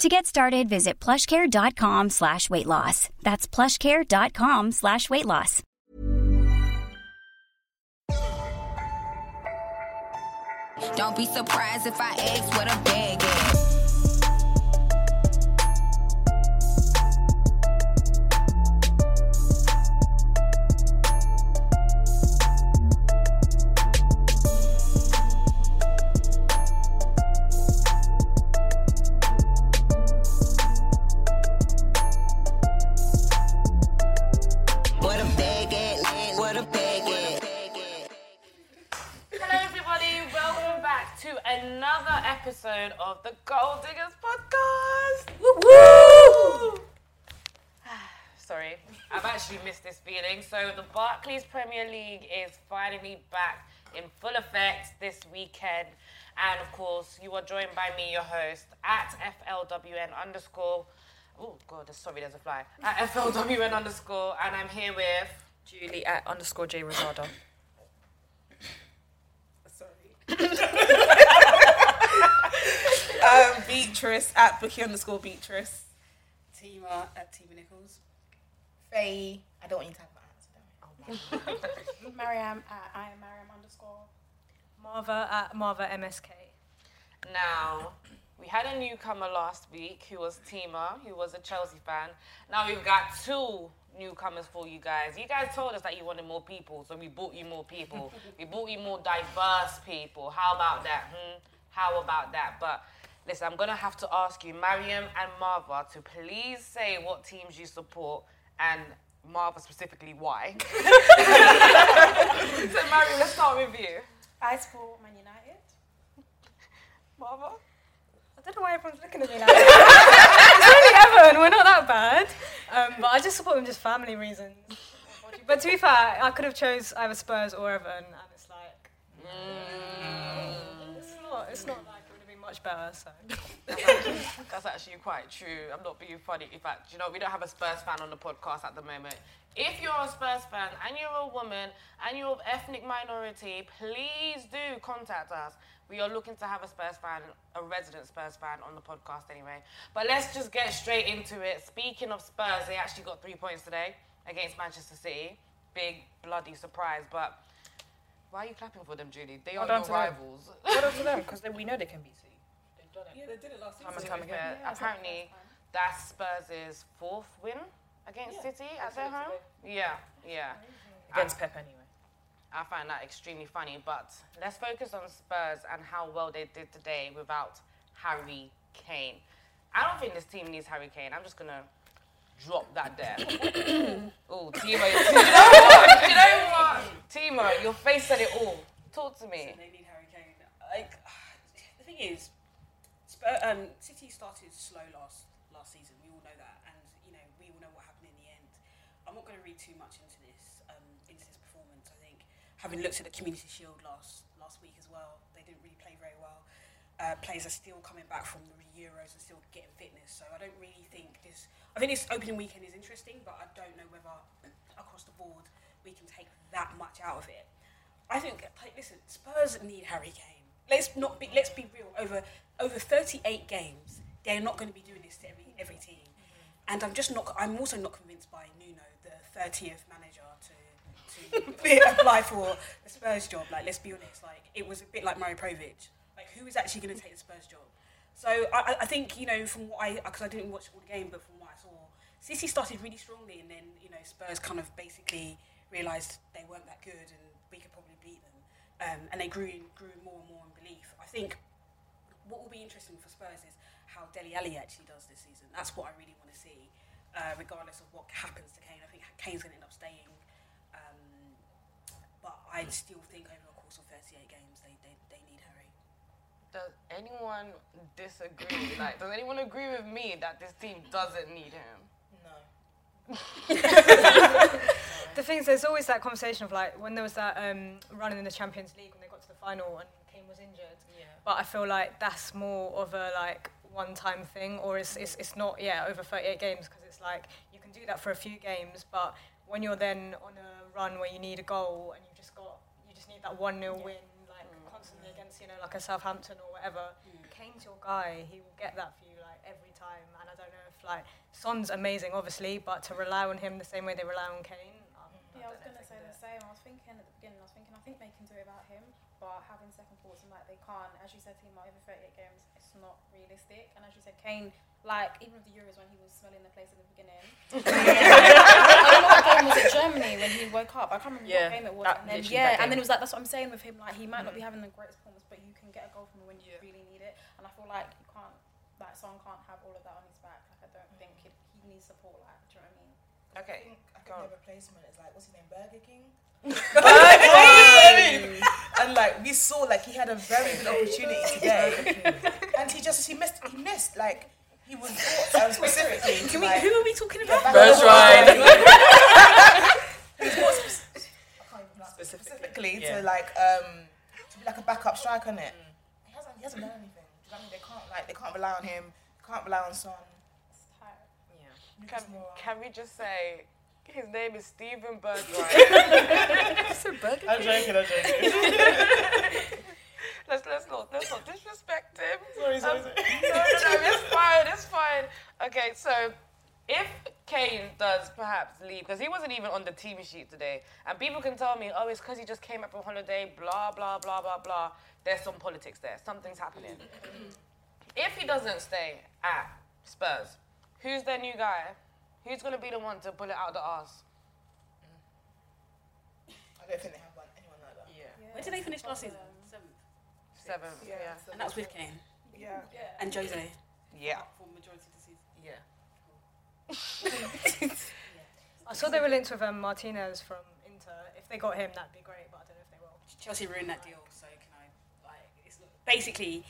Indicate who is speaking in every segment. Speaker 1: To get started, visit plushcare.com slash weight loss. That's plushcare.com slash weight loss.
Speaker 2: Don't be surprised if I ask what a bag is. What a bag at, man, what a bag at.
Speaker 3: Hello, everybody. Welcome back to another episode of the Gold Diggers Podcast. Woo! Sorry, I've actually missed this feeling. So the Barclays Premier League is finally back in full effect this weekend, and of course, you are joined by me, your host, at FLWN underscore. Oh God, sorry, there's a fly. At FLWN underscore, and I'm here with.
Speaker 4: Julie at underscore J Rosado.
Speaker 5: um, Beatrice at bookie underscore Beatrice.
Speaker 6: Tima at Tima Nichols. Faye. I don't want you to have my answer. Don't Mariam at I am Mariam underscore.
Speaker 4: Marva at Marva MSK.
Speaker 3: Now, we had a newcomer last week who was Tima, who was a Chelsea fan. Now we've got two newcomers for you guys. You guys told us that you wanted more people, so we bought you more people. we bought you more diverse people. How about that? Hmm? How about that? But listen, I'm gonna have to ask you, Mariam and Marva, to please say what teams you support and Marva specifically why. so Mariam, let's start with you.
Speaker 6: I support Man United.
Speaker 3: Marva?
Speaker 4: I don't know why everyone's looking at me like that. it's only Evan, we're not that bad. Um, but I just support him just family reasons. But to be fair, I could have chose either Spurs or Evan, and it's like... It's, not, it's not like it would have been much better, so...
Speaker 3: That's actually quite true. I'm not being funny. In fact, you know, we don't have a Spurs fan on the podcast at the moment. If you're a Spurs fan and you're a woman and you're of ethnic minority, please do contact us. We are looking to have a Spurs fan, a resident Spurs fan on the podcast anyway. But let's just get straight into it. Speaking of Spurs, they actually got three points today against Manchester City. Big bloody surprise, but why are you clapping for them, Julie? They are
Speaker 4: done
Speaker 3: your
Speaker 4: to them.
Speaker 3: rivals.
Speaker 4: because we know they can beat City.
Speaker 3: time and time again. Apparently, that's Spurs' fourth win against City at their home. Yeah, yeah.
Speaker 4: Against Pep anyway.
Speaker 3: I find that extremely funny. But let's focus on Spurs and how well they did today without Harry Kane. I don't think this team needs Harry Kane. I'm just gonna drop that there. oh, Timo, you know what? You know what? Timo, your face said it all. Talk to me.
Speaker 7: they need Harry Kane. Like the thing is, Spur, um, City started slow last last season. We all know that, and you know we all know what happened in the end. I'm not going to read too much into this um, into this performance. I think having looked at the Community Shield last last week as well, they didn't really play very well. Uh, players are still coming back from the Euros and still getting fitness, so I don't really think this. I think this opening weekend is interesting, but I don't know whether across the board we can take that much out of it. I think, like, listen, Spurs need Harry Kane. Let's not be. Let's be real. Over over 38 games, they're not going to be doing this to every every team. And I'm just not. I'm also not convinced by Nuno, the 30th manager, to to apply for the Spurs job. Like, let's be honest. Like, it was a bit like Mario Provic. Like, who is actually going to take the Spurs job? So I, I- I think you know from what I because I didn't watch all the game, but from what I saw, City started really strongly, and then you know Spurs kind of basically realised they weren't that good and we could probably beat them. Um, and they grew grew more and more in belief. I think what will be interesting for Spurs is how Deli Ali actually does this season. That's what I really want to see, uh, regardless of what happens to Kane. I think Kane's going to end up staying. Um, but I still think over the course of 38 games, they, they, they need Harry.
Speaker 3: Does anyone disagree? like, does anyone agree with me that this team doesn't need him?
Speaker 4: The thing is, there's always that conversation of like when there was that um, run in the Champions League when they got to the final and Kane was injured. Yeah. But I feel like that's more of a like one-time thing, or it's it's, it's not yeah over 38 games because it's like you can do that for a few games, but when you're then on a run where you need a goal and you just got you just need that one 0 win like constantly against you know like a Southampton or whatever, Kane's your guy. He will get that for you like every time, and I don't know if like Son's amazing obviously, but to rely on him the same way they rely on Kane. um,
Speaker 6: Yeah, I was
Speaker 4: don't
Speaker 6: going
Speaker 4: know
Speaker 6: to
Speaker 4: if
Speaker 6: say
Speaker 4: they can do it.
Speaker 6: the same. I was thinking at the beginning, I was thinking, I think they can do without him, but having second thoughts and like they can't. As you said, team like over 38 games, it's not realistic. And as you said, Kane, like even with the Euros when he was smelling the place at the beginning. And what game was it? Germany when he woke up. I can't remember
Speaker 3: Yeah,
Speaker 6: what game it was.
Speaker 3: that-
Speaker 6: and then,
Speaker 3: literally that
Speaker 6: yeah,
Speaker 3: game. Mm.
Speaker 6: and then it was like that's what I'm saying with him. Like he might not be having the greatest performance, but you can get a goal from him when you really need it. And I feel like you can't, like Son can't have all of that on his back. Like I don't think he, he needs support. Like, do you know what I mean?
Speaker 3: Okay.
Speaker 8: I
Speaker 3: Go on.
Speaker 8: think the replacement is like what's his name, Burger King. and like we saw, like he had a very good opportunity today, and he just he missed. He missed. Like he was brought um, specifically. Can we? Like,
Speaker 5: Who are we talking about?
Speaker 8: That's
Speaker 9: right.
Speaker 8: specifically to like um to be like a backup striker on it. He hasn't he hasn't done anything. Do you know what I mean? They can't like they can't rely on him. Can't rely on Son.
Speaker 6: It's tight.
Speaker 3: Can,
Speaker 8: Lucas Moura.
Speaker 3: can we just say his name is Steven Bergwijn?
Speaker 8: I'm joking. I'm joking.
Speaker 3: let's let's not let's not disrespect him.
Speaker 8: sorry, sorry,
Speaker 3: Um,
Speaker 8: sorry.
Speaker 3: no, no, no, it's fine, it's fine. Okay, so if Kane does perhaps leave, because he wasn't even on the team sheet today, and people can tell me, oh, it's because he just came up from holiday, blah, blah, blah, blah, blah. There's some politics there, something's happening. if he doesn't stay at Spurs, who's their new guy? Who's going to be the one to pull it out the arse?
Speaker 8: I don't think they have one, anyone like that.
Speaker 7: Where did they finish last season?
Speaker 8: Um,
Speaker 7: Seventh.
Speaker 3: Seventh. Yeah.
Speaker 7: And that's with Kane.
Speaker 8: Yeah.
Speaker 7: And Jose.
Speaker 3: Yeah.
Speaker 7: For majority of the season.
Speaker 4: I saw they were linked with um, Martinez from Inter. If they got him, that'd be great, but I don't know if they will.
Speaker 7: Chelsea ruined that deal, so can I? Like, it's not, basically,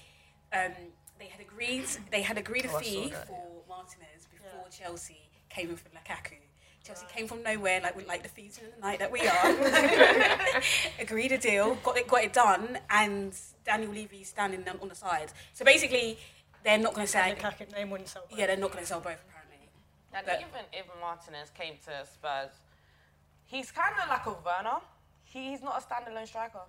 Speaker 7: um, they had agreed they had agreed a fee for Martinez before Chelsea came in from Lukaku. Chelsea came from nowhere, like with like the thieves in the night that we are. agreed a deal, got it, got it done, and Daniel Levy standing on on the side. So basically, they're not going to say.
Speaker 4: Lukaku name wouldn't sell.
Speaker 7: Yeah, they're not going to sell both apparently.
Speaker 3: And
Speaker 7: But-
Speaker 3: even if Martinez came to Spurs, he's kind of like a Werner. He's not a standalone striker.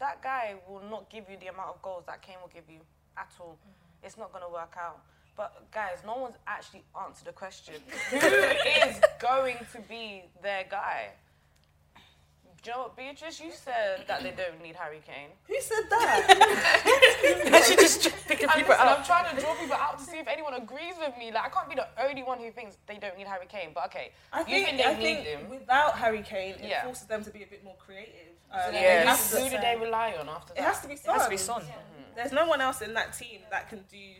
Speaker 3: That guy will not give you the amount of goals that Kane will give you at all. It's not going to work out. But guys, no one's actually answered the question. Who is going to be their guy? Do you know what, Beatrice? You said that they don't need Harry Kane.
Speaker 8: Who said that?
Speaker 3: I'm, listen, I'm trying to draw people out to see if anyone agrees with me. Like, I can't be the only one who thinks they don't need Harry Kane. But okay,
Speaker 5: I
Speaker 3: you
Speaker 5: think,
Speaker 3: think they
Speaker 5: I
Speaker 3: need
Speaker 5: think
Speaker 3: him.
Speaker 5: without Harry Kane, it
Speaker 3: Yeah.
Speaker 5: forces them to be a bit more creative. Um,
Speaker 3: Yeah,
Speaker 5: it, has
Speaker 3: who do
Speaker 5: to,
Speaker 3: they rely on after
Speaker 5: it
Speaker 3: that?
Speaker 5: has to be Son. There's no one else in that team that can do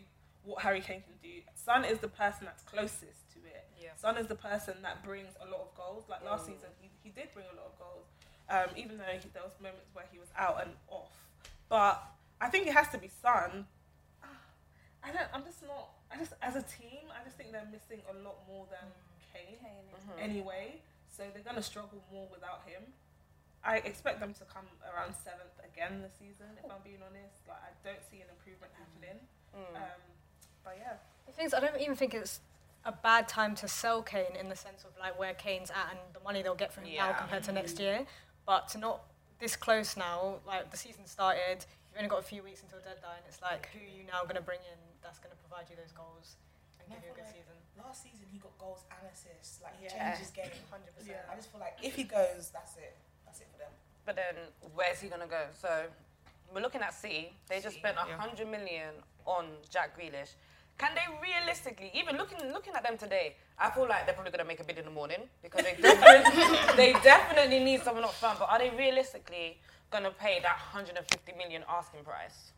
Speaker 5: what Harry Kane can do. Son is the person that's closest to it. Son is the person that brings a lot of goals. Like last season, he, he did bring a lot of goals, um, even though he, there was moments where he was out and off. But I think it has to be Son. I don't. I'm just not. I just as a team, I just think they're missing a lot more than Kane
Speaker 6: Kane is
Speaker 5: anyway. So they're gonna struggle more without him. I expect them to come around seventh again this season. If I'm being honest, like I don't see an improvement happening. Um, but yeah,
Speaker 4: The thing is, I don't even think it's a bad time to sell Kane in the sense of like where Kane's at and the money they'll get from him now
Speaker 3: Yeah.
Speaker 4: compared to next year. But to not this close now, like the season started, you've only got a few weeks until deadline. It's like who are you now going to bring in that's going to provide you those goals and give you a good season.
Speaker 8: Last season he got goals and assists. Like he
Speaker 3: Yeah.
Speaker 8: changes game 100. percent
Speaker 5: Yeah.
Speaker 8: I just feel like if he goes, that's it. That's it for them.
Speaker 3: But then, where's he gonna go? So, we're looking at City. They just spent a hundred million on Jack Grealish.
Speaker 10: Can they realistically, even looking looking at them today, I feel like they're probably gonna make a bid in the morning because they definitely, they definitely need someone up front. But are they realistically gonna pay that 150 million asking price?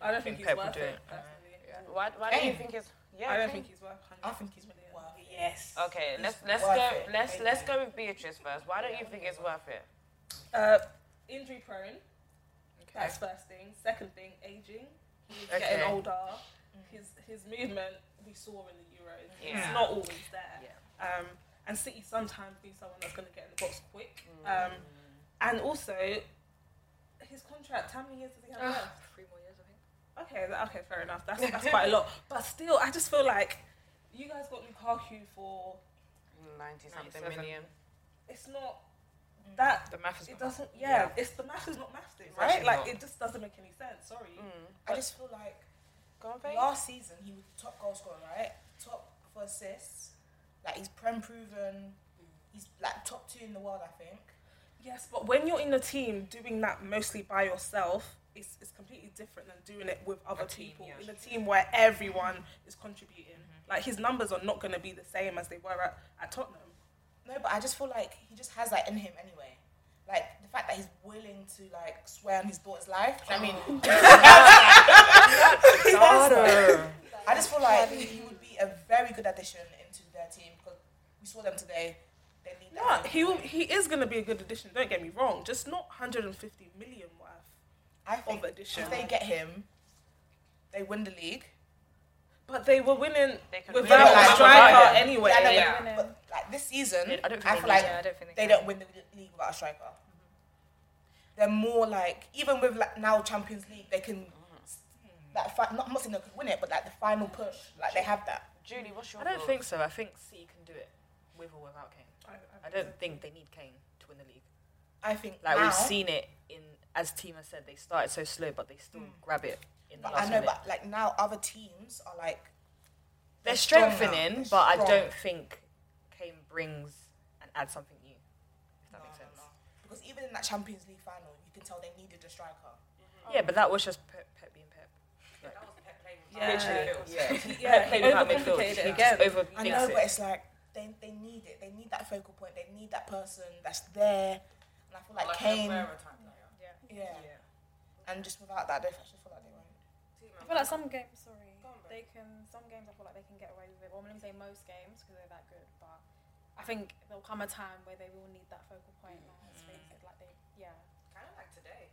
Speaker 5: I don't think he's
Speaker 11: Pep will
Speaker 5: worth
Speaker 11: do
Speaker 5: it.
Speaker 11: it.
Speaker 5: personally.
Speaker 10: Why, why do you think it's yeah?
Speaker 5: I don't
Speaker 10: okay.
Speaker 5: think he's worth.
Speaker 8: I
Speaker 5: 100.
Speaker 8: think he's really worth it.
Speaker 7: Yes.
Speaker 10: Okay, let's let's
Speaker 8: worth
Speaker 10: go
Speaker 8: it,
Speaker 10: let's let's go with Beatrice first. Why don't you think it's worth it?
Speaker 5: Uh, injury prone. That's first thing. Second thing, aging. He's
Speaker 11: Okay.
Speaker 5: getting older.
Speaker 8: Mm.
Speaker 5: His his movement we saw in the Euros.
Speaker 10: Yeah.
Speaker 5: It's not always there. Um, and City sometimes need someone that's going to get in the box quick. Um, and also, his contract. How many years does he have left?
Speaker 4: Three more years, I think.
Speaker 5: Okay, tha- okay, fair enough. That's that's quite a lot. But still, I just feel like you guys got Lukaku for
Speaker 10: 90 something
Speaker 11: 97.
Speaker 10: million.
Speaker 5: it's not that
Speaker 11: The math is
Speaker 5: it doesn't yeah, it's the math is not math thing, right?
Speaker 11: actually
Speaker 5: Like
Speaker 11: not.
Speaker 5: it just doesn't make any sense, sorry.
Speaker 8: I just feel like
Speaker 10: Go on, Faye.
Speaker 8: last season he was top goal scorer, right? Top for assists. Like he's prem proven. He's like top two in the world, I think.
Speaker 5: Yes, but when you're in a team doing that mostly by yourself, it's, it's completely different than doing it with other
Speaker 10: team,
Speaker 5: people
Speaker 10: yeah.
Speaker 5: in a team where everyone is contributing. Like his numbers are not going to be the same as they were at, at Tottenham.
Speaker 8: No, but I just feel like he just has that in him anyway. Like the fact that he's willing to like swear on his daughter's life. I mean, I just feel like he would be a very good addition into their team because we saw them today. They need
Speaker 5: No,
Speaker 8: that.
Speaker 5: he will, he is going to be a good addition. Don't get me wrong. Just not 150 million worth.
Speaker 8: I think
Speaker 5: of addition.
Speaker 8: if they get him, they win the league.
Speaker 5: But they were winning
Speaker 10: They could
Speaker 5: without
Speaker 10: win
Speaker 5: a
Speaker 10: without
Speaker 5: striker
Speaker 8: him.
Speaker 5: anyway.
Speaker 8: Yeah, I know,
Speaker 10: yeah.
Speaker 8: but- But like this season,
Speaker 11: I
Speaker 8: I,
Speaker 11: don't think they
Speaker 8: feel like
Speaker 4: Yeah, I don't think
Speaker 8: they don't win the league without a striker. They're more like even with like now Champions League, they can like fi- not I'm not saying they could win it, but like the final push, like they have that.
Speaker 10: Julie, what's your
Speaker 11: I don't
Speaker 10: thought?
Speaker 11: think so. I think City can do it with or without Kane. I don't think they need Kane to win the league.
Speaker 8: I think
Speaker 11: Like
Speaker 8: now,
Speaker 11: we've seen it in, as Tima said, they started so slow, but they still
Speaker 4: Hmm.
Speaker 11: grab it in the
Speaker 8: But
Speaker 11: last
Speaker 8: I know,
Speaker 11: minute.
Speaker 8: but like now other teams are like
Speaker 11: They're
Speaker 8: strong now.
Speaker 11: strengthening,
Speaker 8: They're
Speaker 11: but I
Speaker 8: strong.
Speaker 11: don't think Kane brings and adds something new. If that makes sense.
Speaker 4: Oh.
Speaker 8: because even in that Champions League final, you can tell they needed a striker.
Speaker 11: Yeah, but that was just Pep, Pep being Pep. Yeah,
Speaker 5: Yeah,
Speaker 11: Played without midfield.
Speaker 5: overcomplicated.
Speaker 11: He
Speaker 8: I
Speaker 11: just overthinks
Speaker 8: know,
Speaker 11: it.
Speaker 8: but it's like they, they need it. They need that focal point. They need that person that's there. And I feel like, Kane. yeah. And just without that, they actually feel like they won't.
Speaker 6: I feel like some games, sorry, they can. Some games, I feel like they can get away with it. Well, let me say most games because they're that good, but I think there'll come a time where they will need that focal point. Like, let's face it, like they, yeah,
Speaker 7: Kind of like today.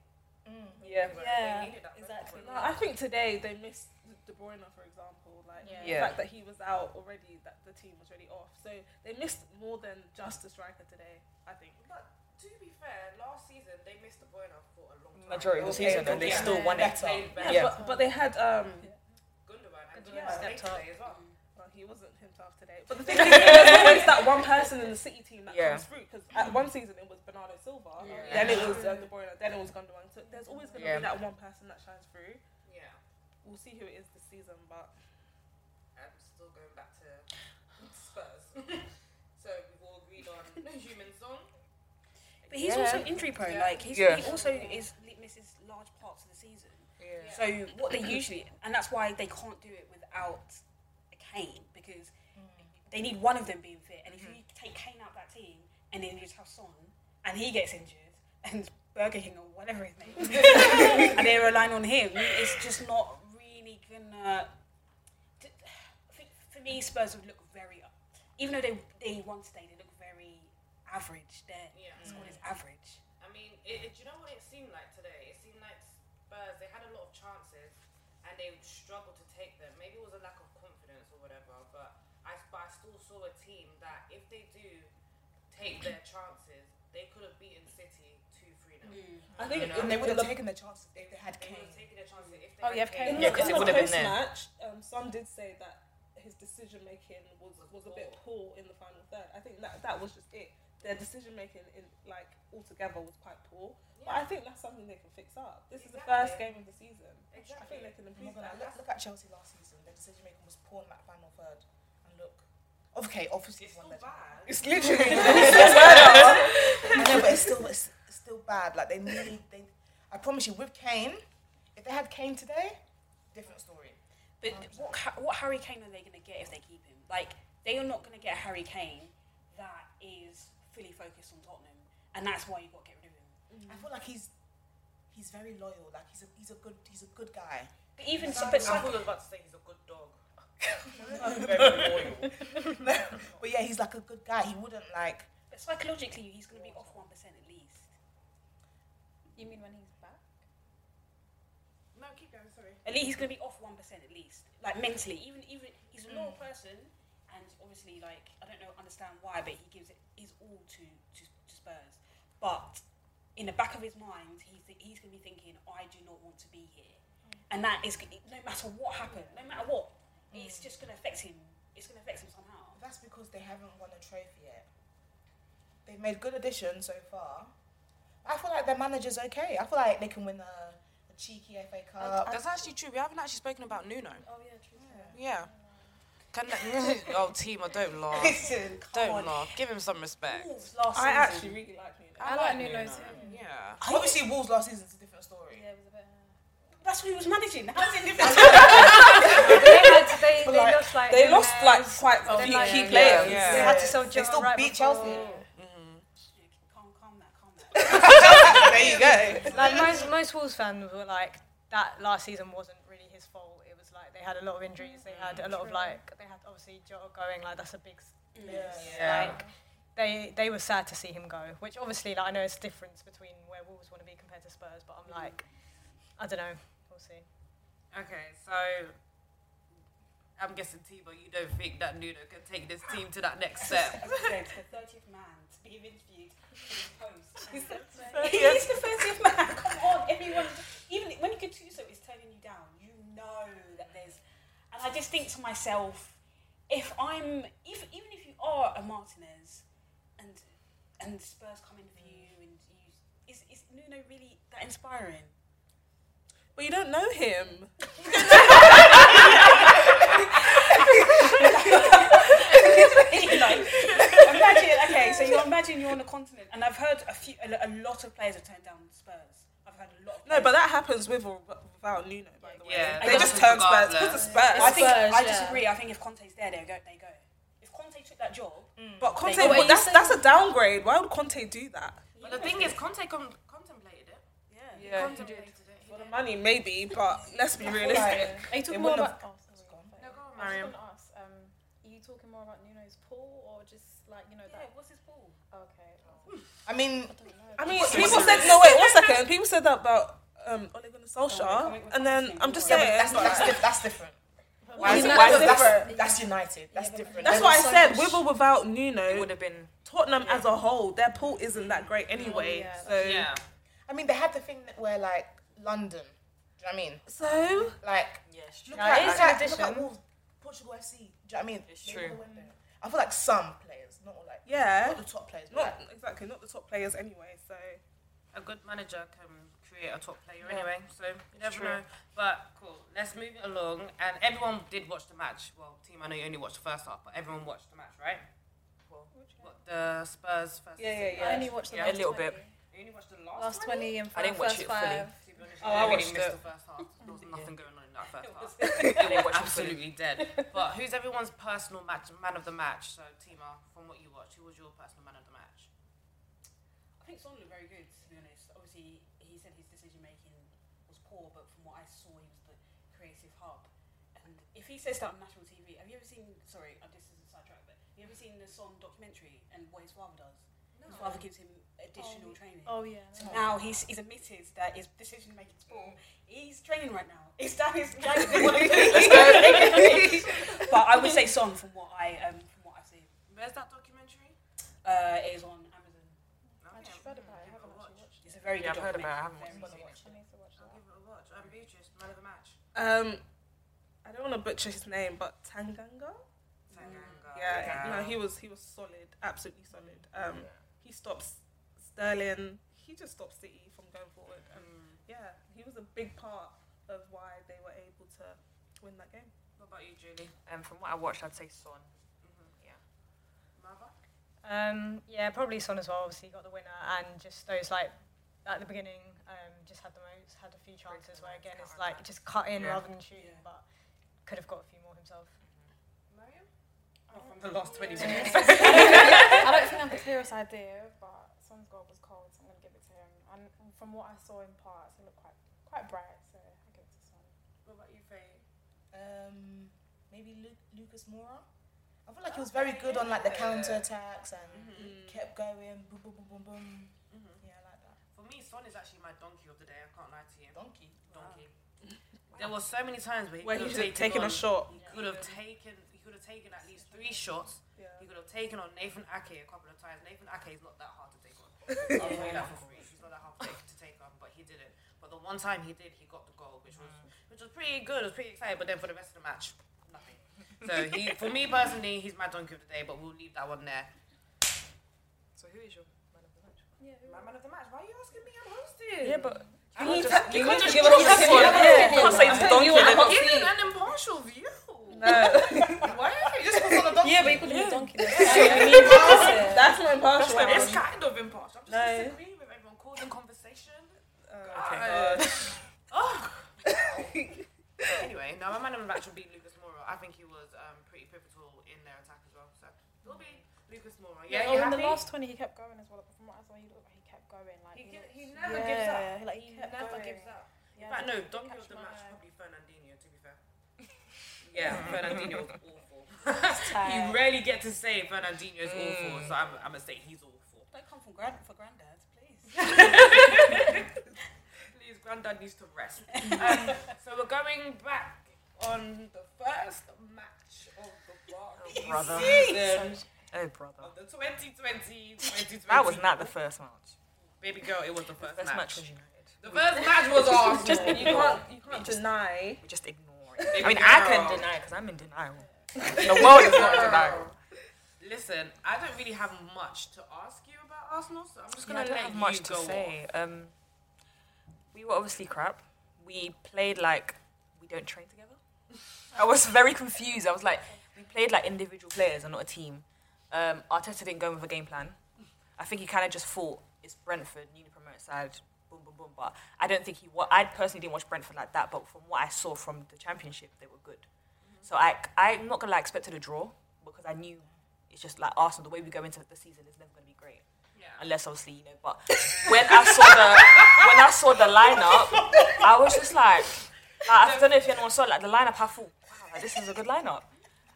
Speaker 11: Mm.
Speaker 5: Yeah.
Speaker 6: yeah,
Speaker 7: needed that focal
Speaker 6: exactly.
Speaker 5: No, I think today they missed De Bruyne, for example. Like
Speaker 6: Yeah.
Speaker 5: the
Speaker 11: Yeah.
Speaker 5: fact that he was out already, that the team was already off. So they missed more than just a striker today. I think.
Speaker 7: But to be fair, last season they missed the Buena for a long time.
Speaker 11: Majority of the season, and they
Speaker 8: yeah.
Speaker 11: still won it.
Speaker 8: Better.
Speaker 5: Yeah,
Speaker 11: Yeah.
Speaker 5: But, but they had. um
Speaker 7: Gundogan and
Speaker 5: Gundogan stepped
Speaker 7: today as well.
Speaker 5: well, he wasn't himself today. But the thing is, there's always that one person in the City team that
Speaker 11: Yeah.
Speaker 5: comes through. Because at one season it was Bernardo Silva,
Speaker 11: Yeah.
Speaker 5: then it was um, De Bruyne, then it was Gundogan. So there's always going to
Speaker 11: Yeah.
Speaker 5: be that one person that shines through.
Speaker 7: Yeah,
Speaker 5: We'll see who it is this season, but
Speaker 7: I'm still going back to Spurs. so we've all agreed on human song. But he's
Speaker 11: Yeah.
Speaker 7: also injury prone. Like he's,
Speaker 11: Yeah.
Speaker 7: he also is misses large parts of the season. So what they usually and that's why they can't do it without a Kane because they need one of them being fit. And if you take Kane out that team and then you just have Son and he gets injured and Burger King or whatever his name, is, and they're relying on him, it's just not really gonna. t- I think for me, Spurs would look very, even though they they won today, they look very average. Their squad is average.
Speaker 12: I mean, it, it- do you know what it seemed like today? It seemed like Spurs, they had a lot of chances and they struggled to take them. Maybe it was a lack of confidence or whatever, but I, but I still saw a team that if they do take their chances, they could have beaten City 2 3 0.
Speaker 5: I think
Speaker 8: And they would have taken the chance if they had
Speaker 12: They
Speaker 8: Kane.
Speaker 12: would have taken their chances if they
Speaker 6: Oh, you
Speaker 12: had
Speaker 6: have
Speaker 12: Kane.
Speaker 6: Kane.
Speaker 5: In
Speaker 11: Yeah,
Speaker 5: the, in
Speaker 11: 'cause it
Speaker 5: the
Speaker 11: would've been
Speaker 5: post
Speaker 11: there.
Speaker 5: match, um, Son did say that his decision making was was a bit poor in the final third. I think that that was just it. Their decision making in like altogether was quite poor. But I think that's something they can fix up. This is the first game of the season. I think they can
Speaker 8: Oh my
Speaker 5: improve
Speaker 8: God,
Speaker 5: that.
Speaker 8: like, look, look at Chelsea last season. Their decision making was poor in that final third. And look, okay, obviously it's won their bad. It's literally. I know, but it's still it's, it's still bad. Like they need. They, I promise you, with Kane, if they had Kane today, different story.
Speaker 7: But what Ca- what Harry Kane are they going to get if they keep him? Like they are not going to get a Harry Kane that is fully focused on Tottenham, and that's why you have got to get rid of him.
Speaker 8: I feel like he's he's very loyal. Like he's a he's a good he's a good guy.
Speaker 7: But even so, but
Speaker 12: I
Speaker 7: some,
Speaker 12: thought I was about to say he's a good dog.
Speaker 8: But yeah, he's like a good guy. He wouldn't like.
Speaker 7: but psychologically, he's going to be off one percent at least.
Speaker 6: You mean when he's back?
Speaker 5: No, keep going. Sorry.
Speaker 7: At least he's going to be off one percent at least, like mentally. Even even he's a loyal person, and obviously, like I don't know, understand why, but he gives it his all to to, to Spurs. But in the back of his mind, he's th- he's going to be thinking, I do not want to be here, and that is gonna- no matter what happened, no matter what, it's just going to affect him. It's going to affect him somehow.
Speaker 8: That's because they haven't won a trophy yet. They've made good additions so far. I feel like their manager's okay. I feel like they can win a, a cheeky FA Cup.
Speaker 3: That's actually true. We haven't actually spoken about Nuno.
Speaker 6: Oh yeah, true. Yeah.
Speaker 3: Yeah. Can that, oh, team, don't laugh.
Speaker 8: Listen,
Speaker 3: Don't laugh. Give him some respect.
Speaker 7: Wolves last
Speaker 5: I
Speaker 7: season.
Speaker 5: actually really like Nuno.
Speaker 3: I,
Speaker 6: like Nuno too.
Speaker 3: Yeah.
Speaker 8: obviously Wolves last season is a different story.
Speaker 6: Yeah, it was a bit. Uh,
Speaker 7: That's who he was managing. How's it different?
Speaker 4: they, had, they,
Speaker 8: But
Speaker 4: they
Speaker 8: like,
Speaker 4: lost like
Speaker 5: They lost like
Speaker 4: Nunez,
Speaker 5: quite a
Speaker 4: then,
Speaker 5: few
Speaker 4: like,
Speaker 5: key
Speaker 4: yeah,
Speaker 5: players.
Speaker 3: yeah.
Speaker 4: They had to sell
Speaker 8: They
Speaker 4: John
Speaker 8: still
Speaker 4: right
Speaker 8: beat
Speaker 4: before.
Speaker 8: Oh, Chelsea.
Speaker 7: calm, calm that, calm that.
Speaker 8: There you go.
Speaker 4: Like most most Wolves fans were like that last season wasn't really his fault. It was like they had a lot of injuries. They had a lot of like they had obviously Jota going. Like that's a big s- miss. Like they they were sad to see him go. Which obviously like I know it's a difference between where Wolves want to be compared to Spurs. But I'm like I don't know. We'll see.
Speaker 12: Okay, so I'm guessing Tebow, you don't think that Nuno can take this team to that next step.
Speaker 7: It's the thirtieth man to be interviewed for his post. He's the thirtieth man. Come on, everyone. Even when you could do so, it's turning you down. You know that there's, and I just think to myself, if I'm, if, even if you are a Martinez, and and Spurs come in
Speaker 5: Mm.
Speaker 7: for you, and you, is is Nuno really that inspiring?
Speaker 5: But you don't know him.
Speaker 7: like, imagine, okay, so you imagine you're on the continent, and I've heard a few, a, a lot of players have turned down Spurs. I've heard a lot. Of
Speaker 5: No,
Speaker 7: players-
Speaker 5: but that happens with or without Nuno. By the way,
Speaker 12: Yeah,
Speaker 5: they
Speaker 7: it
Speaker 5: just
Speaker 7: doesn't
Speaker 5: turn Spurs
Speaker 12: regardless.
Speaker 5: because of Spurs.
Speaker 7: I think
Speaker 6: Spurs,
Speaker 7: I
Speaker 6: yeah.
Speaker 7: disagree. I think if Conte's there, they go. They go. If Conte took that job,
Speaker 5: But Conte,
Speaker 7: But what
Speaker 5: but that's that's a downgrade. Why would Conte do that?
Speaker 12: But the thing is, Conte com- contemplated it.
Speaker 7: yeah.
Speaker 12: Yeah, contemplated it. He
Speaker 5: For the
Speaker 12: did.
Speaker 5: money, maybe, but let's be realistic.
Speaker 8: Like,
Speaker 6: Are you talking
Speaker 5: It
Speaker 6: more
Speaker 5: wouldn't
Speaker 6: about? Oh, sorry.
Speaker 12: No, go on,
Speaker 6: I
Speaker 12: Mariam.
Speaker 6: was just gonna ask. Um, are you talking more about Nuno's pool or just like you know
Speaker 7: Yeah,
Speaker 6: that?
Speaker 7: what's his ball?
Speaker 6: Okay. oh,
Speaker 8: I mean,
Speaker 6: I don't know.
Speaker 5: I mean, people said no. Wait, one second. People said that about um, Ole Gunnar Solskjaer, and then I'm just saying
Speaker 8: that's, that's, diff- that's different.
Speaker 5: Why is it-
Speaker 8: That's-
Speaker 5: why is it
Speaker 8: that's, that's United. That's different.
Speaker 5: That's
Speaker 8: They
Speaker 5: why I
Speaker 8: were so
Speaker 5: said
Speaker 8: much-
Speaker 5: with or without
Speaker 11: It
Speaker 5: Nuno,
Speaker 11: would have been.
Speaker 5: Tottenham as a whole, their pool isn't that great anyway.
Speaker 6: yeah,
Speaker 5: So,
Speaker 12: Yeah.
Speaker 8: I mean, they had the thing that where like London. Do you know what I mean?
Speaker 5: so
Speaker 8: Like
Speaker 11: Yes.
Speaker 8: Look,
Speaker 4: No,
Speaker 8: at,
Speaker 4: it is
Speaker 8: look,
Speaker 4: an
Speaker 8: at, look at
Speaker 4: addition.
Speaker 8: Wolves, Portugal FC. Do you know what I mean?
Speaker 11: It's
Speaker 8: They
Speaker 11: true.
Speaker 8: would've went there. I feel like some players, not all like
Speaker 5: yeah,
Speaker 8: not the top players, but
Speaker 5: not
Speaker 8: like,
Speaker 5: exactly not the top players anyway. So
Speaker 12: a good manager can create a top player anyway, so you never know. But cool, let's move it along. And everyone did watch the match. Well, team, I know you only watched the first half, but everyone watched the match, right? Well, what, the Spurs first.
Speaker 5: Yeah, yeah,
Speaker 12: season.
Speaker 5: yeah.
Speaker 6: I only watched the
Speaker 12: Yeah.
Speaker 6: last
Speaker 11: A little
Speaker 6: 20.
Speaker 11: bit.
Speaker 12: You only watched the last.
Speaker 6: Last twenty and
Speaker 11: I didn't watch
Speaker 6: first
Speaker 11: it fully.
Speaker 6: five.
Speaker 12: To be honest, I
Speaker 5: Oh, I
Speaker 12: really
Speaker 5: watched
Speaker 12: missed
Speaker 5: it.
Speaker 12: the first half. There was nothing going on in that first half. It was absolutely dead. But who's everyone's personal match man of the match? So, Tima, from what you watched, who was your personal man of the match?
Speaker 7: I think Son looked very good. To be honest, obviously he said his decision making was poor, but from what I saw, he was the creative hub. And if he says that on national TV, have you ever seen? Sorry, uh, this is a sidetrack, but have you ever seen the Son documentary and what his father does? His father gives him additional training.
Speaker 6: Oh yeah.
Speaker 7: So now he's, he's admitted that his decision making is poor.
Speaker 6: Mm.
Speaker 7: He's training right now. Is that his But I would say song from what I um, from what I see.
Speaker 12: Where's that documentary?
Speaker 7: Uh, it is on Amazon.
Speaker 6: I just read about it. I haven't actually watched
Speaker 7: It's a very
Speaker 11: Yeah, I've
Speaker 7: good
Speaker 11: heard about it.
Speaker 7: documentary.
Speaker 11: I haven't
Speaker 7: Very
Speaker 11: watched
Speaker 7: good.
Speaker 6: it. I
Speaker 11: it.
Speaker 6: need to watch that.
Speaker 12: Give it a watch.
Speaker 3: Um,
Speaker 12: I'm Beatrice, man of the match.
Speaker 5: um, I don't want to butcher his name, but Tanganga.
Speaker 12: Tanganga.
Speaker 5: Mm. Yeah, no, he was he was solid, absolutely solid. Um, he stops Sterling. He just stops City from going forward. And yeah, he was a big part of why they were able to win that game.
Speaker 12: What about you, Julie?
Speaker 11: Um, from what I watched, I'd say Son.
Speaker 3: Mm-hmm.
Speaker 12: Mother?
Speaker 4: Um, yeah, probably Son as well. Obviously, got the winner, and just those like at the beginning, um, just had the most, had a few chances where again it's like just cut in
Speaker 11: Yeah.
Speaker 4: rather than shooting, but could have got a few more himself.
Speaker 6: Mariam?
Speaker 3: the last 20
Speaker 6: Yeah.
Speaker 3: minutes.
Speaker 6: I don't think I'm the clearest idea, but Son's goal was cold, so I'm going to give it to him. And from what I saw in parts, he looked quite quite bright, so I give it to Son.
Speaker 8: What about you, Faye? Um, maybe Lu- Lucas Mora. I feel like he was very good on like the counter attacks and
Speaker 11: Mm-hmm.
Speaker 8: kept going. Boom, boom, boom, boom, boom. Yeah, I like that.
Speaker 3: For me, Son is actually my donkey of the day. I can't lie to you.
Speaker 8: Donkey.
Speaker 3: Donkey. There were so many times where he
Speaker 5: Where
Speaker 3: could
Speaker 5: he
Speaker 3: have
Speaker 5: should
Speaker 3: taken,
Speaker 5: have taken a shot.
Speaker 3: on- He could have taken. He could have taken at least three shots. He could have taken on Nathan Ake a couple of times. Nathan Ake is not that hard to take on. I'll tell you that for free. He's not that hard to take, to take on, but he didn't. But the one time he did, he got the goal, which was which was pretty good. It was pretty exciting. But then for the rest of the match, nothing. So he, for me personally, he's my donkey of the day. But we'll leave that one there.
Speaker 11: So who is your man of the match?
Speaker 6: Yeah, who-
Speaker 3: My man of the match. Why are you asking me? I'm hosting.
Speaker 11: Yeah, but
Speaker 3: You
Speaker 11: can't
Speaker 3: need
Speaker 11: just-
Speaker 3: to- you
Speaker 11: you need
Speaker 3: can't
Speaker 11: to
Speaker 3: just
Speaker 11: give us
Speaker 3: trust
Speaker 11: a
Speaker 3: me.
Speaker 11: second.
Speaker 3: Yeah,
Speaker 11: You can't say it's donkey
Speaker 3: You are
Speaker 11: and then
Speaker 3: giving
Speaker 11: donkey.
Speaker 3: an impartial view.
Speaker 5: No.
Speaker 3: Why? Just because of the donkey.
Speaker 11: Yeah, but you couldn't be a donkey. though.
Speaker 5: That's not impartial.
Speaker 3: It's kind of impartial. I'm just
Speaker 5: No. Oh,
Speaker 3: disagreeing with everyone. Causing conversation. Ah.
Speaker 5: okay.
Speaker 3: God. Oh. anyway, no, my man of the match will be Lucas Moura. I think he was um, pretty pivotal in their attack as well. So it'll be Lucas Moura. Yeah,
Speaker 6: oh,
Speaker 3: you
Speaker 6: in the
Speaker 3: happy?
Speaker 6: last 20, he kept going as well. But from what I saw, he looked like he kept going. Like
Speaker 3: He, gi-
Speaker 6: looked-
Speaker 3: he never
Speaker 6: yeah,
Speaker 3: gives up.
Speaker 6: Like,
Speaker 3: he
Speaker 6: he kept
Speaker 3: never
Speaker 6: going.
Speaker 3: gives up.
Speaker 6: Yeah,
Speaker 3: But no,
Speaker 6: he didn't
Speaker 3: donkey
Speaker 6: catch
Speaker 3: of the
Speaker 6: my
Speaker 3: match
Speaker 6: eye.
Speaker 3: probably Fernandinho. To be fair. Yeah, Fernandinho was awful.
Speaker 6: tight. Mm.
Speaker 3: you rarely get to say Fernandinho is awful, so I'm, I'm gonna say he's awful.
Speaker 7: Don't come from grand for granddad, please.
Speaker 3: Please, Grandad needs to rest. um, so we're going back on the first match of the Barclays
Speaker 11: Oh, brother.
Speaker 3: season
Speaker 11: Oh, brother.
Speaker 3: of the 2020 2020.
Speaker 11: That was not the first match.
Speaker 3: baby girl. It was the first,
Speaker 11: First
Speaker 3: match.
Speaker 11: match, was United.
Speaker 3: The first match was Arsenal.
Speaker 11: Just
Speaker 5: You can't, you can't deny.
Speaker 11: We just ignore it. I mean, I
Speaker 3: girl.
Speaker 11: can deny it because I'm in denial. the world is not in denial.
Speaker 3: Listen, I don't really have much to ask you about Arsenal, so I'm just
Speaker 11: Yeah, I
Speaker 3: gonna
Speaker 11: don't
Speaker 3: let
Speaker 11: have
Speaker 3: you
Speaker 11: much to
Speaker 3: go
Speaker 11: say. Um, we were obviously crap. We played like we don't train together. I was very confused. I was like, we played like individual players and not a team. Um, Arteta didn't go with a game plan. I think he kind of just thought it's Brentford, newly promoted side, boom, boom, boom. But I don't think he. Wa- I personally didn't watch Brentford like that. But from what I saw from the Championship, they were good.
Speaker 3: Mm-hmm.
Speaker 11: So I, I'm not gonna lie, I expected a draw because I knew it's just like Arsenal. The way we go into the season is never gonna be great unless obviously you know. But when I saw the when I saw the lineup, I was just like, like I don't know if anyone saw it, like the lineup. I thought, wow, like, this is a good lineup.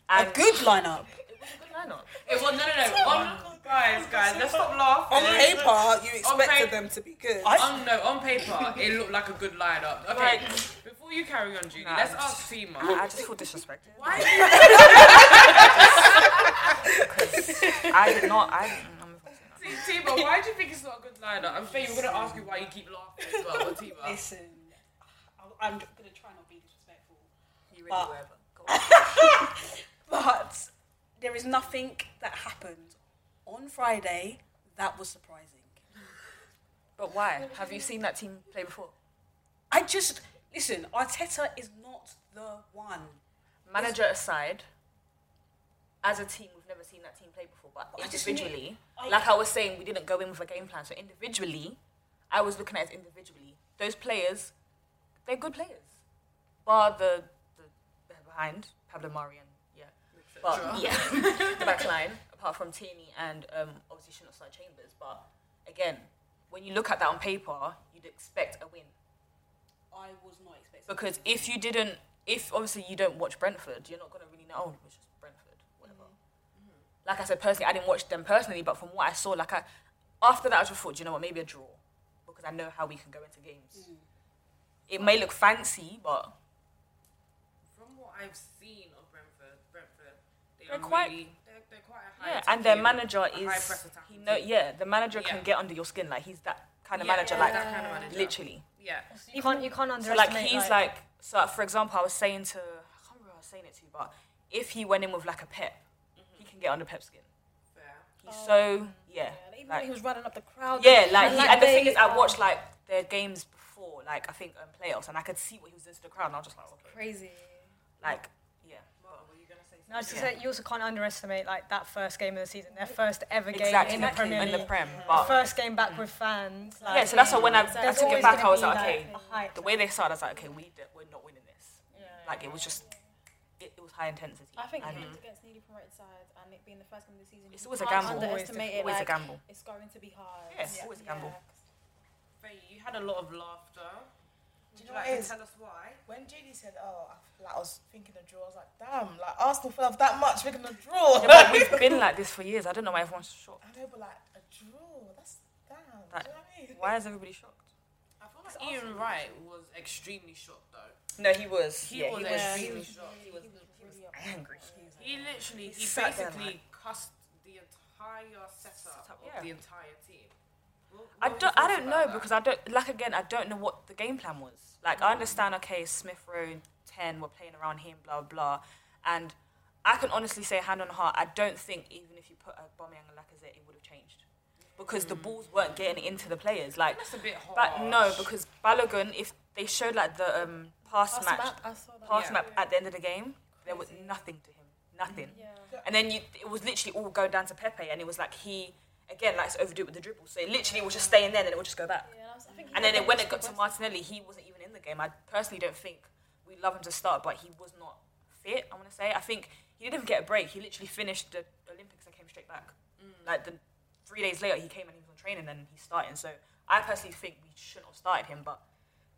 Speaker 11: And
Speaker 7: Good lineup.
Speaker 11: good lineup.
Speaker 3: It was no, no, no. On, guys, guys, let's stop laughing.
Speaker 5: On paper, you
Speaker 3: paper-
Speaker 5: expected them to be good.
Speaker 3: on, no, on paper, it looked like a good lineup. Okay, before you carry on, Judy,
Speaker 11: Nah,
Speaker 3: let's
Speaker 11: I'm
Speaker 3: ask Seema.
Speaker 11: I, I just feel disrespected.
Speaker 3: Why?
Speaker 11: I did not. I. I'm not gonna say nothing.
Speaker 3: Seema, why do you think it's not a good lineup? I'm afraid we're gonna ask you why you keep laughing as well, but Seema.
Speaker 7: Listen, I- I'm gonna try not be disrespectful,
Speaker 11: You really
Speaker 7: But-
Speaker 11: were. But go on.
Speaker 7: but there is nothing that happened on Friday that was surprising.
Speaker 11: But why? Have you seen that team play before?
Speaker 7: I just listen. Arteta is not the one.
Speaker 11: Manager aside, as a team, we've never seen that team play before. But
Speaker 7: I just
Speaker 11: individually,
Speaker 7: knew- I-
Speaker 11: like I was saying, we didn't go in with a game plan. So individually, I was looking at it individually. Those players, they're good players, bar the the they're behind Pablo Mari and yeah, but yeah, the back line apart from Tierney and um, obviously shouldn't start Chambers. But again, when you look at that on paper, you'd expect a win
Speaker 7: I was not expecting.
Speaker 11: because if you didn't, if obviously you don't watch Brentford, you're not gonna really know. Oh, it was just Brentford, whatever.
Speaker 7: Mm-hmm.
Speaker 11: Like I said, personally, I didn't watch them personally, but from what I saw, like I, after that, I just thought, "Do you know what, maybe a draw, because I know how we can go into games.
Speaker 7: Mm-hmm.
Speaker 11: It may look fancy, but
Speaker 3: From what I've seen of Brentford, Brentford, they
Speaker 11: They're
Speaker 3: are
Speaker 11: quite-
Speaker 3: really, they're, they're quite a high
Speaker 11: yeah, and their
Speaker 3: attacking-
Speaker 11: manager
Speaker 3: a high press
Speaker 11: is, he
Speaker 3: attacking
Speaker 11: know,
Speaker 3: team.
Speaker 11: yeah, the manager
Speaker 3: Yeah.
Speaker 11: can get under your skin, like he's that kind of
Speaker 3: Yeah,
Speaker 11: manager,
Speaker 3: yeah,
Speaker 11: like
Speaker 3: that kind of manager.
Speaker 11: literally.
Speaker 3: Yeah.
Speaker 4: You can't, you can't
Speaker 11: So
Speaker 4: underestimate.
Speaker 11: like he's like so for example I was saying to I can't remember who I was saying it to but if he went in with like a pep
Speaker 3: Mm-hmm.
Speaker 11: he can get under pep's skin
Speaker 3: Fair.
Speaker 11: he's so yeah
Speaker 6: Like, even
Speaker 11: like-
Speaker 6: when he was running up the crowd.
Speaker 11: yeah like, he,
Speaker 6: like,
Speaker 11: and the thing
Speaker 6: they,
Speaker 11: is I
Speaker 6: um,
Speaker 11: watched like their games before like I think um, playoffs and I could see what he was doing to the crowd and I was just like okay.
Speaker 6: Crazy.
Speaker 11: like yeah
Speaker 4: No, I was just saying, you also can't underestimate like that first game of the season, their first ever game
Speaker 11: exactly
Speaker 4: in the Premier
Speaker 11: in
Speaker 4: League,
Speaker 11: the prem
Speaker 4: The
Speaker 11: but
Speaker 4: first game back with fans. Like,
Speaker 11: yeah so that's why when I, I
Speaker 4: there's
Speaker 11: took
Speaker 4: always
Speaker 11: it back I
Speaker 4: gonna
Speaker 11: was
Speaker 4: be,
Speaker 11: like okay
Speaker 4: a hype.
Speaker 11: the way they started I was like okay we, we're not winning this like it was just it, it was high intensity.
Speaker 6: I think
Speaker 11: and
Speaker 6: it against newly promoted sides and it being the first game of the season.
Speaker 11: It's
Speaker 6: you
Speaker 11: always a
Speaker 6: can't
Speaker 11: gamble.
Speaker 6: Underestimate it.
Speaker 11: Always a
Speaker 6: like,
Speaker 11: gamble.
Speaker 6: It's going to be hard.
Speaker 11: Yes, always a gamble.
Speaker 3: Faye, you had a lot of laughter.
Speaker 8: Do
Speaker 3: Would
Speaker 8: you know what
Speaker 3: like
Speaker 8: it
Speaker 3: to
Speaker 8: is?
Speaker 3: tell us why?
Speaker 8: When JD said, "Oh, I- like I was thinking a draw," I was like, "Damn, like Arsenal fell off that much, we're gonna draw."
Speaker 11: Yeah, but we've been like this for years. I don't know why everyone's shocked.
Speaker 8: I know, but like a draw, that's damn. do
Speaker 11: Like,
Speaker 8: you know what I mean?
Speaker 11: why is everybody shocked?
Speaker 3: I feel like Ian Wright was extremely shocked though.
Speaker 11: No, he was.
Speaker 3: He
Speaker 11: Yeah,
Speaker 3: was
Speaker 11: he was-
Speaker 3: extremely
Speaker 11: he was-
Speaker 3: shocked. He, was,
Speaker 11: Angry.
Speaker 3: he literally, he,
Speaker 11: sat there
Speaker 3: basically cussed the entire setup of
Speaker 11: yeah.
Speaker 3: the entire team. What- what
Speaker 11: I
Speaker 3: are your
Speaker 11: don't, I
Speaker 3: thoughts
Speaker 11: don't know
Speaker 3: about that?
Speaker 11: because I don't like again I don't know what the game plan was. Like I understand okay Smith Rowe ten were playing around him blah blah, and I can honestly say hand on heart I don't think even if you put a bombing and Lacazette it would have changed because
Speaker 8: Mm.
Speaker 11: the balls weren't getting into the players. Like
Speaker 3: That's a bit hard.
Speaker 11: but no because Balogun if they showed like the um pass,
Speaker 6: Pass
Speaker 11: match
Speaker 6: map, I saw that.
Speaker 11: pass
Speaker 3: Yeah.
Speaker 11: map at the end of the game there was nothing to him nothing.
Speaker 6: Yeah.
Speaker 11: And then you, it was literally all going down to Pepe, and it was like he again likes to overdo it with the dribble. So it literally was just staying there, and then it would just go back.
Speaker 6: Yeah, and I was, I think he
Speaker 11: And then
Speaker 6: had
Speaker 11: it, when
Speaker 6: that
Speaker 11: it got to
Speaker 6: West-
Speaker 11: Martinelli, he wasn't even in the game. I personally don't think we love him to start, but he was not fit. I want to say I think he didn't even get a break. He literally finished the Olympics and came straight back. Mm, Like the three days later, he came and he was on training, and he's starting. So I personally think we shouldn't have started him, but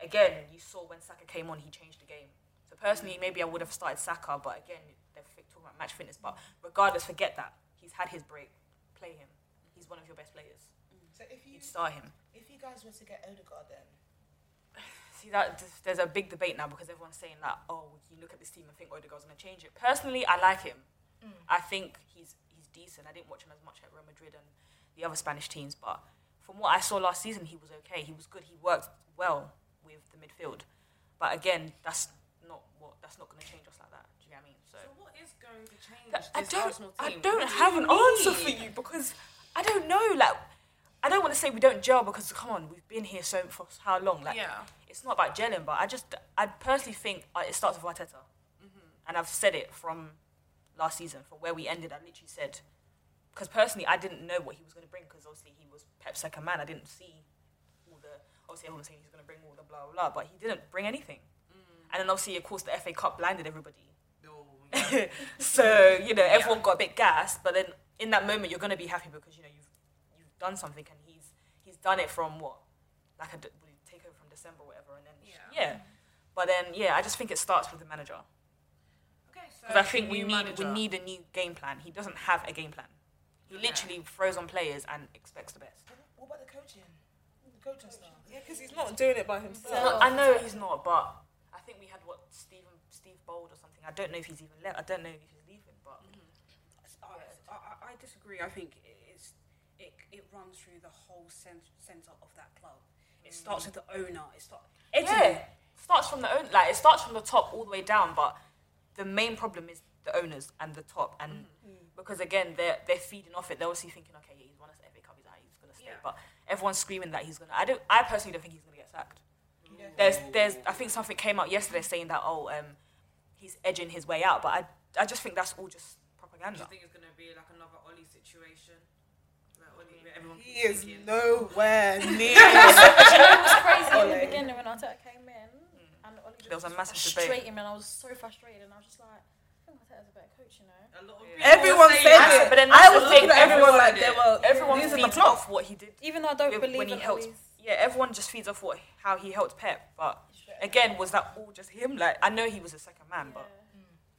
Speaker 11: again, you saw when Saka came on, he changed the game. So personally, maybe I would have started Saka, but again, they're fi- talking about match fitness. But regardless, forget that. He's had his break. Play him. He's one of your best players.
Speaker 8: So if you
Speaker 11: You'd start him.
Speaker 8: if you guys were to get Odegaard, then
Speaker 11: See that th- there's a big debate now because everyone's saying that oh you look at this team and think oh, Odegaard's going to change it. Personally, I like him. I think he's he's decent. I didn't watch him as much at Real Madrid and the other Spanish teams, but from what I saw last season, he was okay. He was good. He worked well with the midfield, but again, that's not what that's not going to change us like that. Do you know what I mean? So,
Speaker 3: So what is going to change this
Speaker 11: That- I don't
Speaker 3: Arsenal
Speaker 11: I
Speaker 3: team?
Speaker 11: don't
Speaker 3: What do
Speaker 11: have
Speaker 3: you
Speaker 11: an answer for
Speaker 3: mean?
Speaker 11: you because I don't know. Like I don't want to say we don't gel because come on, we've been here so for how long? Like
Speaker 3: Yeah.
Speaker 11: it's not about gelling, but I just I personally think uh, it starts with Arteta,
Speaker 3: Mm-hmm.
Speaker 11: and I've said it from last season from where we ended. I literally said because personally I didn't know what he was going to bring because obviously he was Pep's second man. I didn't see all the obviously everyone's saying he's going to bring all the blah blah, blah but he didn't bring anything.
Speaker 3: Mm.
Speaker 11: And then obviously of course the FA Cup blinded everybody. so you know everyone got a bit gassed, but then in that moment you're going to be happy because you know you've you've done something and he's he's done it from what like a d- we take over from December or whatever, and then yeah. But then, yeah, I just think it starts with the manager
Speaker 3: Okay, so
Speaker 11: because I think we
Speaker 3: new
Speaker 11: need
Speaker 3: manager.
Speaker 11: we need a new game plan. He doesn't have a game plan. He literally throws on players and expects the best.
Speaker 8: what about the coaching? The coaching stuff.
Speaker 5: Yeah, because he's not doing it by himself.
Speaker 11: Well, I know he's not, but I think we had what Stephen Steve Bold or something. I don't know if he's even left. I don't know if he's leaving, but
Speaker 7: Mm-hmm. I, I, I disagree. I think it's it, it runs through the whole cent- center of that club. It starts with the owner. It starts.
Speaker 11: Mm. yeah, starts from the own like it starts from the top all the way down. But the main problem is the owners and the top, and
Speaker 7: Mm-hmm.
Speaker 11: because again they're they're feeding off it. They're obviously thinking, okay, yeah, he's won us FA Cup, he's out, he's gonna stay.
Speaker 3: Yeah.
Speaker 11: But everyone's screaming that he's gonna. I don't. I personally don't think he's gonna get sacked. There's there's I think something came out yesterday saying that oh um he's edging his way out, but I I just think that's all just
Speaker 3: Do
Speaker 11: propaganda.
Speaker 3: you think it's gonna be like another Ollie situation? Like Ollie, where everyone
Speaker 5: He is
Speaker 3: keeps thinking-
Speaker 5: nowhere near.
Speaker 6: It was crazy in the beginning when Arteta came in and Ollie just
Speaker 11: Mm. There was a massive
Speaker 6: straight
Speaker 11: debate.
Speaker 6: him and I was so frustrated and I was just like, I think Arteta's a better coach, you know.
Speaker 3: A lot of people
Speaker 5: Everyone
Speaker 3: say
Speaker 5: said
Speaker 3: that.
Speaker 5: it.
Speaker 11: But then
Speaker 5: I
Speaker 11: that's
Speaker 5: was
Speaker 11: the
Speaker 5: looking
Speaker 11: thing.
Speaker 5: at everyone
Speaker 11: Everyone
Speaker 5: like
Speaker 11: did
Speaker 5: they
Speaker 11: it.
Speaker 5: were.
Speaker 11: Everyone
Speaker 5: these are the
Speaker 11: feeds
Speaker 5: plot.
Speaker 11: off what he did
Speaker 6: Even though I don't
Speaker 11: with-
Speaker 6: believe
Speaker 11: when he
Speaker 6: in
Speaker 11: helped.
Speaker 6: Ollie's-
Speaker 11: Yeah, everyone just feeds off what how he helped Pep, but again, was that all just him? Like I know he was a second man, but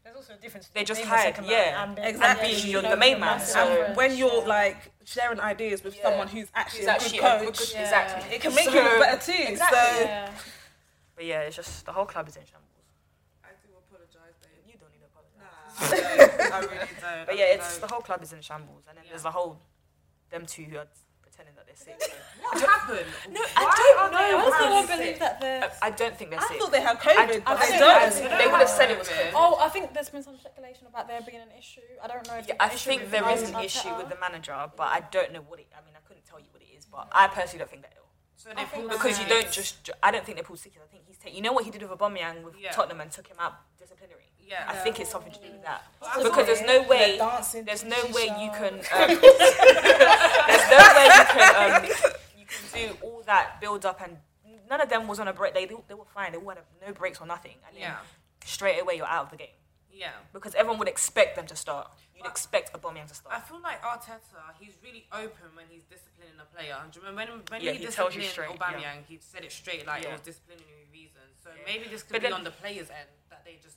Speaker 4: There's also a difference.
Speaker 11: They
Speaker 4: between
Speaker 11: just
Speaker 4: being the
Speaker 11: hired,
Speaker 4: second
Speaker 11: yeah.
Speaker 4: man and being-
Speaker 5: Exactly.
Speaker 11: and being
Speaker 5: You
Speaker 11: you're
Speaker 4: know
Speaker 11: the main
Speaker 4: the
Speaker 11: man,
Speaker 4: massive
Speaker 11: so
Speaker 5: And when you're like sharing ideas with
Speaker 11: Yeah.
Speaker 5: someone who's actually,
Speaker 11: He's actually
Speaker 5: a
Speaker 11: a
Speaker 5: good
Speaker 11: good-
Speaker 5: coach,
Speaker 11: exactly.
Speaker 5: it can make
Speaker 11: So-
Speaker 5: you look better too. So
Speaker 6: Yeah.
Speaker 11: But yeah, it's just the whole club is in shambles.
Speaker 3: I do apologize, babe.
Speaker 11: You don't need to apologize.
Speaker 3: I really don't.
Speaker 11: But yeah, it's the whole club is in shambles, and then there's the whole them two who are pretending that they're sick.
Speaker 3: what happened?
Speaker 11: no, I don't
Speaker 6: I
Speaker 11: know.
Speaker 6: also don't believe that the.
Speaker 11: I don't think they're
Speaker 5: I
Speaker 11: sick.
Speaker 5: thought they had
Speaker 11: I-
Speaker 5: COVID, but
Speaker 11: I
Speaker 5: they
Speaker 11: think
Speaker 5: don't.
Speaker 11: they- They would have said it was COVID.
Speaker 6: Oh, I think there's been some speculation about there being an issue. I don't know if
Speaker 11: Yeah,
Speaker 6: it's
Speaker 11: I
Speaker 6: an issue
Speaker 11: think
Speaker 6: with
Speaker 11: there
Speaker 6: Ivan
Speaker 11: is an
Speaker 6: Arteta.
Speaker 11: issue with the manager, but I don't know what it. I mean, I couldn't tell you what it is, but I personally don't think they're ill.
Speaker 3: So they pulled
Speaker 11: Because you
Speaker 3: sides.
Speaker 11: don't just. ju- I don't think they pulled sick. I think he's taking. You know what he did with Aubameyang with
Speaker 3: Yeah.
Speaker 11: Tottenham and took him out disciplinary.
Speaker 3: Yeah.
Speaker 11: I think it's something to do with that.
Speaker 8: That's
Speaker 11: Because there's no way.
Speaker 8: The dancing,
Speaker 11: There's
Speaker 8: the
Speaker 11: no way you
Speaker 8: shisha.
Speaker 11: can. Um, there's no way you can. Um, you can do all that build up and none of them was on a break. They they were fine. They all had a, no breaks or nothing. And then
Speaker 3: Yeah.
Speaker 11: straight away you're out of the game.
Speaker 3: Yeah. Yeah.
Speaker 11: Because everyone would expect them to start. You'd expect Aubameyang to start.
Speaker 3: I feel like Arteta, he's really open when he's disciplining a player. And do you remember when, when
Speaker 11: Yeah,
Speaker 3: he,
Speaker 11: he tells you
Speaker 3: disciplined
Speaker 11: straight,
Speaker 3: Aubameyang,
Speaker 11: yeah.
Speaker 3: he said it straight, like
Speaker 11: Yeah.
Speaker 3: it was disciplinary reasons. So maybe this could
Speaker 11: But
Speaker 3: be
Speaker 11: then-
Speaker 3: on the player's end that they just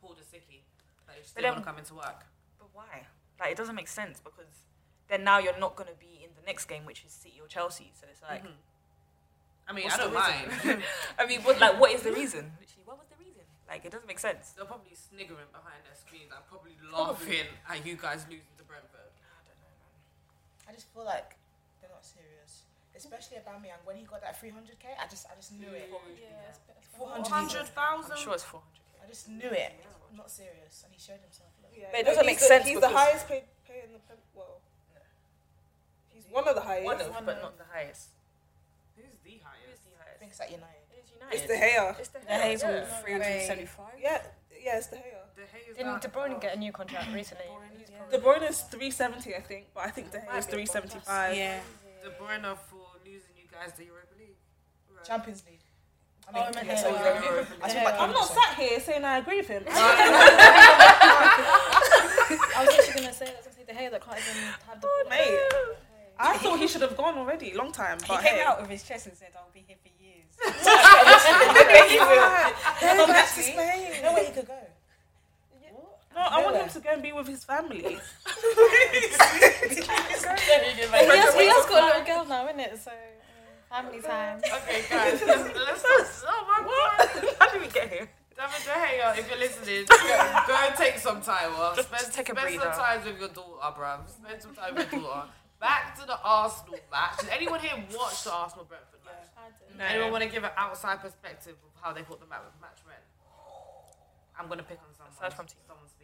Speaker 3: pulled a sickie, that they just
Speaker 11: But
Speaker 3: didn't want to
Speaker 11: then-
Speaker 3: come into work.
Speaker 11: But why? Like it doesn't make sense because then now you're not going to be in the next game, which is City or Chelsea. So it's like,
Speaker 3: Mhm. I mean, I
Speaker 11: what's
Speaker 3: don't
Speaker 11: the reason?
Speaker 3: mind.
Speaker 11: I mean, what, like, what is the reason? Literally, what was the reason? Like, it doesn't make sense.
Speaker 3: They're probably sniggering behind their screens. I'm probably
Speaker 11: Probably.
Speaker 3: laughing at you guys losing to Brentford.
Speaker 8: I just feel like they're not serious. Especially about me, and when he got that 300k, I just, I just knew it.
Speaker 6: Yeah, it's, it's
Speaker 8: 400,000.
Speaker 11: I'm sure it's 400.
Speaker 8: I just knew it. Not serious, and he showed himself. Look.
Speaker 5: Yeah,
Speaker 11: But it
Speaker 5: no, he's
Speaker 11: doesn't make
Speaker 5: the-
Speaker 11: sense
Speaker 5: He's the
Speaker 11: because-
Speaker 5: highest paid player in the Prem. Well, he's one of the highest.
Speaker 11: One of, but not the highest.
Speaker 3: Who's the highest?
Speaker 8: I think it's at United.
Speaker 5: it's the hair.
Speaker 11: It's the
Speaker 8: Hayes
Speaker 11: yeah.
Speaker 8: with
Speaker 11: No
Speaker 7: 375.
Speaker 5: Yeah, yeah, it's the hair.
Speaker 3: De Gea is
Speaker 4: Didn't
Speaker 3: not-
Speaker 4: De Bruyne get a new contract recently?
Speaker 5: De Bruyne is 370, I think, but I think De Gea is 375.
Speaker 7: Yeah.
Speaker 3: De Bruyne are for losing you guys the Europa League. Right.
Speaker 8: Champions League. I mean,
Speaker 4: remember
Speaker 8: yeah,
Speaker 11: Oh,
Speaker 8: so
Speaker 4: Hayes.
Speaker 8: Europa-
Speaker 3: Europa
Speaker 8: I
Speaker 3: League.
Speaker 8: talk about
Speaker 5: I'm not
Speaker 8: Europa.
Speaker 5: sat here saying I agree with him.
Speaker 6: I was actually gonna say that. I was gonna say the hair that can't even have the.
Speaker 5: Mate, I thought he should have gone already, long time.
Speaker 7: He
Speaker 5: But
Speaker 7: came
Speaker 5: hey.
Speaker 7: out of his chest and said, I'll be here for years.
Speaker 5: Hey, back to Spain.
Speaker 8: No way he could go.
Speaker 5: No, I want him to go and be with his family.
Speaker 6: He has, he has got a little girl now, isn't it? So uh, family time.
Speaker 3: Okay, guys, let's, let's not. Oh my god!
Speaker 11: How did we get here?
Speaker 3: David De Gea, if you're listening, go, go and take some time off.
Speaker 11: Just-
Speaker 3: Spend,
Speaker 11: just take a
Speaker 3: spend some
Speaker 11: breather.
Speaker 3: time with your daughter, bruv. Spend some time with your daughter. Back to the Arsenal match. Did anyone here watch the Arsenal Brentford match? Anyone want to give an outside perspective of how they thought the match, match went? I'm gonna pick on someone.
Speaker 11: Aside from Timo.
Speaker 3: someone speak.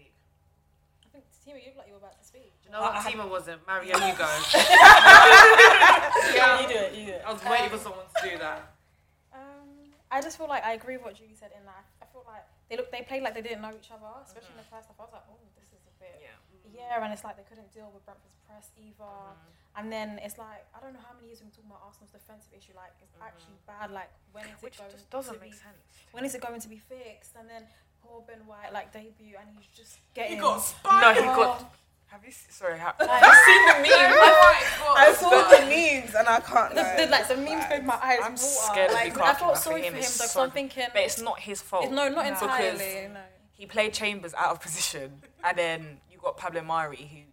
Speaker 6: I think Tima, you looked like you were about to speak.
Speaker 3: Do you know what Timo was in? Mario Hugo. yeah, you do it. You do it. I was waiting for someone to do that.
Speaker 6: Um, I just feel like I agree with what Julie said in that. I feel like they look, they played like they didn't know each other, especially in
Speaker 11: Mm.
Speaker 6: the first half. I was like, oh, this is a bit.
Speaker 3: Yeah.
Speaker 6: Yeah, and it's like they couldn't deal with Brentford's press either.
Speaker 7: Mm-hmm.
Speaker 6: And then it's like I don't know how many years we've been talking about Arsenal's defensive issue. Like it's
Speaker 7: Mm-hmm.
Speaker 6: actually bad. Like when is
Speaker 11: Which
Speaker 6: it going
Speaker 11: just doesn't
Speaker 6: to
Speaker 11: make
Speaker 6: be,
Speaker 11: sense.
Speaker 6: When is it going to be fixed? And then poor Ben White like debut, and he's just getting.
Speaker 11: No, he
Speaker 6: Oh.
Speaker 11: got. Have you seen, sorry? Have,
Speaker 6: Like-
Speaker 11: have you seen the meme?
Speaker 5: I saw the memes and I can't.
Speaker 6: the,
Speaker 5: lie.
Speaker 6: the, like the memes made my eyes
Speaker 11: I'm
Speaker 6: water.
Speaker 11: scared of
Speaker 6: like, I
Speaker 11: Lukaku. I
Speaker 6: felt
Speaker 11: think
Speaker 6: sorry
Speaker 11: him
Speaker 6: for him
Speaker 11: is
Speaker 6: because
Speaker 11: so-
Speaker 6: I'm thinking,
Speaker 11: But it's not his fault.
Speaker 6: no, not
Speaker 11: because-
Speaker 6: entirely. No.
Speaker 11: He played Chambers out of position, and then you got Pablo Mari, who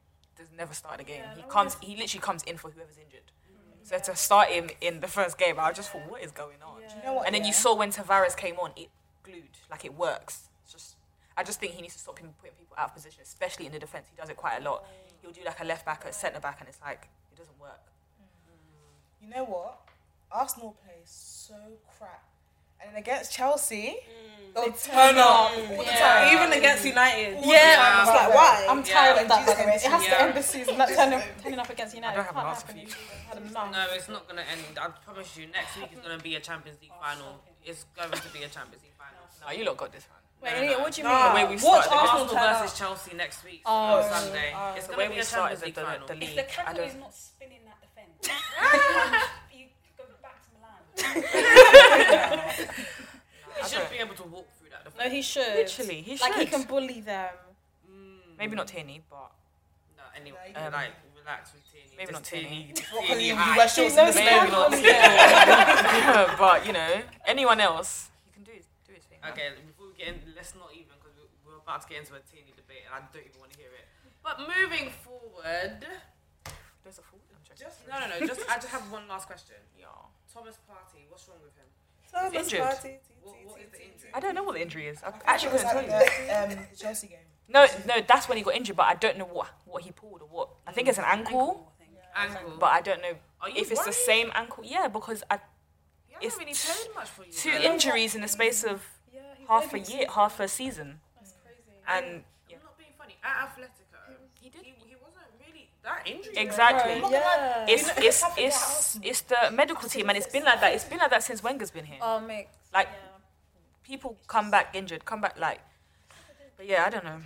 Speaker 11: does never start a game.
Speaker 6: Yeah,
Speaker 11: he
Speaker 6: that
Speaker 11: comes, he literally comes in for whoever's injured.
Speaker 6: Mm-hmm.
Speaker 11: So to start him in the first game, I just thought, what is going on?
Speaker 6: Yeah.
Speaker 8: You know what?
Speaker 11: And then
Speaker 8: yeah?
Speaker 11: you saw when Tavares came on, it glued, like it works. It's just, I just think he needs to stop him putting people out of position, especially in the defense. He does it quite a lot. He'll do like a left back, a centre back, and it's like it doesn't work.
Speaker 8: You know what? Arsenal plays so crap, and then against Chelsea, they'll turn up all the time.
Speaker 5: Even against United.
Speaker 8: yeah, it's like why?
Speaker 6: I'm tired
Speaker 8: Yeah.
Speaker 6: of that. By the way, it
Speaker 8: Jesus,
Speaker 6: has
Speaker 3: yeah.
Speaker 6: to end the season. Like turning, turning up against United
Speaker 11: don't have
Speaker 6: can't
Speaker 11: an answer
Speaker 6: happen.
Speaker 11: for you.
Speaker 6: You've had enough.
Speaker 3: No, it's not going to end. I promise you, next week is going to be a Champions League
Speaker 11: Oh,
Speaker 3: final. It's going to be a Champions League final.
Speaker 11: No, you lot got this one.
Speaker 6: Wait,
Speaker 3: no, no.
Speaker 6: what do you
Speaker 5: Nah.
Speaker 11: The
Speaker 6: mean?
Speaker 11: way we
Speaker 5: Watch
Speaker 11: started, the,
Speaker 5: Arsenal
Speaker 3: Arsenal
Speaker 5: turn up.
Speaker 3: versus Chelsea next week
Speaker 6: Oh,
Speaker 3: on Sunday. it's
Speaker 11: the
Speaker 3: going
Speaker 11: way
Speaker 3: to be
Speaker 11: we
Speaker 3: a Champions
Speaker 11: started the,
Speaker 3: League
Speaker 11: the,
Speaker 3: final.
Speaker 11: the
Speaker 7: If the
Speaker 11: league, I
Speaker 7: capital
Speaker 11: don't.
Speaker 7: is not spinning that defence, you go back to Milan.
Speaker 3: He
Speaker 11: I
Speaker 3: should
Speaker 11: don't-
Speaker 3: be able to walk through that.
Speaker 6: No, he should.
Speaker 11: Literally, he
Speaker 6: like he
Speaker 11: should.
Speaker 6: can bully them.
Speaker 11: Maybe not Tierney, but
Speaker 3: No, anyway,
Speaker 11: Um,
Speaker 3: like relax with Tierney.
Speaker 11: maybe
Speaker 3: Just
Speaker 11: not Tierney.
Speaker 8: Because
Speaker 3: Tierney
Speaker 8: you, you
Speaker 3: high.
Speaker 8: wear shorts in the
Speaker 11: Maybe
Speaker 8: snow.
Speaker 11: not. Yeah, but you know, anyone else, you can do his, do his thing. man.
Speaker 3: Okay, before we get in, let's not even because we're about to get into a teeny debate and I don't even want to hear it. But moving forward,
Speaker 11: There's a fool. I'm joking.
Speaker 3: just no, no, no. Just I just have one last question.
Speaker 11: Yeah.
Speaker 3: Thomas Party, what's wrong with him?
Speaker 5: Thomas
Speaker 11: Injured.
Speaker 5: Partey, tee,
Speaker 3: What,
Speaker 5: tee,
Speaker 3: what
Speaker 5: tee,
Speaker 3: is the
Speaker 5: tee,
Speaker 3: injury?
Speaker 11: I don't know what the injury is. I
Speaker 8: I
Speaker 11: actually
Speaker 8: think it was
Speaker 11: couldn't tell you.
Speaker 8: at the um, Chelsea game.
Speaker 11: No, no, that's when he got injured, but I don't know what what he pulled or what. I think it's an ankle,
Speaker 3: Angle.
Speaker 11: but I don't know
Speaker 3: Are you
Speaker 11: if it's the
Speaker 3: worried?
Speaker 11: same ankle. Yeah, because I,
Speaker 3: He hasn't
Speaker 11: it's
Speaker 3: really played much for you.
Speaker 11: two
Speaker 3: guys.
Speaker 11: injuries in the space of
Speaker 6: Yeah, he's
Speaker 11: half a
Speaker 6: able to-
Speaker 11: year, half a season,
Speaker 6: That's crazy.
Speaker 11: and yeah.
Speaker 3: I'm not being funny. At Atletico, he did. He, he wasn't really that injury.
Speaker 11: exactly.
Speaker 8: Look
Speaker 6: Yeah.
Speaker 8: at that. You
Speaker 11: It's
Speaker 8: know,
Speaker 11: it's
Speaker 8: happened at
Speaker 11: it's
Speaker 8: Arsenal.
Speaker 11: it's the medical team, and it's been like that. It's been like that since Wenger's been here.
Speaker 6: Oh, mix.
Speaker 11: Like-
Speaker 6: yeah.
Speaker 11: People come back injured, come back like. But yeah, I don't know.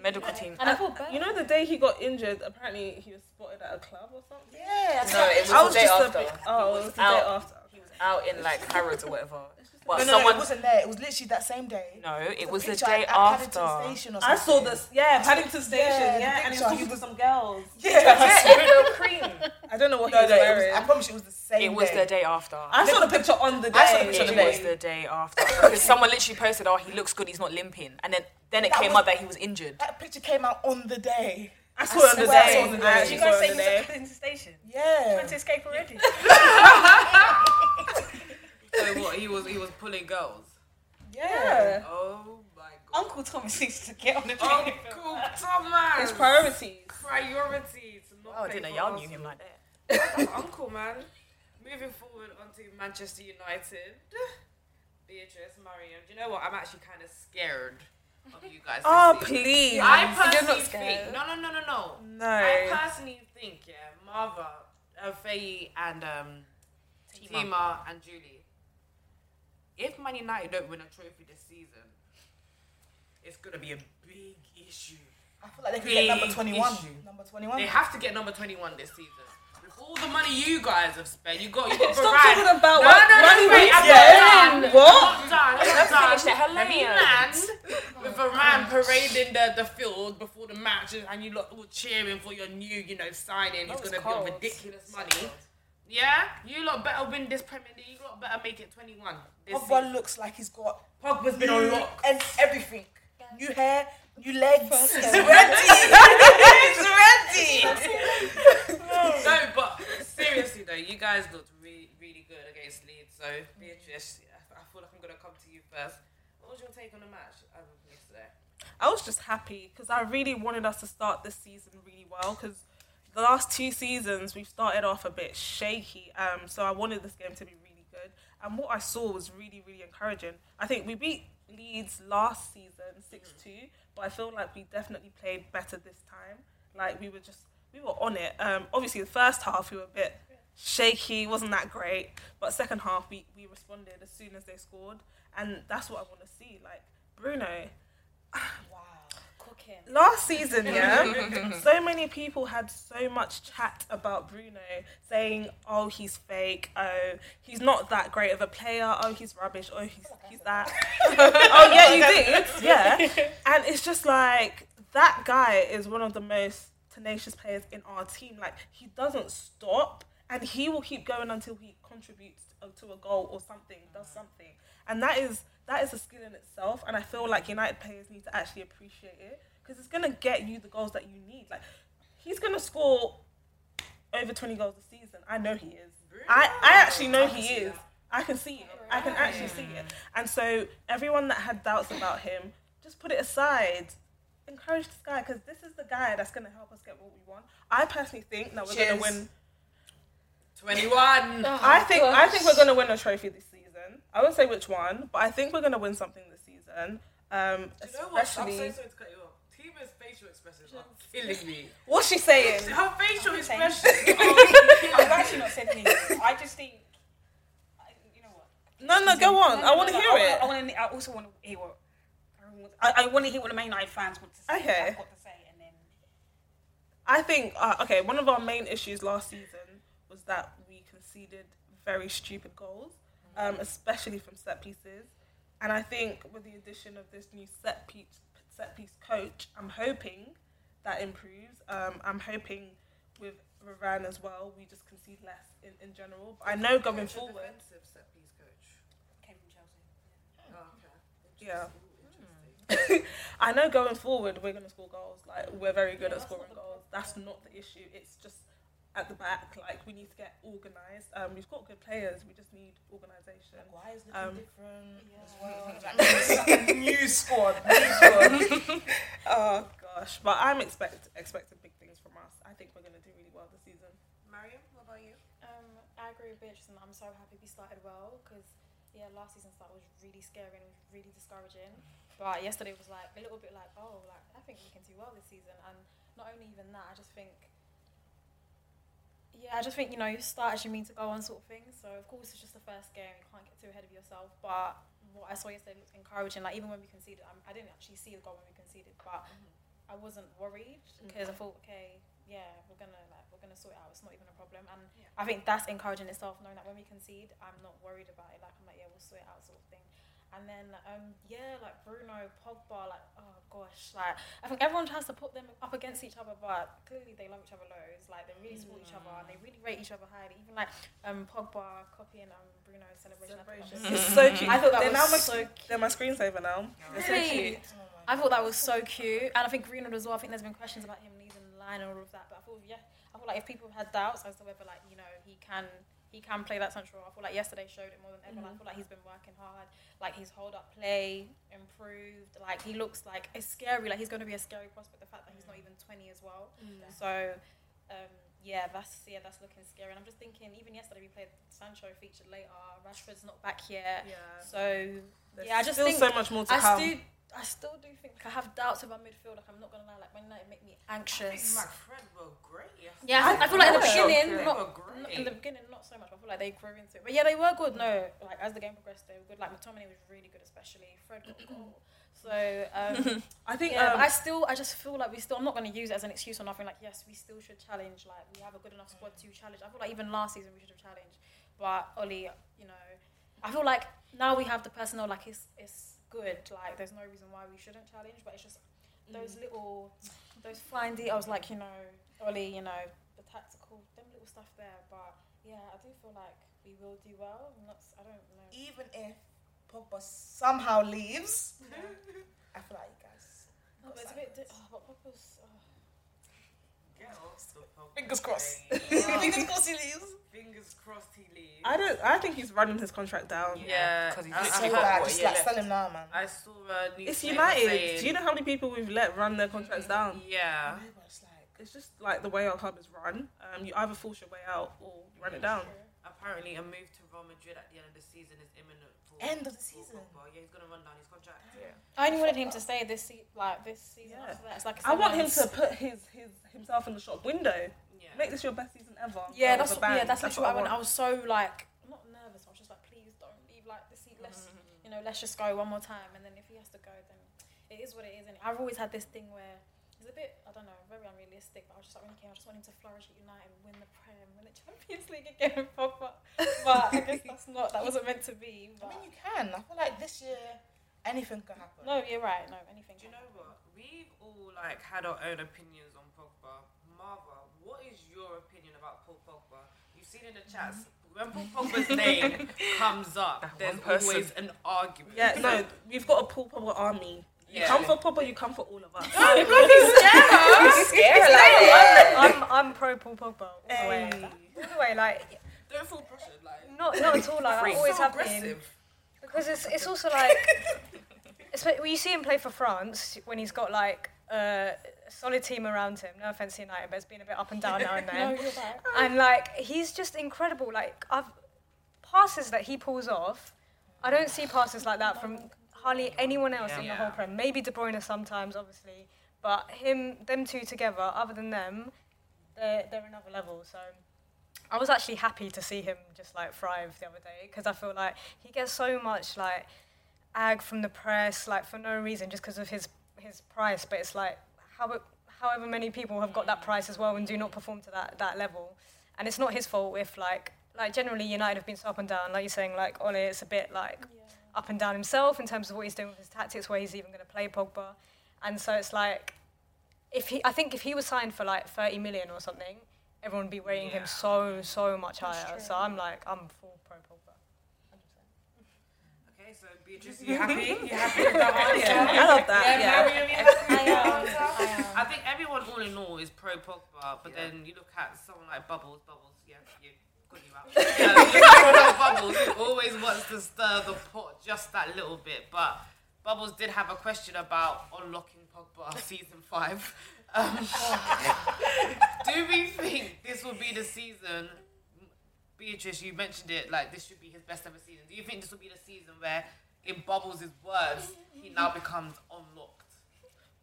Speaker 11: Medical team.
Speaker 6: and I feel bad.
Speaker 5: You know the day he got injured, apparently he was spotted at a club or something.
Speaker 8: Yeah,
Speaker 11: Uh, No, it was
Speaker 5: I
Speaker 11: the
Speaker 5: was
Speaker 11: day
Speaker 5: just a
Speaker 11: after.
Speaker 5: bit- oh, it was the day
Speaker 11: out.
Speaker 5: after.
Speaker 7: He was
Speaker 11: out in like Harrods or whatever. But
Speaker 8: no, no,
Speaker 11: someone
Speaker 8: no, it wasn't there. It was literally that same day.
Speaker 11: No, it
Speaker 8: a
Speaker 11: was the
Speaker 8: picture
Speaker 11: day
Speaker 8: at- at Paddington
Speaker 11: after.
Speaker 8: Station or
Speaker 5: I saw
Speaker 8: something.
Speaker 5: this, yeah, Paddington Station, yeah,
Speaker 8: the
Speaker 5: and he was
Speaker 8: picture.
Speaker 5: talking to some girls.
Speaker 11: Yeah,
Speaker 5: I don't know what
Speaker 8: No,
Speaker 5: he was
Speaker 8: no, it was,
Speaker 5: wearing.
Speaker 8: I promise you, it was the same.
Speaker 11: it was the day after.
Speaker 5: I saw the picture on the day.
Speaker 8: I saw the picture
Speaker 11: It
Speaker 8: the day.
Speaker 11: was the day after because someone literally posted, "Oh, he looks good. He's not limping," and then then it
Speaker 8: That
Speaker 11: came
Speaker 8: was-
Speaker 11: out that he was injured.
Speaker 8: That picture came out on the day.
Speaker 5: I saw it on the
Speaker 8: swear I
Speaker 5: day.
Speaker 8: saw it on the
Speaker 5: I
Speaker 8: day.
Speaker 5: actually
Speaker 7: you
Speaker 5: saw
Speaker 7: guys
Speaker 5: it
Speaker 7: saying
Speaker 5: on the
Speaker 7: he's at
Speaker 5: day.
Speaker 7: Paddington Station?
Speaker 8: Yeah.
Speaker 7: Trying to escape already.
Speaker 3: So what? He was he was pulling girls.
Speaker 5: Yeah.
Speaker 3: Oh my god.
Speaker 7: Uncle Thomas needs to get on the train.
Speaker 3: Uncle Thomas.
Speaker 5: His priorities.
Speaker 3: priority to not
Speaker 11: Oh, I
Speaker 3: pay
Speaker 11: didn't know
Speaker 3: for
Speaker 11: y'all
Speaker 3: us.
Speaker 11: knew him like that.
Speaker 3: That's Uncle man. Moving forward onto Manchester United. Beatrice, Mariam. Do you know what? I'm actually kind of scared of you guys. this
Speaker 5: Oh,
Speaker 3: season.
Speaker 5: please.
Speaker 3: I personally think no, no, no, no, no. I personally think yeah, Marva, uh, Faye, and um, Tima. and Julie. If Man United don't win a trophy this season, it's gonna be a big issue.
Speaker 8: I feel like they could get number
Speaker 3: Big
Speaker 8: 21.
Speaker 3: issue.
Speaker 8: Number 21.
Speaker 3: They have to get number twenty-one this season. With all the money you guys have spent, you got you got
Speaker 5: Stop
Speaker 3: Varane.
Speaker 5: talking about
Speaker 3: no,
Speaker 5: what
Speaker 3: no,
Speaker 5: money
Speaker 3: no, wait,
Speaker 5: we
Speaker 3: I'm
Speaker 5: spend.
Speaker 3: not done.
Speaker 5: What?
Speaker 3: I'm not done. I'm not
Speaker 11: Let's finish
Speaker 3: done.
Speaker 11: that
Speaker 3: Let me
Speaker 11: Helena.
Speaker 3: land with Varane parading the, the field before the match, and you lot all cheering for your new, you know, signing. He's gonna be on ridiculous money. Yeah, you lot better win this Premier League. You lot better make it 21. This
Speaker 8: Pogba looks like he's got
Speaker 3: Pogba's been on lock.
Speaker 8: and everything. New hair, new legs. He's ready. He's ready.
Speaker 3: no, but seriously though, you guys looked really, really good against Leeds. So Beatrice, I feel like I'm gonna come to you first. What was your take on the match um, yesterday?
Speaker 5: I was just happy because I really wanted us to start this season really well because the last two seasons we've started off a bit shaky. Um, so I wanted this game to be really good, and what I saw was really, really encouraging. I think we beat Leeds last season six two, but I feel like we definitely played better this time. Like we were just we were on it. Um, obviously the first half we were a bit shaky, wasn't that great, but second half we we responded as soon as they scored, and that's what I want to see. Like Bruno
Speaker 6: Cooking.
Speaker 5: last season, yeah, so many people had so much chat about Bruno saying, "Oh, he's fake. Oh, he's not that great of a player. Oh, he's rubbish. Oh, he's he's that." oh yeah, you did. Yeah, and it's just like that guy is one of the most tenacious players in our team. Like he doesn't stop, and he will keep going until he contributes to a goal or something, does something, and that is that is a skill in itself. And I feel like United players need to actually appreciate it because it's gonna get you the goals that you need. Like he's gonna score over twenty goals a season. I know he is. I, I actually know he is. I can see it. I can actually see it. And so everyone that had doubts about him, just put it aside. Encourage this guy because this is the guy that's going to help us get what we want. I personally think that we're going to
Speaker 8: Cheers.
Speaker 5: win.
Speaker 3: 21.
Speaker 5: I think I think we're going to win a trophy this season. I won't say which one, but I think we're going to win something this season. Um,
Speaker 3: You know what? I'm so
Speaker 5: especially
Speaker 3: sorry to cut you off. Tima's facial expressions are killing me.
Speaker 5: what's she saying?
Speaker 3: Her facial expressions.
Speaker 7: I've actually not said anything. I just think, I, you know what?
Speaker 5: No, no, go on. I want to
Speaker 7: No,
Speaker 5: hear
Speaker 7: no, I
Speaker 5: it.
Speaker 7: wanna- I, wanna, I also want to hear what. everyone wants- I, I want to hear what the Man United fans want to say.
Speaker 5: Okay.
Speaker 7: I've got to say, and then
Speaker 5: I think uh, okay. One of our main issues last season was that we conceded very stupid goals, um, especially from set pieces. And I think with the addition of this new set piece set piece coach, I'm hoping that improves. Um, I'm hoping with Varane as well, we just concede less in, in general. But I know going forward,
Speaker 3: Defensive set piece coach.
Speaker 7: came from Chelsea.
Speaker 5: yeah. Hmm. I know going forward we're gonna score goals. Like we're very good at scoring goals. That's not the issue. It's just at the back. Like we need to get organised. Um, we've got good players. We just need organisation.
Speaker 8: Why is looking
Speaker 5: Um,
Speaker 8: different as well? Like, new squad. New squad.
Speaker 5: Oh gosh, but I'm expect expecting big things from us. I think we're gonna do really well this season.
Speaker 3: Mariam, what about you?
Speaker 6: Um, I agree with Beatrice, and I'm so happy we started well because yeah, last season's start was really scary and was really discouraging. But yesterday was like a little bit like oh, like I think we can do well this season, and not only even that, I just think. Yeah, I just think you know you start as you mean to go on sort of thing. So of course it's just the first game, you can't get too ahead of yourself. But what I saw yesterday looked encouraging. Like even when we um, conceded, I, I didn't actually see the goal when we conceded, but I wasn't worried because I thought okay, yeah, we're gonna like we're gonna sort it out. It's not even a problem. And I think that's encouraging itself, knowing that when we concede, I'm not worried about it. Like I'm like, yeah, we'll sort it out, sort of thing. And then um, yeah, like Bruno, Pogba, like oh gosh, like I think everyone tries to put them up against each other, but clearly they love each other loads. Like they really support each other and they really rate each other highly. Even like um, Pogba copying um, Bruno's celebration. I thought that was-
Speaker 5: It's so cute.
Speaker 6: I thought that
Speaker 5: they're
Speaker 6: was
Speaker 5: now my,
Speaker 6: Mm-hmm. so
Speaker 5: They're my screensaver now. They're so
Speaker 6: Really?
Speaker 5: cute.
Speaker 6: I thought that was so cute, and I think Greenwood as well. I think there's been questions about him leading the line and all of that, but I thought yeah, I thought like if people had doubts as to whether like you know he can he can play that central role, I thought like yesterday showed it more than
Speaker 5: Mm-hmm.
Speaker 6: ever. Like, I feel like he's been working hard, like his hold up play improved. Like he looks like it's scary. Like he's going to be a scary prospect. The fact that he's not even 20 as well.
Speaker 5: Mm.
Speaker 6: So um, yeah, that's yeah, that's looking scary. And I'm just thinking, even yesterday we played Sancho featured later. Rashford's not back yet.
Speaker 5: Yeah.
Speaker 6: So
Speaker 5: There's
Speaker 6: yeah, I just
Speaker 5: still
Speaker 6: think
Speaker 5: so much more to
Speaker 6: I
Speaker 5: come.
Speaker 6: Still, I still do think I have doubts about midfield. Like I'm not gonna lie, like Man United make me anxious.
Speaker 3: My friend were great. yesterday.
Speaker 6: Yeah, I, feel- I feel like in the
Speaker 3: Yeah.
Speaker 6: beginning,
Speaker 3: They
Speaker 6: not,
Speaker 3: were great.
Speaker 6: not- in the beginning, not so much. But I feel like they grew into it. But yeah, they were good. No, like as the game progressed, they were good. Like McTominay was really good, especially Fred got a goal. So um,
Speaker 5: I think
Speaker 6: yeah,
Speaker 5: um,
Speaker 6: but I still, I just feel like we still. I'm not going to use it as an excuse or nothing. Like yes, we still should challenge. Like we have a good enough squad to challenge. I feel like even last season we should have challenged. But Ollie, you know, I feel like now we have the personnel. Like it's it's good. Like there's no reason why we shouldn't challenge. But it's just those little those fine details. Like you know, Ollie, you know, the tactical, them little stuff there. But yeah, I do feel like we will do well. I'm not. s- I don't know.
Speaker 8: Even if Pogba somehow leaves, I feel like you guys.
Speaker 6: Oh, but it's a bit. Di- oh, but Papa's. Oh.
Speaker 3: Get off the pub.
Speaker 8: Fingers crossed.
Speaker 3: Great.
Speaker 8: Fingers crossed he leaves.
Speaker 3: Fingers crossed he leaves.
Speaker 5: I don't. I think he's running his contract down.
Speaker 3: Yeah,
Speaker 11: Because he's
Speaker 3: I- I-
Speaker 8: So
Speaker 11: literally
Speaker 3: I-
Speaker 11: got
Speaker 8: bad.
Speaker 11: what,
Speaker 8: Just
Speaker 11: yeah,
Speaker 8: like
Speaker 11: left.
Speaker 8: sell him now, man.
Speaker 3: I saw uh, a news.
Speaker 5: It's United. Do you know how many people we've let run their contracts
Speaker 6: Mm-hmm.
Speaker 5: down?
Speaker 3: Yeah.
Speaker 8: I was like,
Speaker 5: It's just like the way our club is run. Um, you either force your way out or you run it down.
Speaker 3: Apparently, a move to Real Madrid at the end of the season is imminent. For
Speaker 8: End of the
Speaker 3: for
Speaker 8: season?
Speaker 3: Pogba. Yeah, he's gonna run down his contract.
Speaker 6: I only wanted him to stay this se- like this season.
Speaker 5: Yeah.
Speaker 6: After that. It's like it's
Speaker 5: I want him
Speaker 6: nice-
Speaker 5: to put his, his himself in the shop window.
Speaker 3: Yeah.
Speaker 5: Make this your best season ever.
Speaker 6: Yeah,
Speaker 5: Out
Speaker 6: that's
Speaker 5: of
Speaker 6: what,
Speaker 5: a
Speaker 6: yeah,
Speaker 5: bang.
Speaker 6: that's, literally what I want. I
Speaker 5: want.
Speaker 6: was so like not nervous. I was just like, please don't leave like this. Let's you know, let's just go one more time. And then if he has to go, then it is what it is. And I've always had this thing where. It's a bit, I don't know, very unrealistic, but I was just like, when he came, I just want him to flourish at United, win the Prem, win the Champions League again, proper. But I guess that's not, that wasn't meant to be.
Speaker 8: I
Speaker 6: But
Speaker 8: mean, you can. I feel like this year, anything can happen.
Speaker 6: no, you're right, no, anything.
Speaker 3: Do you
Speaker 6: can
Speaker 3: know what? We've all like had our own opinions on Pogba. Marva, what is your opinion about Paul Pogba? You've seen in the chats when Paul Pogba's name comes up,
Speaker 11: That
Speaker 3: there's
Speaker 11: one person.
Speaker 3: always an argument.
Speaker 5: Yeah, no, we've got a Paul Pogba army. You
Speaker 3: Yeah.
Speaker 5: come for Pogba, you come for all of us.
Speaker 4: I'm, I'm pro Paul Pogba all the way. All the way, like
Speaker 3: Don't feel pressured, like.
Speaker 4: not not at all. Like I always have been because it's it's also like it's like, when you see him play for France when he's got like uh, a solid team around him. No offense to United, but it's been a bit up and down now and then.
Speaker 6: No, you're right.
Speaker 4: and like he's just incredible. Like I've passes that he pulls off. I don't see passes like that from hardly anyone else in the whole prem. Maybe De Bruyne sometimes, obviously, but him, them two together. Other than them, they're they're another level. So. I was actually happy to see him just like thrive the other day because I feel like he gets so much like ag from the press like for no reason just because of his his price but it's like how however many people have got that price as well and do not perform to that that level and it's not his fault if like like generally United have been so up and down like you're saying like Ole it's a bit like up and down himself in terms of what he's doing with his tactics where he's even going to play Pogba and so it's like if he I think if he was signed for like 30 million or something everyone would be rating him so so much higher so I'm like I'm full pro Pogba
Speaker 3: Okay, so Beatrice, you happy? You happy?
Speaker 5: I love that. Yeah.
Speaker 3: I think everyone, all in all, is pro Pogba, but then you look at someone like Bubbles. Bubbles, yeah, you got you out. Yeah, you know, Bubbles who always wants to stir the pot just that little bit, but Bubbles did have a question about unlocking Pogba season five. Um, do we think this will be the season? Beatrice, you mentioned it like this should be his best ever season. Do you think this will be the season where, in Bubbles' words, he now becomes unlocked?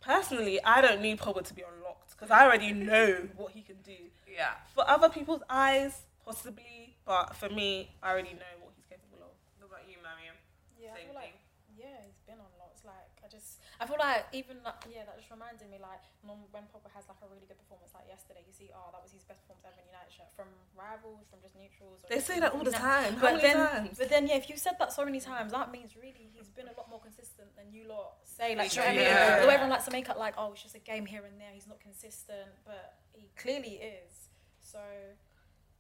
Speaker 5: Personally, I don't need Pogba to be unlocked because I already know what he can do.
Speaker 3: Yeah.
Speaker 5: For other people's eyes, possibly, but for me, I already know what he's capable of.
Speaker 3: What about you, Mariam?
Speaker 6: Yeah, I
Speaker 3: Same
Speaker 6: feel like
Speaker 3: thing.
Speaker 6: Yeah, he's been on lots. Like I just, I feel like even like yeah, that just reminded me like non- when Pogba has like a really good performance like yesterday, you see oh that was his best performance ever in United shirt from rivals, from just neutrals. Or
Speaker 5: They
Speaker 6: just
Speaker 5: say
Speaker 6: from-
Speaker 5: that all the
Speaker 6: from
Speaker 5: time. How
Speaker 6: But
Speaker 5: many
Speaker 6: then,
Speaker 5: times?
Speaker 6: but then yeah, if you said that so many times, that means really he's been a lot more consistent than you lot say. Like
Speaker 11: True,
Speaker 6: you know what I mean?
Speaker 11: yeah.
Speaker 6: Although everyone likes to make it like oh it's just a game here and there, he's not consistent, but he clearly is. So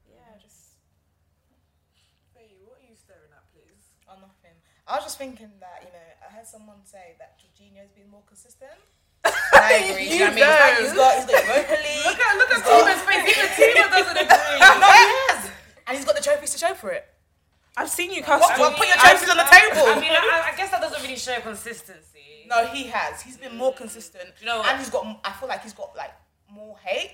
Speaker 6: yeah, just
Speaker 7: Faye, what are you staring at, please?
Speaker 8: Oh, nothing. I was just thinking that, you know, I heard someone say that Jorginho's been more consistent. And I agree. you know what I mean? He's got, he's got Europa League. Look at, look at Tima's face. Even Tima doesn't agree. no, he has. And he's got the trophies to show for it.
Speaker 5: I've seen you
Speaker 8: What,
Speaker 5: cuss.
Speaker 8: what, put your trophies on the table.
Speaker 3: I mean, I, I guess that doesn't really show consistency.
Speaker 8: no, he has. He's been more consistent.
Speaker 3: You know what?
Speaker 8: and he's got, m- I feel like he's got, like, more hate.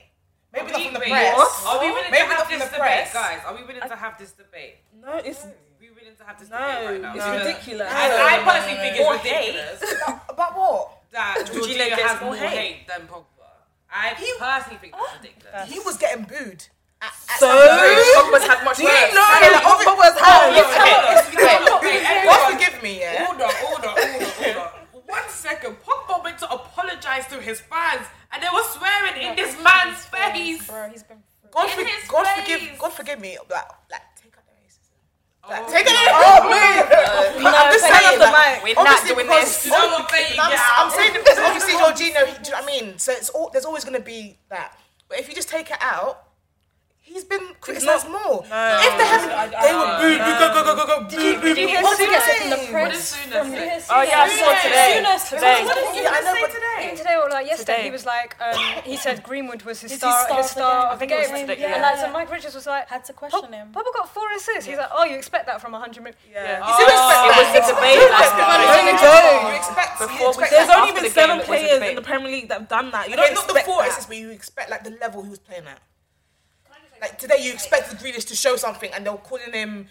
Speaker 8: Maybe
Speaker 3: Are
Speaker 8: not
Speaker 3: we-
Speaker 8: from the
Speaker 3: wait,
Speaker 8: press.
Speaker 3: Are we willing
Speaker 8: Maybe
Speaker 3: to
Speaker 8: not
Speaker 3: have
Speaker 8: from
Speaker 3: this
Speaker 8: the
Speaker 3: debate,
Speaker 8: press.
Speaker 3: guys? Are we willing to have this debate?
Speaker 5: No, it's
Speaker 3: We willing to have this
Speaker 5: no,
Speaker 3: debate right now.
Speaker 5: it's ridiculous.
Speaker 3: I, I personally think
Speaker 11: Or
Speaker 3: it's
Speaker 11: hate.
Speaker 3: ridiculous
Speaker 8: About what?
Speaker 3: that
Speaker 11: Jorginho
Speaker 3: Jorginho
Speaker 11: gets
Speaker 3: has more
Speaker 11: more
Speaker 3: hate than Pogba. I personally think it's ridiculous.
Speaker 8: He was getting booed. At, at
Speaker 5: So?
Speaker 11: Pogba's had much
Speaker 8: Do you
Speaker 11: worse.
Speaker 8: know that Pogba was
Speaker 3: Pogba-
Speaker 8: hurt?
Speaker 3: Pogba-
Speaker 8: God forgive me, yeah?
Speaker 3: Hold on, hold on, hold on, hold on. One second, Pogba went to apologize to his fans, and they were swearing in this man's face.
Speaker 6: bro, he's been.
Speaker 8: God,
Speaker 3: In
Speaker 8: for,
Speaker 3: his
Speaker 8: God
Speaker 3: face.
Speaker 8: forgive, God forgive me. Like, like take out the racism. Like,
Speaker 3: Oh
Speaker 8: take out the
Speaker 3: my
Speaker 8: racism. I'm just saying,
Speaker 11: the
Speaker 8: like,
Speaker 11: mic. We're not
Speaker 8: obviously
Speaker 11: doing
Speaker 8: because-
Speaker 11: this.
Speaker 3: You know what, babe?
Speaker 8: I'm,
Speaker 3: Yeah.
Speaker 8: I'm saying it because obviously oh, Jorginho, do you know what I mean? So it's all, there's always going to be that. But if you just take it out, he's been criticised more. if they haven't, they would boo, boo, go, go, go, go, go, boo, boo, boo.
Speaker 6: He
Speaker 8: What
Speaker 6: also
Speaker 8: do you
Speaker 6: gets
Speaker 8: mean?
Speaker 6: it from the press.
Speaker 3: Soon
Speaker 6: From Luis
Speaker 3: as-
Speaker 11: Oh, yeah, I saw
Speaker 6: Suarez.
Speaker 11: today.
Speaker 6: Suarez.
Speaker 11: Today.
Speaker 6: What did
Speaker 8: Yeah, I know, but
Speaker 4: Even today or like yesterday,
Speaker 11: Today.
Speaker 4: he was like, um, he said Greenwood was his
Speaker 6: Is he
Speaker 4: star, his
Speaker 6: star of the
Speaker 4: star
Speaker 6: game?
Speaker 4: of the
Speaker 11: I think it was
Speaker 4: game.
Speaker 11: today,
Speaker 4: And
Speaker 11: yeah.
Speaker 4: like, so Mike Richards was like,
Speaker 6: Had to question
Speaker 4: Pop-
Speaker 6: him.
Speaker 4: Pogba got four assists. He's like, oh, you expect that from a hundred million?
Speaker 5: Yeah.
Speaker 11: It was the debate last night.
Speaker 8: you go. You expect, you
Speaker 11: Before we
Speaker 8: expect
Speaker 11: said
Speaker 5: There's
Speaker 8: that.
Speaker 5: only
Speaker 11: After
Speaker 5: been
Speaker 11: the game,
Speaker 5: seven
Speaker 11: it was a
Speaker 5: players
Speaker 11: debate.
Speaker 5: in the Premier League that have done that. You
Speaker 8: Okay,
Speaker 5: don't
Speaker 8: not the
Speaker 5: expect
Speaker 8: four
Speaker 5: that.
Speaker 8: assists, but you expect like the level he was playing at. Like today, you expected Grealish to show something, and they were calling him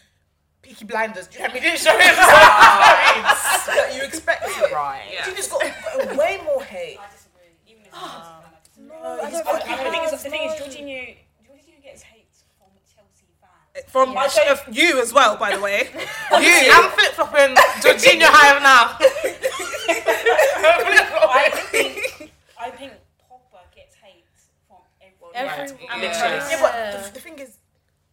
Speaker 8: Peaky Blinders. Do you know what I mean? He didn't show him. something. Like, you expect it.
Speaker 11: Right.
Speaker 8: He just got got way more hate.
Speaker 7: Even if it's
Speaker 8: No,
Speaker 6: I don't think he
Speaker 7: the thing is,
Speaker 6: has,
Speaker 7: the thing is,
Speaker 6: no.
Speaker 7: Jorginho, Jorginho gets hate from Chelsea fans.
Speaker 5: From
Speaker 6: Yeah.
Speaker 5: Sh- uh, you as well, by the way. you, I'm flip flopping Jorginho high now.
Speaker 7: I think, I think Pogba gets hate from everyone.
Speaker 6: Everyone.
Speaker 11: Yeah.
Speaker 8: Yeah, but the, the thing is,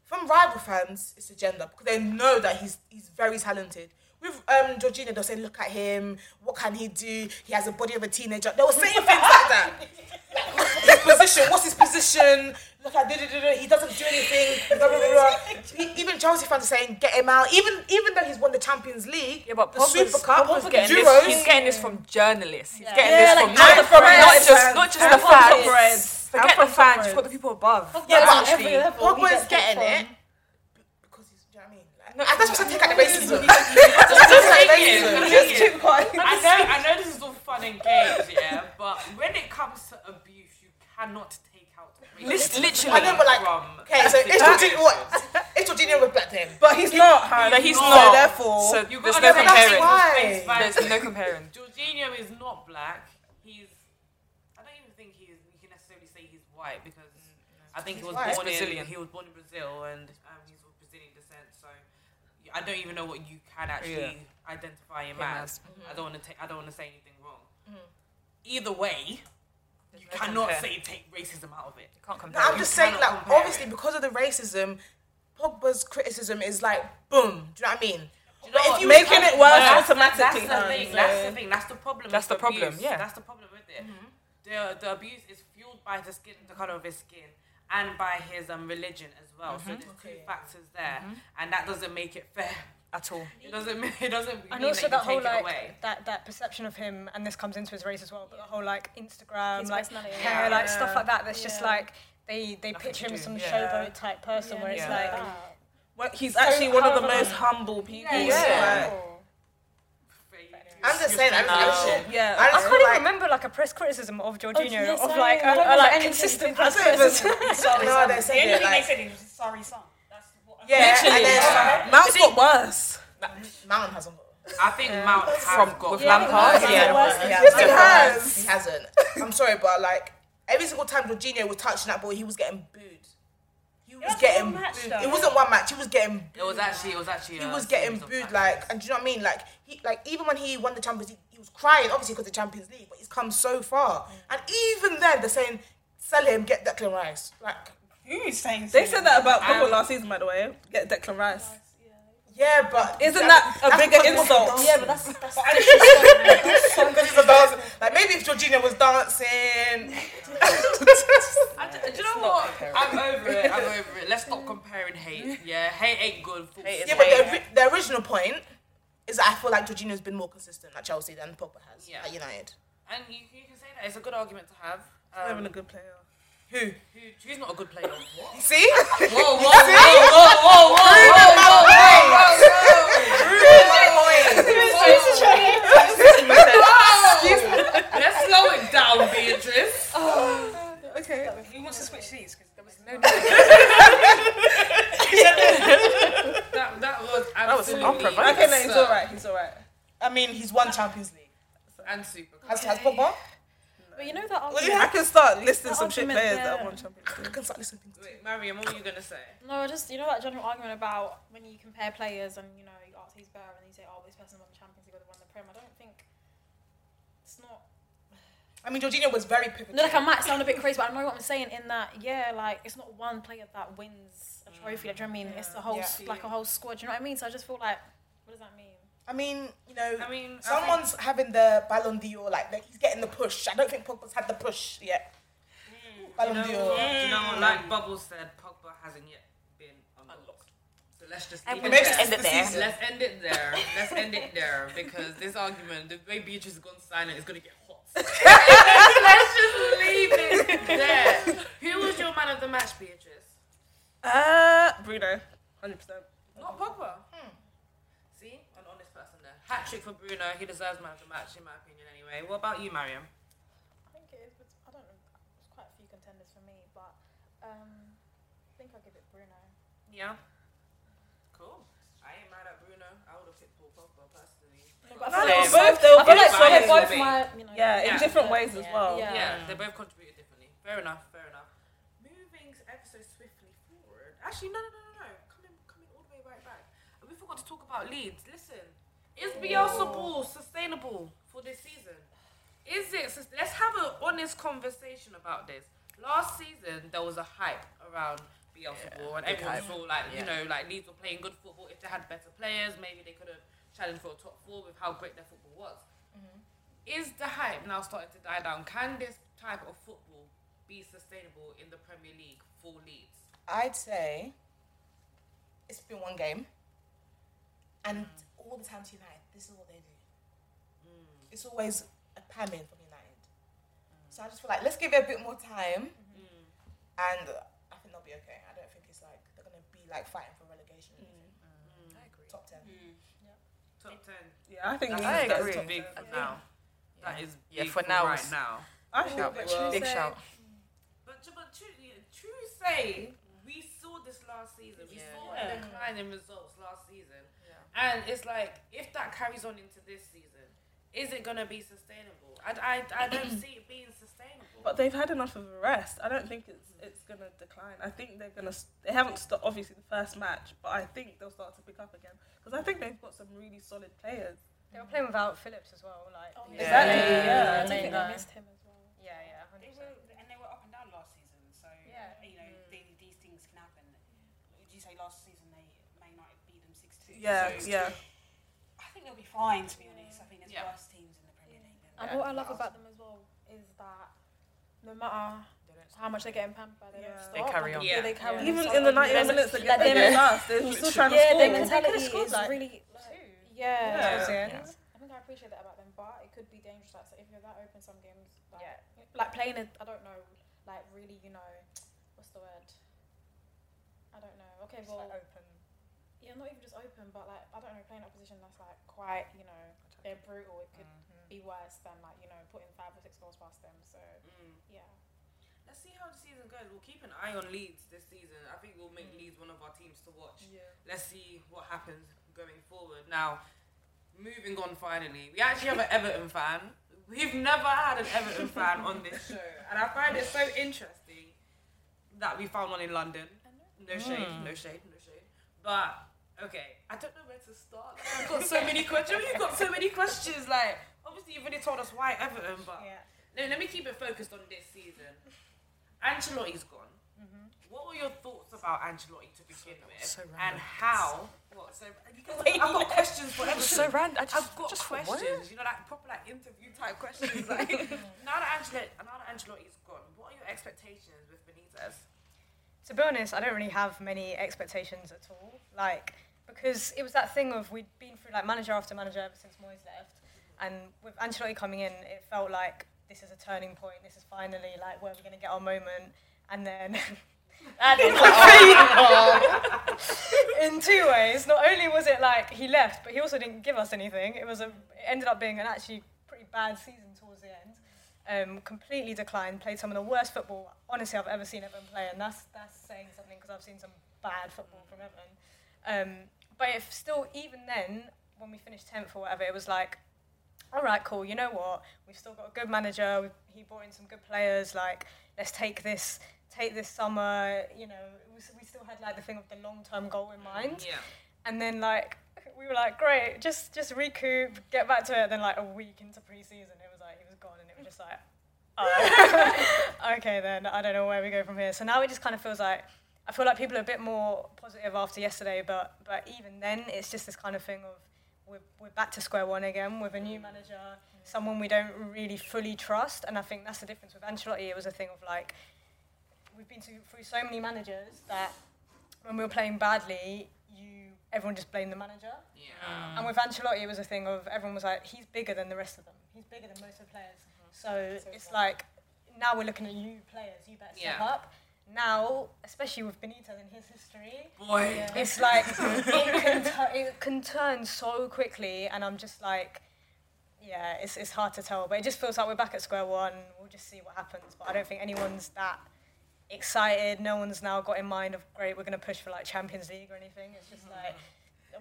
Speaker 8: from rival fans, it's agenda because they know that he's he's very talented. With um, Jorginho, they'll say, "Look at him. What can he do? He has the body of a teenager." They will say things like that. Like, his position. What's his position? Look at da, da, da, da, he doesn't do anything. Blah, blah, blah, blah. E- Even Chelsea fans are saying, "Get him out." Even even though he's won the Champions League,
Speaker 11: Yeah, but
Speaker 8: the
Speaker 11: Pogba's,
Speaker 8: Super Cup,
Speaker 11: Pogba's getting
Speaker 8: Euros.
Speaker 11: this. He's getting this from journalists. He's getting
Speaker 8: Yeah,
Speaker 11: this
Speaker 8: like,
Speaker 11: from not,
Speaker 8: and from
Speaker 11: not
Speaker 8: press.
Speaker 11: just not just the fans. Forget the fans. You've got the people above.
Speaker 8: Yeah,
Speaker 6: That's
Speaker 8: but
Speaker 6: on every level he
Speaker 8: Pogba's
Speaker 6: gets it
Speaker 8: getting
Speaker 6: from.
Speaker 8: it because he's. Do you know what I mean? Like, and that's what I take out the racism.
Speaker 3: Just keep I know, I know this is all fun and games, yeah, but when it comes to abuse, you cannot take out racism.
Speaker 11: Lis-
Speaker 8: I
Speaker 11: Literally.
Speaker 8: know, but like,
Speaker 3: From-
Speaker 8: okay, so it's Jorginho, what? It's Jorginho with black then.
Speaker 5: But he's not, hun.
Speaker 11: No, he's
Speaker 5: So
Speaker 11: not.
Speaker 5: therefore,
Speaker 11: So
Speaker 3: You
Speaker 11: there's
Speaker 3: gotta
Speaker 11: no
Speaker 3: say
Speaker 11: comparing.
Speaker 8: why.
Speaker 3: Face value.
Speaker 11: There's no comparing.
Speaker 3: Jorginho is not black. He's. I don't even think he is. You can necessarily say he's white because I think he was
Speaker 8: white.
Speaker 3: born
Speaker 11: He's
Speaker 3: Brazilian.
Speaker 11: Brazilian.
Speaker 3: He was born in Brazil and um, he's of Brazilian descent. So y- I don't even know what you can actually identify him
Speaker 11: Him
Speaker 3: as.
Speaker 11: as. Mm-hmm.
Speaker 3: I don't want to. I don't want to say anything wrong. Either way, you
Speaker 11: no
Speaker 3: cannot
Speaker 11: compare.
Speaker 3: say take racism out of it.
Speaker 11: You can't compare.
Speaker 8: No, I'm
Speaker 11: it.
Speaker 8: just saying,
Speaker 3: cannot
Speaker 8: like,
Speaker 3: compare
Speaker 8: obviously, because of the racism, Pogba's criticism is like, boom. Do you know what I mean?
Speaker 3: Do you know
Speaker 8: if
Speaker 3: what?
Speaker 8: you Making
Speaker 3: That's-
Speaker 8: it worse
Speaker 3: that's-
Speaker 5: automatically,
Speaker 3: That's the
Speaker 5: hun,
Speaker 3: thing.
Speaker 5: so-
Speaker 3: That's the thing. That's the problem.
Speaker 11: That's
Speaker 3: with
Speaker 11: the problem,
Speaker 3: abuse.
Speaker 11: yeah.
Speaker 3: That's the problem with it.
Speaker 4: Mm-hmm.
Speaker 3: The the abuse is fueled by the skin, the color of his skin, and by his um religion as well.
Speaker 4: Mm-hmm.
Speaker 3: So there's two factors there, and that doesn't make it fair.
Speaker 11: at all.
Speaker 3: It doesn't. mean- It doesn't.
Speaker 4: And
Speaker 3: mean
Speaker 4: also
Speaker 3: that
Speaker 4: that
Speaker 3: you
Speaker 4: whole
Speaker 3: take it
Speaker 4: like
Speaker 3: away.
Speaker 4: that, that perception of him, and this comes into his race as well. But the whole like Instagram,
Speaker 6: His
Speaker 4: like
Speaker 6: personality,
Speaker 4: hair,
Speaker 6: yeah.
Speaker 4: like stuff like that. That's just
Speaker 6: Yeah.
Speaker 4: like they they
Speaker 11: Nothing
Speaker 4: picture
Speaker 11: to
Speaker 4: him
Speaker 11: do,
Speaker 4: as some
Speaker 11: yeah.
Speaker 4: showboat type person, where it's
Speaker 11: Yeah.
Speaker 4: like
Speaker 5: well, he's actually one of the most humble people.
Speaker 11: Yeah.
Speaker 5: Like,
Speaker 8: I'm just saying, I'm
Speaker 4: Oh.
Speaker 8: just saying.
Speaker 5: yeah.
Speaker 8: I
Speaker 4: I
Speaker 8: just
Speaker 4: can't
Speaker 8: feel
Speaker 4: even
Speaker 8: like,
Speaker 4: remember like a press criticism of Jorginho
Speaker 6: yes,
Speaker 4: of
Speaker 6: I
Speaker 4: like
Speaker 6: know. I
Speaker 4: a, a,
Speaker 6: don't remember
Speaker 4: like
Speaker 6: anything
Speaker 4: consistent
Speaker 6: to do
Speaker 4: press
Speaker 6: with
Speaker 4: criticism.
Speaker 8: no, they
Speaker 7: The
Speaker 8: said
Speaker 7: only
Speaker 8: it,
Speaker 7: thing they
Speaker 8: like,
Speaker 7: said is sorry son. That's what I
Speaker 8: yeah, and then
Speaker 5: Mount's got worse.
Speaker 8: Mount hasn't got.
Speaker 3: um, I think Mount has
Speaker 11: From
Speaker 3: got
Speaker 11: with
Speaker 3: black.
Speaker 11: Lampard.
Speaker 8: He
Speaker 11: Yeah.
Speaker 8: hasn't. He hasn't. He hasn't. He hasn't. I'm sorry, but like every single time Jorginho was touching that ball, he was getting booed. He he was getting
Speaker 5: one match,
Speaker 8: booed.
Speaker 5: though.
Speaker 8: It wasn't one match. He was getting
Speaker 11: It was actually, it was actually.
Speaker 8: he
Speaker 11: uh,
Speaker 8: was getting
Speaker 11: series of
Speaker 8: booed
Speaker 11: matches.
Speaker 8: like and do you know what I mean like he like even when he won the Champions League he was crying obviously because the Champions League but he's come so far
Speaker 5: Mm.
Speaker 8: and even then they're saying sell him get Declan Rice like
Speaker 7: Who is saying
Speaker 5: They said that about Pogba last season, by the way. Get Declan Rice.
Speaker 8: yeah but
Speaker 5: Isn't that a
Speaker 8: that's
Speaker 5: bigger
Speaker 8: because he's a
Speaker 5: insult?
Speaker 8: dancer.
Speaker 5: Yeah,
Speaker 8: but that's that's so because he's a dancer like maybe if Georgina was dancing
Speaker 11: I d- do you know what? I'm over it. I'm over it. Let's stop comparing hate. Yeah, hate ain't good. full
Speaker 8: yeah
Speaker 11: stop.
Speaker 8: but the, ori- the original point is that I feel like Georgina's been more consistent at Chelsea than Pogba has
Speaker 3: Yeah.
Speaker 8: at United
Speaker 3: And you, you can say that it's a good argument to have.
Speaker 5: Having a
Speaker 3: Um,
Speaker 5: good player.
Speaker 8: who
Speaker 3: who, who's not a good player? What?
Speaker 8: see
Speaker 11: Whoa, whoa, whoa, whoa, whoa, whoa, whoa, whoa, Let's slow it down, Beatrice.
Speaker 5: Okay.
Speaker 7: Who wants to switch seats? Because there was no.
Speaker 3: That, that was absolutely
Speaker 5: Okay, no, he's alright. He's alright.
Speaker 8: I mean he's won Champions League
Speaker 3: and super.
Speaker 8: has, has Pogba
Speaker 6: But you know that
Speaker 5: Well,
Speaker 6: argument.
Speaker 5: yeah, I can start listing some shit
Speaker 6: Argument
Speaker 5: players that
Speaker 6: there.
Speaker 5: have won Champions League.
Speaker 8: I can start listening to
Speaker 3: Wait, Mariam, what were you gonna say?
Speaker 6: No, I just you know that general argument about when you compare players and you know you ask who's better and you say oh this person won the Champions League or they won the Prem. I don't think it's not.
Speaker 8: I mean, Jorginho was very pivotal.
Speaker 6: No, like I might sound a bit crazy, but I know what I'm saying. In that, yeah, like it's not one player that wins a trophy. Like, do you know what I mean? It's the whole
Speaker 8: Yeah.
Speaker 6: s like a whole squad. Do you know what I mean? So I just feel like, what does that mean?
Speaker 8: I mean, you know,
Speaker 3: I mean, I
Speaker 8: someone's having the Ballon d'Or, like that he's getting the push. I don't think Pogba's had the push yet. Ballon
Speaker 3: think- Mm, you know,
Speaker 8: d'Or.
Speaker 3: what? you know what? Like Bubbles said, Pogba hasn't yet been unlocked. So let's just leave it
Speaker 8: Maybe
Speaker 3: there.
Speaker 8: it's the season.
Speaker 3: Let's end it there. Let's end it there because this argument, the way Beatrice has gone silent, is going to get hot. Let's just leave it there. Who was your man of the match, Beatrice?
Speaker 5: Uh, Bruno, hundred percent.
Speaker 3: Not Pogba. Hmm. See, an honest person there. Hat trick for Bruno. He deserves man of the match, in my opinion. Anyway, what about you, Mariam?
Speaker 6: I think it is. But I don't know. There's quite a few contenders for me, but um, I think I'll give it Bruno.
Speaker 3: Yeah. Cool. I ain't mad at Bruno. I would have picked Paul Pogba personally.
Speaker 6: but
Speaker 5: No,
Speaker 6: I
Speaker 5: they
Speaker 6: feel
Speaker 5: were
Speaker 6: like
Speaker 5: both. They were
Speaker 6: I
Speaker 5: both.
Speaker 6: feel like
Speaker 3: fine.
Speaker 6: they're
Speaker 5: solid.
Speaker 6: both my, you know,
Speaker 5: Yeah, in
Speaker 3: Yeah.
Speaker 5: different ways as well.
Speaker 6: Yeah.
Speaker 3: Yeah, they both contributed differently. Fair enough, fair enough. Moving ever so swiftly forward. Actually, no, no, no, no, no. Coming, coming all the way right back. We forgot to talk about Leeds. Listen, is Bielsa Ball sustainable for this season? Is it? sus- Let's have an honest conversation about this. Last season, there was a hype around Bielsa Ball, and everyone saw like you know like Leeds were playing good football. If they had better players, maybe they could have challenged for a top four with how great their football was is the hype now starting to die down? Can this type of football be sustainable in the Premier League for Leeds?
Speaker 8: I'd say it's been one game, and all the time to United, this is what they do.
Speaker 3: Mm.
Speaker 8: It's always a pamming from United. So I just feel like let's give it a bit more time,
Speaker 3: Mm-hmm.
Speaker 8: and uh, I think they'll be okay. I don't think it's like they're gonna be like fighting for relegation.
Speaker 3: Mm.
Speaker 8: or anything. Top ten.
Speaker 3: Top ten.
Speaker 5: Yeah, I think.
Speaker 11: I
Speaker 5: Leeds-
Speaker 11: agree.
Speaker 3: Big for now. That is
Speaker 11: Yeah,
Speaker 3: big
Speaker 11: for now
Speaker 3: right
Speaker 11: it's-
Speaker 3: now.
Speaker 5: I think they will.
Speaker 11: Big shout.
Speaker 3: But, tr- but true, yeah, true say, we saw this last season. We saw a decline in results last season. And it's like, if that carries on into this season, is it going to be sustainable? I, I, I don't see it being sustainable.
Speaker 5: But they've had enough of a rest. I don't think it's it's gonna decline. I think they're gonna. s- They haven't stopped obviously the first match, but I think they'll start to pick up again because I think they've got some really solid players.
Speaker 4: They were playing without Phillips as well. Like,
Speaker 6: Oh, yeah.
Speaker 5: Exactly. Yeah.
Speaker 6: I
Speaker 5: yeah.
Speaker 6: do think I
Speaker 4: Yeah.
Speaker 6: missed him as well.
Speaker 4: yeah, yeah.
Speaker 7: They
Speaker 4: 100%.
Speaker 7: were, and they were up and down last season, so
Speaker 6: Yeah.
Speaker 7: you know
Speaker 11: Mm.
Speaker 7: they, these things can happen. Would you say last season they Man United beat them six two?
Speaker 5: Yeah,
Speaker 7: so
Speaker 5: yeah.
Speaker 7: I think they'll be fine. To be honest, I think there's
Speaker 3: Yeah.
Speaker 7: worse teams in the Premier League. Than
Speaker 6: And what I love about them as well is that no matter how much they're getting pampered, they
Speaker 5: Yeah.
Speaker 6: don't stop.
Speaker 11: They carry
Speaker 6: Like,
Speaker 11: on.
Speaker 6: They carry on.
Speaker 5: Even
Speaker 6: So,
Speaker 5: in the
Speaker 6: like,
Speaker 5: 90
Speaker 6: there's-
Speaker 5: minutes that
Speaker 6: like,
Speaker 5: get
Speaker 6: their-
Speaker 5: against us, they're literally trying to
Speaker 6: yeah,
Speaker 5: score.
Speaker 6: their
Speaker 5: They could've
Speaker 6: mentality
Speaker 5: scored,
Speaker 6: is
Speaker 5: like-
Speaker 6: really like,
Speaker 5: Yeah.
Speaker 6: yeah.
Speaker 5: Yeah.
Speaker 6: I think I appreciate that about them, but it could be dangerous. Like, so if you're that open, some games, like, like playing it, I don't know, like really, you know, what's the word? I don't know. Okay, well, yeah, not even just open, but like I don't know, playing opposition that's like quite, you know, they're brutal. It could be worse than like you know putting five or six goals past them. So yeah,
Speaker 3: Let's see how the season goes. We'll keep an eye on Leeds this season. I think we'll make Leeds one of our teams to watch. Let's see what happens going forward. Now, moving on finally, we actually have an Everton fan. We've never had an Everton fan on this show, and I find it so interesting that we found one in London. No shade, no shade, no shade. But okay, I don't know where to start. I've got so many questions. You've got so many questions. Like obviously you've already told us why Everton, but no, let me keep it focused on this season. Ancelotti's gone. Mm-hmm. What were your thoughts about Ancelotti to begin with,
Speaker 11: so
Speaker 3: and
Speaker 11: random.
Speaker 3: how? What? So because I've got questions for Everton.
Speaker 11: So random. I
Speaker 3: I've
Speaker 11: just
Speaker 3: got
Speaker 11: just
Speaker 3: questions,
Speaker 11: what?
Speaker 3: you know, like proper like interview type questions. Like now that Ancelotti, now that Ancelotti's gone, what are your expectations with Benitez?
Speaker 4: to be honest, I don't really have many expectations at all. Like, because it was that thing of we'd been through like manager after manager ever since Moyes left, and with Ancelotti coming in, it felt like this is a turning point. This is finally like where we're going to get our moment, and then. and in, in two ways, not only was it like he left, but he also didn't give us anything. It was a, it ended up being an actually pretty bad season towards the end um, completely declined, played some of the worst football, honestly, I've ever seen Everton play, and that's, that's saying something because I've seen some bad football from Everton. Um, but if still, even then, when we finished 10th or whatever, it was like, all right, cool, you know what? We've still got a good manager, we he brought in some good players, like, let's take this. Take this summer, you know, we, s- we still had like the thing of the long term goal in mind.
Speaker 3: Yeah.
Speaker 4: And then like we were like, great, just just recoup, get back to it. Then like a week into preseason, it was like he was gone, and it was just like, oh. okay, then I don't know where we go from here. So now it just kind of feels like I feel like people are a bit more positive after yesterday, but but even then, it's just this kind of thing of we're, we're back to square one again with a new manager, someone we don't really fully trust, and I think that's the difference with Ancelotti. It was a thing of like we've been through through so many managers that when we were playing badly, you everyone just blamed the manager.
Speaker 3: Yeah.
Speaker 4: And with Ancelotti, it was a thing of everyone was like, he's bigger than the rest of them. He's bigger than most of the players. So, it's like now we're looking at you players. You better step
Speaker 3: Yeah.
Speaker 4: up. Now, especially with Benitez and his history,
Speaker 3: Boy.
Speaker 4: it's like it can, tu- it can turn so quickly, and I'm just like, yeah, it's, it's hard to tell. But it just feels like we're back at square one. We'll just see what happens. But I don't think anyone's that excited. No one's now got in mind of great. We're going to push for like Champions League or anything. It's just like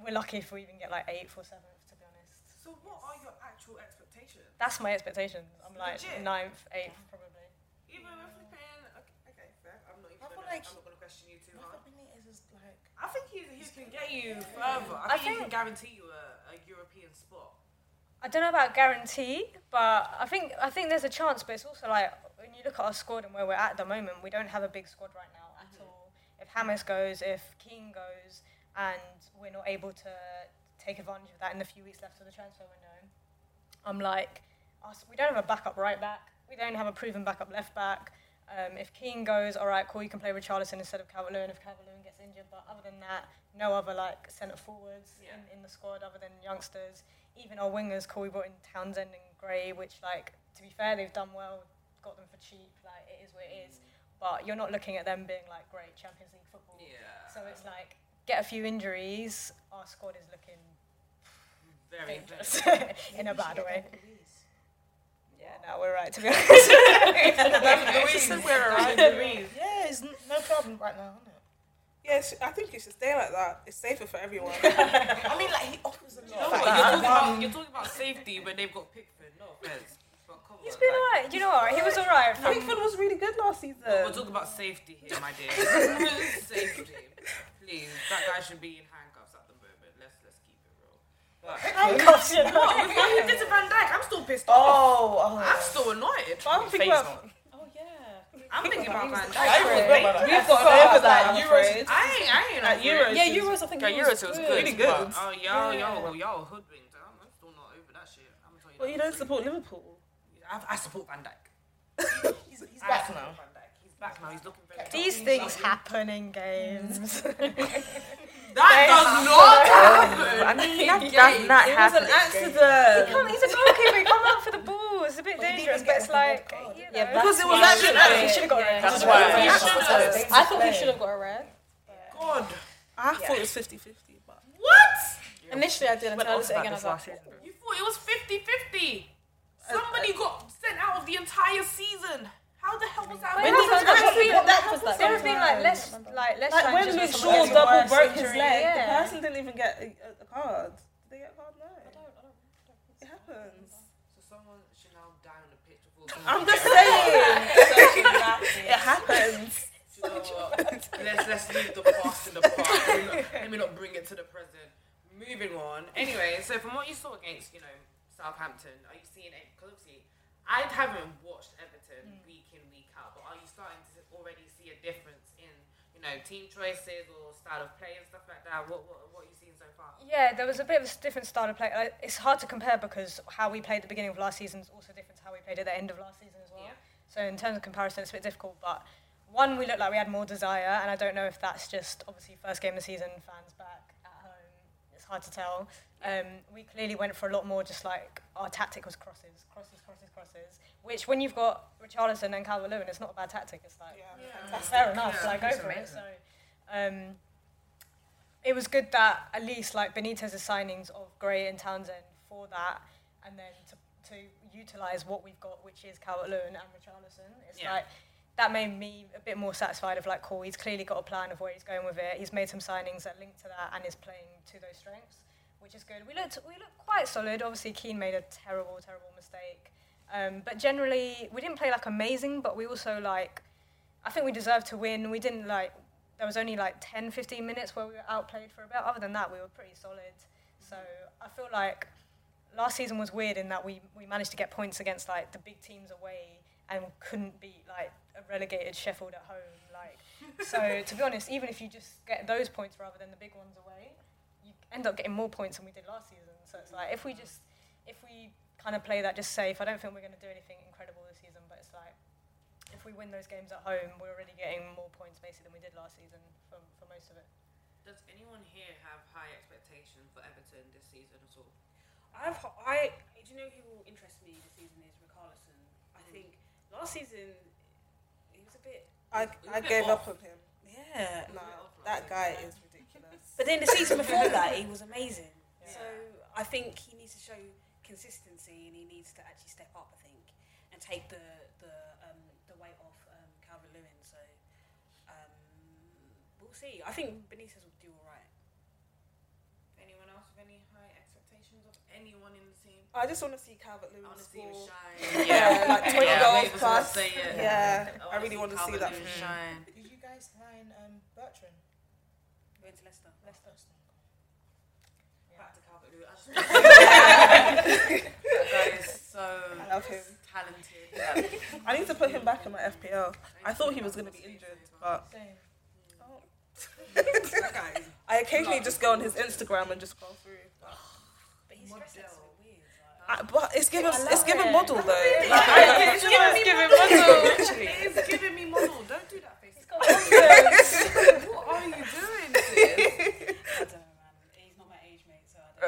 Speaker 4: we're lucky if we even get like eighth or seventh. To be honest,
Speaker 3: So what are your actual expectations?
Speaker 4: that's my expectations. I'm like
Speaker 3: Legit.
Speaker 4: ninth, eighth, probably.
Speaker 3: Even with flipping, okay, okay, fair. I'm not even.
Speaker 8: I feel
Speaker 3: Gonna,
Speaker 8: like-
Speaker 3: I'm not gonna question you too
Speaker 8: I
Speaker 3: hard.
Speaker 8: thought Benitez is like
Speaker 3: I think he, he can get you further.
Speaker 4: I
Speaker 3: I think, he
Speaker 4: think-
Speaker 3: can guarantee you a, a European spot.
Speaker 4: I don't know about guarantee, but I think I think there's a chance. But it's also like when you look at our squad and where we're at at the moment, we don't have a big squad right now at all. If Hammers goes, if Keane goes, and we're not able to take advantage of that in the few weeks left of the transfer window, I'm like, us, we don't have a backup right back. We don't have a proven backup left back. Um, if Keane goes, all right, cool, you can play Richarlison instead of Calvert-Lewin if Calvert-Lewin gets injured. But other than that, no other like centre forwards in, in the squad other than youngsters. Even our wingers, cool, we brought in Townsend and Gray, which like to be fair, they've done well, got them for cheap. Like it is what it is. But you're not looking at them being like great Champions League football.
Speaker 3: Yeah.
Speaker 4: So it's like get a few injuries. Our squad is looking
Speaker 3: Very, very.
Speaker 4: dangerous in a bad way. Yeah, no, we're right to be honest.
Speaker 11: She said we're around.
Speaker 8: yeah, it's n- no problem right now, isn't it?
Speaker 5: Yeah, it's- I think it should stay like that. It's safer for everyone.
Speaker 8: I mean, like he
Speaker 7: Oh.
Speaker 8: offers a
Speaker 3: You know
Speaker 8: lot.
Speaker 3: what? You're talking, about, you're talking about safety when they've got Pickford. No offense. But come
Speaker 4: He's
Speaker 3: on,
Speaker 4: been
Speaker 3: like,
Speaker 4: alright. You know what? He was alright. From
Speaker 5: Pickford was really good last season.
Speaker 3: We're talking about safety here, my dear. safety, please. That guy should be in handcuffs at the moment. Let's let's keep it real. But
Speaker 4: handcuffs, you know.
Speaker 3: what with what he did to Van Dijk, I'm still pissed off.
Speaker 8: Oh,
Speaker 3: I'm still annoyed.
Speaker 5: I don't think
Speaker 11: Face
Speaker 5: about-
Speaker 11: on.
Speaker 8: oh yeah.
Speaker 3: I'm thinking about Van Dijk.
Speaker 8: I remember that.
Speaker 5: We've got over that.
Speaker 8: I'm
Speaker 5: Euros.
Speaker 8: afraid.
Speaker 3: I ain't, I ain't
Speaker 5: At
Speaker 3: over it.
Speaker 5: Euros.
Speaker 8: Yeah, Euros. I think
Speaker 11: Yeah,
Speaker 8: it
Speaker 11: Euros it was good.
Speaker 5: Really good.
Speaker 11: but-
Speaker 3: Oh, y'all, y'all, y'all hoodwinked. I'm I'm still not over that shit. I'm gonna tell you
Speaker 5: But
Speaker 3: that
Speaker 5: you
Speaker 3: for
Speaker 5: don't
Speaker 3: free.
Speaker 5: support Liverpool.
Speaker 3: I, I support Van Dijk.
Speaker 8: He's, he's
Speaker 3: I
Speaker 8: back
Speaker 3: support
Speaker 8: now.
Speaker 3: Van Dijk. He's back now. He's looking very. healthy.
Speaker 4: These things happen in games.
Speaker 3: That does not happen.
Speaker 11: I mean, that does not happen.
Speaker 5: accident.
Speaker 4: Come, he's a goalkeeper. He come out for the ball. It's a bit dangerous, but it's like you know.
Speaker 6: Yeah, because
Speaker 5: It was actually.
Speaker 6: should have got a red.
Speaker 11: That's why.
Speaker 8: Yeah, so-
Speaker 6: I thought he should have got a red.
Speaker 5: God. I thought it was 50 50, but.
Speaker 6: Initially, I did until I
Speaker 11: Talked
Speaker 6: looked at it
Speaker 11: about
Speaker 6: again. I
Speaker 11: this
Speaker 6: was like,
Speaker 11: last season.
Speaker 3: You thought it was 50 50. Somebody got sent out of the entire season. How the hell was that?
Speaker 4: When That's
Speaker 6: Because that's
Speaker 4: what
Speaker 6: what
Speaker 4: happened.
Speaker 6: that was like.
Speaker 4: There have been like less, like less.
Speaker 5: Like when
Speaker 4: changes
Speaker 5: Luke Shaw
Speaker 4: for someone
Speaker 5: double
Speaker 4: with
Speaker 5: broke his
Speaker 4: worse
Speaker 5: leg,
Speaker 4: injury. Yeah.
Speaker 5: the person didn't even get a, a, a card. Did they get a card? No. It happens.
Speaker 3: So someone should now die on the pitch of all
Speaker 5: I'm just saying. it happens.
Speaker 3: You know what? let's let's leave the past in the past. Let me not- Let me not bring it to the present. Moving on. Anyway, so from what you saw against, you know, Southampton, are you seeing it? Because obviously, I haven't watched Everton
Speaker 5: Mm.
Speaker 3: week in week out, but are you starting to already see a difference in, you know, team choices or style of play and stuff like that? What what what are you seeing so far?
Speaker 4: Yeah, there was a bit of a different style of play. Like, It's hard to compare because how we played at the beginning of last season is also different to how we played at the end of last season as well. So in terms of comparison, it's a bit difficult. But one, we looked like we had more desire, and I don't know if that's just obviously first game of the season, fans back at home. It's hard to tell. Um, we clearly went for a lot more. Just like our tactic was crosses, crosses, crosses, crosses. Which when you've got Richarlison and Calvert Lewin, it's not a bad tactic. It's like that's fair enough.
Speaker 3: Yeah,
Speaker 4: like go
Speaker 3: it's
Speaker 4: for it.
Speaker 3: amazing.
Speaker 4: So. Um, it was good that at least like Benitez's signings of Gray and Townsend for that, and then to, to utilize what we've got, which is Calvert Lewin and Richarlison. It's
Speaker 3: Yeah.
Speaker 4: like that made me a bit more satisfied of like, cool, he's clearly got a plan of where he's going with it. He's made some signings that link to that and is playing to those strengths, which is good. We looked we looked quite solid. Obviously, Keane made a terrible, terrible mistake, um, but generally we didn't play like amazing, but we also like I think we deserved to win. We didn't like there was only like 10, 15 minutes where we were outplayed for a bit. Other than that, we were pretty solid. So I feel like last season was weird in that we, we managed to get points against like the big teams away and couldn't beat like a relegated Sheffield at home. Like so to be honest, even if you just get those points rather than the big ones away, you end up getting more points than we did last season. So it's like if we just if we kind of play that just safe, I don't think we're going to do anything incredible this season. But it's like if we win those games at home, we're already getting more points basically than we did last season for, for most of it.
Speaker 3: Does anyone here have high expectations for Everton this season at all?
Speaker 7: I've I do you know who interests me this season is Ricarlison. I think last season he was a bit.
Speaker 5: I, I gave up on him.
Speaker 7: Yeah.
Speaker 5: Nah, that guy is ridiculous.
Speaker 7: But then the season before that, he was amazing. So I think he needs to show consistency and he needs to actually step up. I think and take the the um, the weight off um, Calvin Lewin. So um, we'll see. I think Benitez will do all right.
Speaker 3: Anyone else with any high expectations of anyone in the team?
Speaker 5: I just want to see Calvert Lewin
Speaker 3: I want to see
Speaker 5: score.
Speaker 3: him
Speaker 5: Yeah,
Speaker 3: shine.
Speaker 5: like 20
Speaker 3: Yeah,
Speaker 5: goals
Speaker 3: Wade was gonna
Speaker 5: plus.
Speaker 3: say it.
Speaker 5: Yeah, I
Speaker 3: wanna
Speaker 5: really want to see that.
Speaker 3: Calvert-Lewin Shine.
Speaker 8: Did you guys sign um, Bertrand?
Speaker 7: Going to Leicester.
Speaker 8: Leicester.
Speaker 3: Back to Calvert-Lewin. I just- that guy is so
Speaker 5: I love him.
Speaker 3: talented.
Speaker 5: I need to put him back in my FPL. I thought he was going to be injured, but
Speaker 4: Same.
Speaker 3: That guy is-
Speaker 5: I occasionally just go on his Instagram and just scroll through. But,
Speaker 7: But his dress looks a bit weird. Like,
Speaker 5: I, but it's given
Speaker 4: I love
Speaker 5: it's given
Speaker 4: it.
Speaker 5: model though. Like,
Speaker 4: It's giving me model.
Speaker 3: It is giving me model. Don't do that face.
Speaker 4: It's got confidence.
Speaker 3: What are you doing?
Speaker 7: I
Speaker 3: sis?
Speaker 7: don't know, man. He's not my age, mate. So I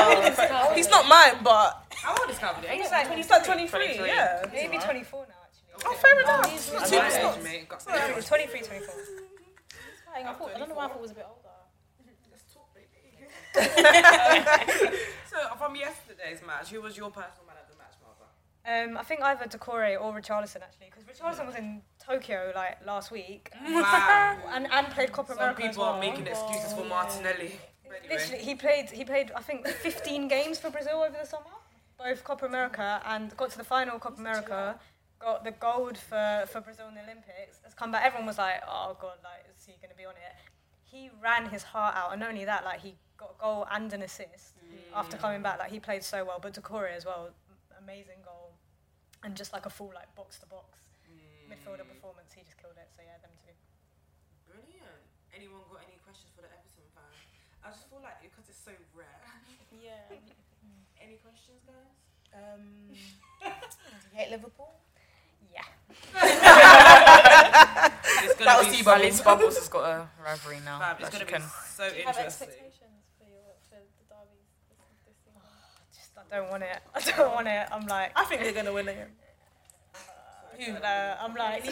Speaker 7: don't. know.
Speaker 5: he's not mine, but
Speaker 3: How old is Calvert-Lewin?
Speaker 4: He's like
Speaker 5: he's like 23. Yeah.
Speaker 4: maybe 24 now actually.
Speaker 5: Oh, fair enough.
Speaker 4: he's
Speaker 5: Not
Speaker 3: He's
Speaker 5: too
Speaker 3: my
Speaker 5: much.
Speaker 3: age, mate. Got-
Speaker 4: 23, 24.
Speaker 6: I, thought, I don't know why I thought it was a bit older.
Speaker 3: Let's talk, baby. so from yesterday's match, who was your personal man of the match, Martha?
Speaker 4: Um, I think either Decore or Richarlison actually, because Richarlison was in Tokyo like last week
Speaker 3: Wow.
Speaker 4: and, and played Copa
Speaker 3: Mm. Some
Speaker 4: America. as
Speaker 3: people are
Speaker 4: well.
Speaker 3: making excuses for Martinelli. But anyway.
Speaker 4: Literally, he played. He played. I think 15 games for Brazil over the summer, both Copa America, and got to the final of Copa America. Got the gold for, for Brazil in the Olympics. Has come back. Everyone was like, "Oh God, like is he going to be on it?" He ran his heart out, and not only that, like he got a goal and an assist after coming back. Like he played so well. But Decore as well, amazing goal, and just like a full like box to box midfielder performance. He just killed it. So yeah, them two.
Speaker 3: Brilliant. Anyone got any questions for the Everton fan? I just feel like because it's so rare.
Speaker 6: Yeah.
Speaker 3: Any questions, guys?
Speaker 8: Um, do you hate Liverpool?
Speaker 4: Yeah.
Speaker 3: It's gonna
Speaker 5: That was
Speaker 3: be
Speaker 5: you,
Speaker 3: so-
Speaker 5: Bubbles.
Speaker 11: Alice Bubbles has got a rivalry now.
Speaker 3: Fab, It's
Speaker 11: that
Speaker 3: gonna
Speaker 11: she
Speaker 3: be
Speaker 11: can.
Speaker 3: so
Speaker 6: Do you have
Speaker 3: interesting.
Speaker 6: expectations for your for the derbies this, this season?
Speaker 4: Just I don't want it. I don't want it. I'm like.
Speaker 5: I think they're going to win it.
Speaker 4: No, Uh, I'm like,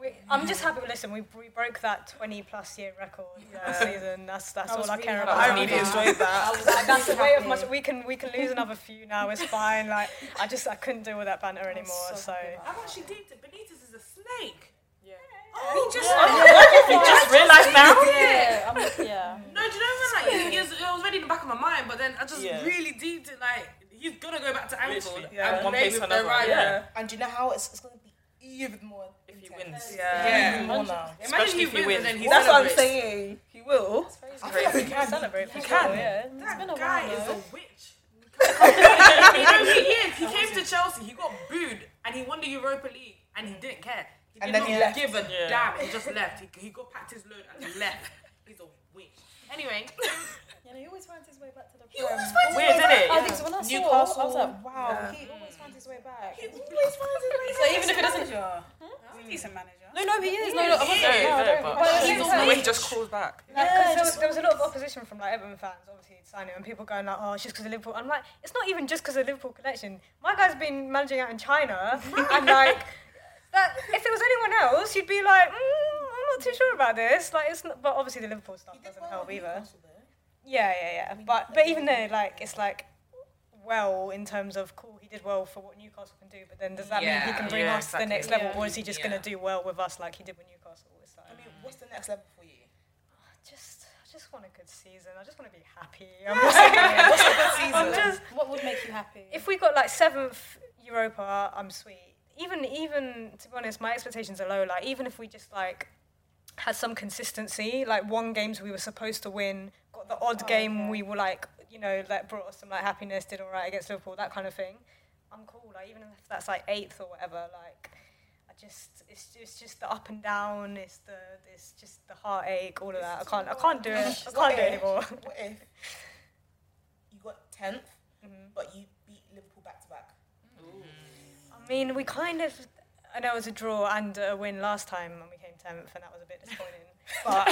Speaker 4: we, I'm just happy. Listen, we, we broke that 20 plus year record last season. That's that's
Speaker 6: I
Speaker 4: all
Speaker 6: was
Speaker 4: I
Speaker 6: really
Speaker 4: care
Speaker 6: happy.
Speaker 4: about.
Speaker 5: I really enjoyed that.
Speaker 4: Like, that's the way of much. We can we can lose another few now. It's fine. Like I just I couldn't deal with that banter anymore.
Speaker 6: so
Speaker 4: So
Speaker 6: happy
Speaker 3: I've actually deeped it. Benitez is a snake.
Speaker 6: Yeah.
Speaker 3: Oh, just
Speaker 11: Just realised now.
Speaker 6: Yeah. I'm, yeah.
Speaker 3: no. Do you know when like it was, it was already in the back of my mind, but then I just
Speaker 5: Yeah.
Speaker 3: really deeped it. Like he's gonna go back to Anfield
Speaker 5: Literally, yeah.
Speaker 3: and
Speaker 5: One
Speaker 3: play
Speaker 11: place
Speaker 3: with
Speaker 11: another,
Speaker 3: Ferrari.
Speaker 5: Yeah.
Speaker 8: And do you know how it's, it's going to be even more.
Speaker 11: If he
Speaker 8: intense.
Speaker 11: wins.
Speaker 8: Yeah.
Speaker 5: Yeah.
Speaker 8: More now.
Speaker 11: Especially if he wins.
Speaker 5: That's what I'm saying. He will.
Speaker 8: I feel like he can celebrate. He can.
Speaker 4: Yeah.
Speaker 7: That guy is a witch.
Speaker 3: you know who he is. He came to Chelsea. He got booed, and he won the Europa League, and he didn't care. He did
Speaker 8: And then
Speaker 3: not
Speaker 8: he left.
Speaker 3: give a
Speaker 11: Yeah.
Speaker 3: damn. He just left. He, he got packed his load and left. He's a witch. Anyway,
Speaker 6: You know, he always finds his way back to the
Speaker 8: He always
Speaker 6: prem.
Speaker 8: finds his
Speaker 11: Weird,
Speaker 8: way
Speaker 11: isn't it?
Speaker 8: back.
Speaker 6: I think so when I saw, I was like,
Speaker 8: wow.
Speaker 6: he always finds his way back.
Speaker 8: He always finds his way
Speaker 6: So even if he doesn't,
Speaker 7: He's a decent manager.
Speaker 6: no, no, he is. No, no, I'm not
Speaker 11: No,
Speaker 6: saying.
Speaker 11: no, but
Speaker 6: But
Speaker 11: he's
Speaker 6: he's
Speaker 11: the way he
Speaker 6: always-
Speaker 11: just calls back.
Speaker 4: Like, 'cause
Speaker 6: Yeah,
Speaker 4: there, was,
Speaker 6: just-
Speaker 4: there was a lot of opposition from like Everton fans, obviously signing, and people going like, "Oh, it's just because of Liverpool." I'm like, it's not even just because of Liverpool connection. My guy's been managing out in China, and like, that, if it was anyone else, you'd be like, mm, "I'm not too sure about this." Like, it's not, but obviously the Liverpool stuff doesn't help either. Yeah, yeah, yeah. But but even though like it's like well in terms of cool, he did well for what Newcastle can do, but then does that mean
Speaker 11: Yeah,
Speaker 4: he can bring
Speaker 11: yeah,
Speaker 4: us to
Speaker 11: exactly.
Speaker 4: the next level,
Speaker 6: Yeah.
Speaker 4: or is he just gonna do well with us like he did with Newcastle? It's like,
Speaker 8: I mean, what's the next level for you?
Speaker 4: just I just want a good season. I just want to be happy. I'm just, I'm just
Speaker 6: what would make you happy?
Speaker 4: if we got like seventh Europa, I'm sweet. Even even to be honest, my expectations are low. Like even if we just like had some consistency, like won games we were supposed to win, got the odd game we were like you know like brought us some like happiness, did all right against Liverpool, that kind of thing. I'm cool. Like even if that's like eighth or whatever, like. I Just it's, it's just the up and down. It's the it's just the heartache, all of that. I can't I can't do it. I can't do it anymore.
Speaker 8: What if you got 10th,
Speaker 11: Mm-hmm.
Speaker 8: but you beat Liverpool back to back?
Speaker 4: I mean, we kind of. I know it was a draw and a win last time when we came tenth, and that was a bit disappointing. But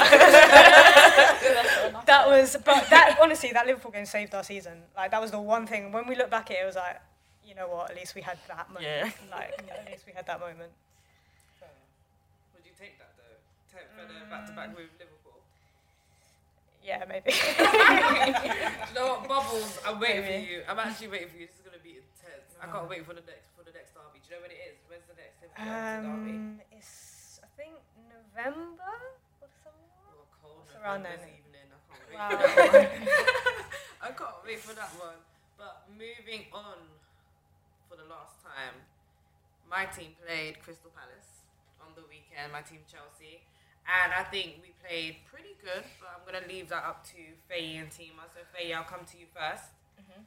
Speaker 4: that was, but that honestly, that Liverpool game saved our season. Like that was the one thing. When we look back at it, it was like, you know what? At least we had that moment.
Speaker 11: Yeah.
Speaker 4: Like at least we had that moment.
Speaker 12: Would you take that though? Take for the back to back with Liverpool.
Speaker 4: Yeah, maybe.
Speaker 12: Do you know what, Bubbles? I'm waiting for you. I'm actually waiting for you. This is gonna be intense. I can't wait for the next for the next derby. Do you know when it is? When's the next Liverpool derby?
Speaker 4: um, it's I think November or something.
Speaker 12: Oh, cold
Speaker 4: It's around
Speaker 12: November's
Speaker 4: then.
Speaker 12: evening. I can't wait for that one. I can't wait for that one. But moving on for the last time, my team played Crystal Palace on the weekend. My team Chelsea, and I think we played pretty good. But I'm gonna leave that up to Faye and Tima. So Faye, I'll come to you 1st
Speaker 4: Mm-hmm.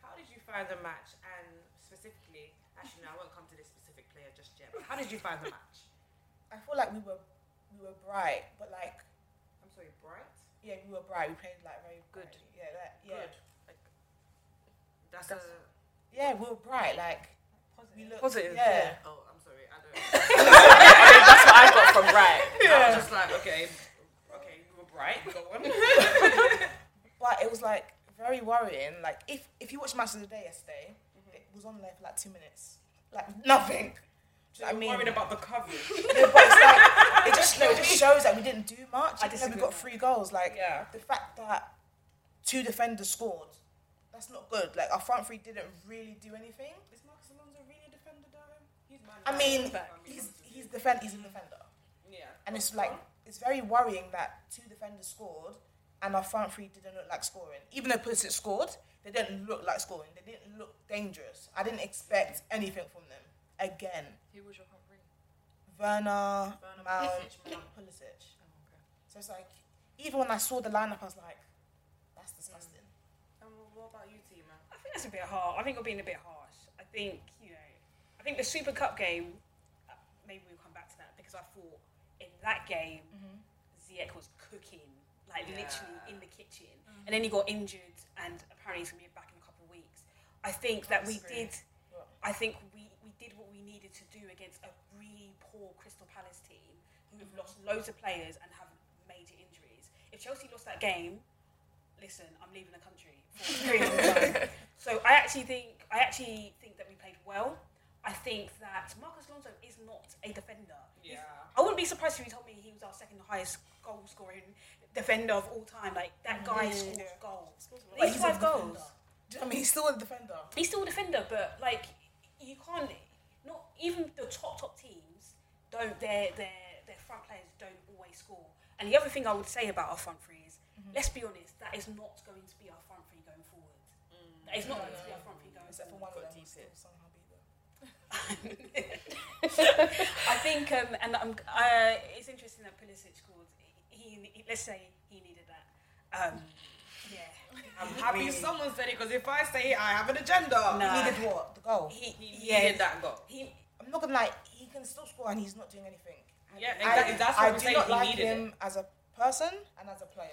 Speaker 12: How did you find the match, and specifically? Actually, no, I won't come to this specific player just yet. But how did you find the match?
Speaker 8: I feel like we were we were bright, but like
Speaker 12: I'm sorry, Bright.
Speaker 8: yeah, we were bright. We played like very
Speaker 12: Good.
Speaker 8: brightly. Yeah, that, yeah,
Speaker 12: Good. Like, that's,
Speaker 8: That's-
Speaker 12: a
Speaker 8: yeah. We were bright. Like we looked
Speaker 11: Positive,
Speaker 8: Yeah.
Speaker 12: Oh, I'm sorry. I don't.
Speaker 11: That's what I got from Bright.
Speaker 12: I was just like, okay, okay, you were bright. Go on.
Speaker 8: But it was like very worrying. Like if if you watched Match of the Day yesterday,
Speaker 12: Mm-hmm.
Speaker 8: it was on there for like two minutes. Like nothing. Do you know what I mean,
Speaker 12: Worried about the coverage.
Speaker 8: No, but it's like it just no, it just shows that we didn't do much. I just we got three goals. Like
Speaker 12: Yeah.
Speaker 8: the fact that two defenders scored, that's not good. Like our front three didn't really do anything.
Speaker 7: Is Marcus Alonso really a defender, darling? He's my
Speaker 8: I mean, he's he's defend he's a defender,
Speaker 12: yeah.
Speaker 8: and it's like it's very worrying that two defenders scored and our front three didn't look like scoring. Even though Pulisic scored, they didn't look like scoring. They didn't look dangerous. I didn't expect anything from them again.
Speaker 11: Who was your front three? Oh,
Speaker 8: Werner, Mount, Pulisic. So it's like, even when I saw the lineup, I was like, that's disgusting.
Speaker 12: And Um, what about you, Tima?
Speaker 7: I think that's a bit hard. I think we're being a bit harsh. I think you know. I think the Super Cup game. uh, Maybe we'll come back to that because I thought in that game, Ziyech was cooking, like literally in the kitchen, and then he got injured, and apparently he's gonna be back in a couple of weeks. I think that we did. I think we, we did what we needed to do against a really poor Crystal Palace team who have lost loads of players and have major injuries. If Chelsea lost that game, listen, I'm leaving the country. For a period. so I actually think I actually think that we played well. I think that Marcus Alonso is not a defender. He's-
Speaker 12: Yeah.
Speaker 7: I wouldn't be surprised if you told me he was our second highest goal scoring defender of all time. Like that guy scores goals. At least five goals.
Speaker 8: Do you know what I mean? He's still a defender.
Speaker 7: He's still a defender, but like you can't not even the top top teams don't their their their front players don't always score. And the other thing I would say about our front three is,
Speaker 8: Mm-hmm.
Speaker 7: let's be honest, that is not going to be our front three going forward. That is not going to be our front three going
Speaker 8: Except for
Speaker 7: forward.
Speaker 8: one of them. who's still somehow be there.
Speaker 7: I think, um, and I'm, uh, it's interesting that Pulisic scored. He, he, let's say he needed that. Um, yeah,
Speaker 8: I'm happy someone said it because if I say it, I have an agenda.
Speaker 7: Nah.
Speaker 8: He needed what? The goal.
Speaker 7: He,
Speaker 8: He
Speaker 7: yeah,
Speaker 8: needed
Speaker 7: that
Speaker 5: goal.
Speaker 7: He,
Speaker 8: I'm not gonna lie. He can still score and he's not doing anything.
Speaker 5: Yeah,
Speaker 8: I,
Speaker 5: exactly. That's
Speaker 8: I
Speaker 5: what I'm
Speaker 8: do
Speaker 5: saying.
Speaker 8: not
Speaker 5: He
Speaker 8: like
Speaker 5: needed
Speaker 8: him as a person and as a player.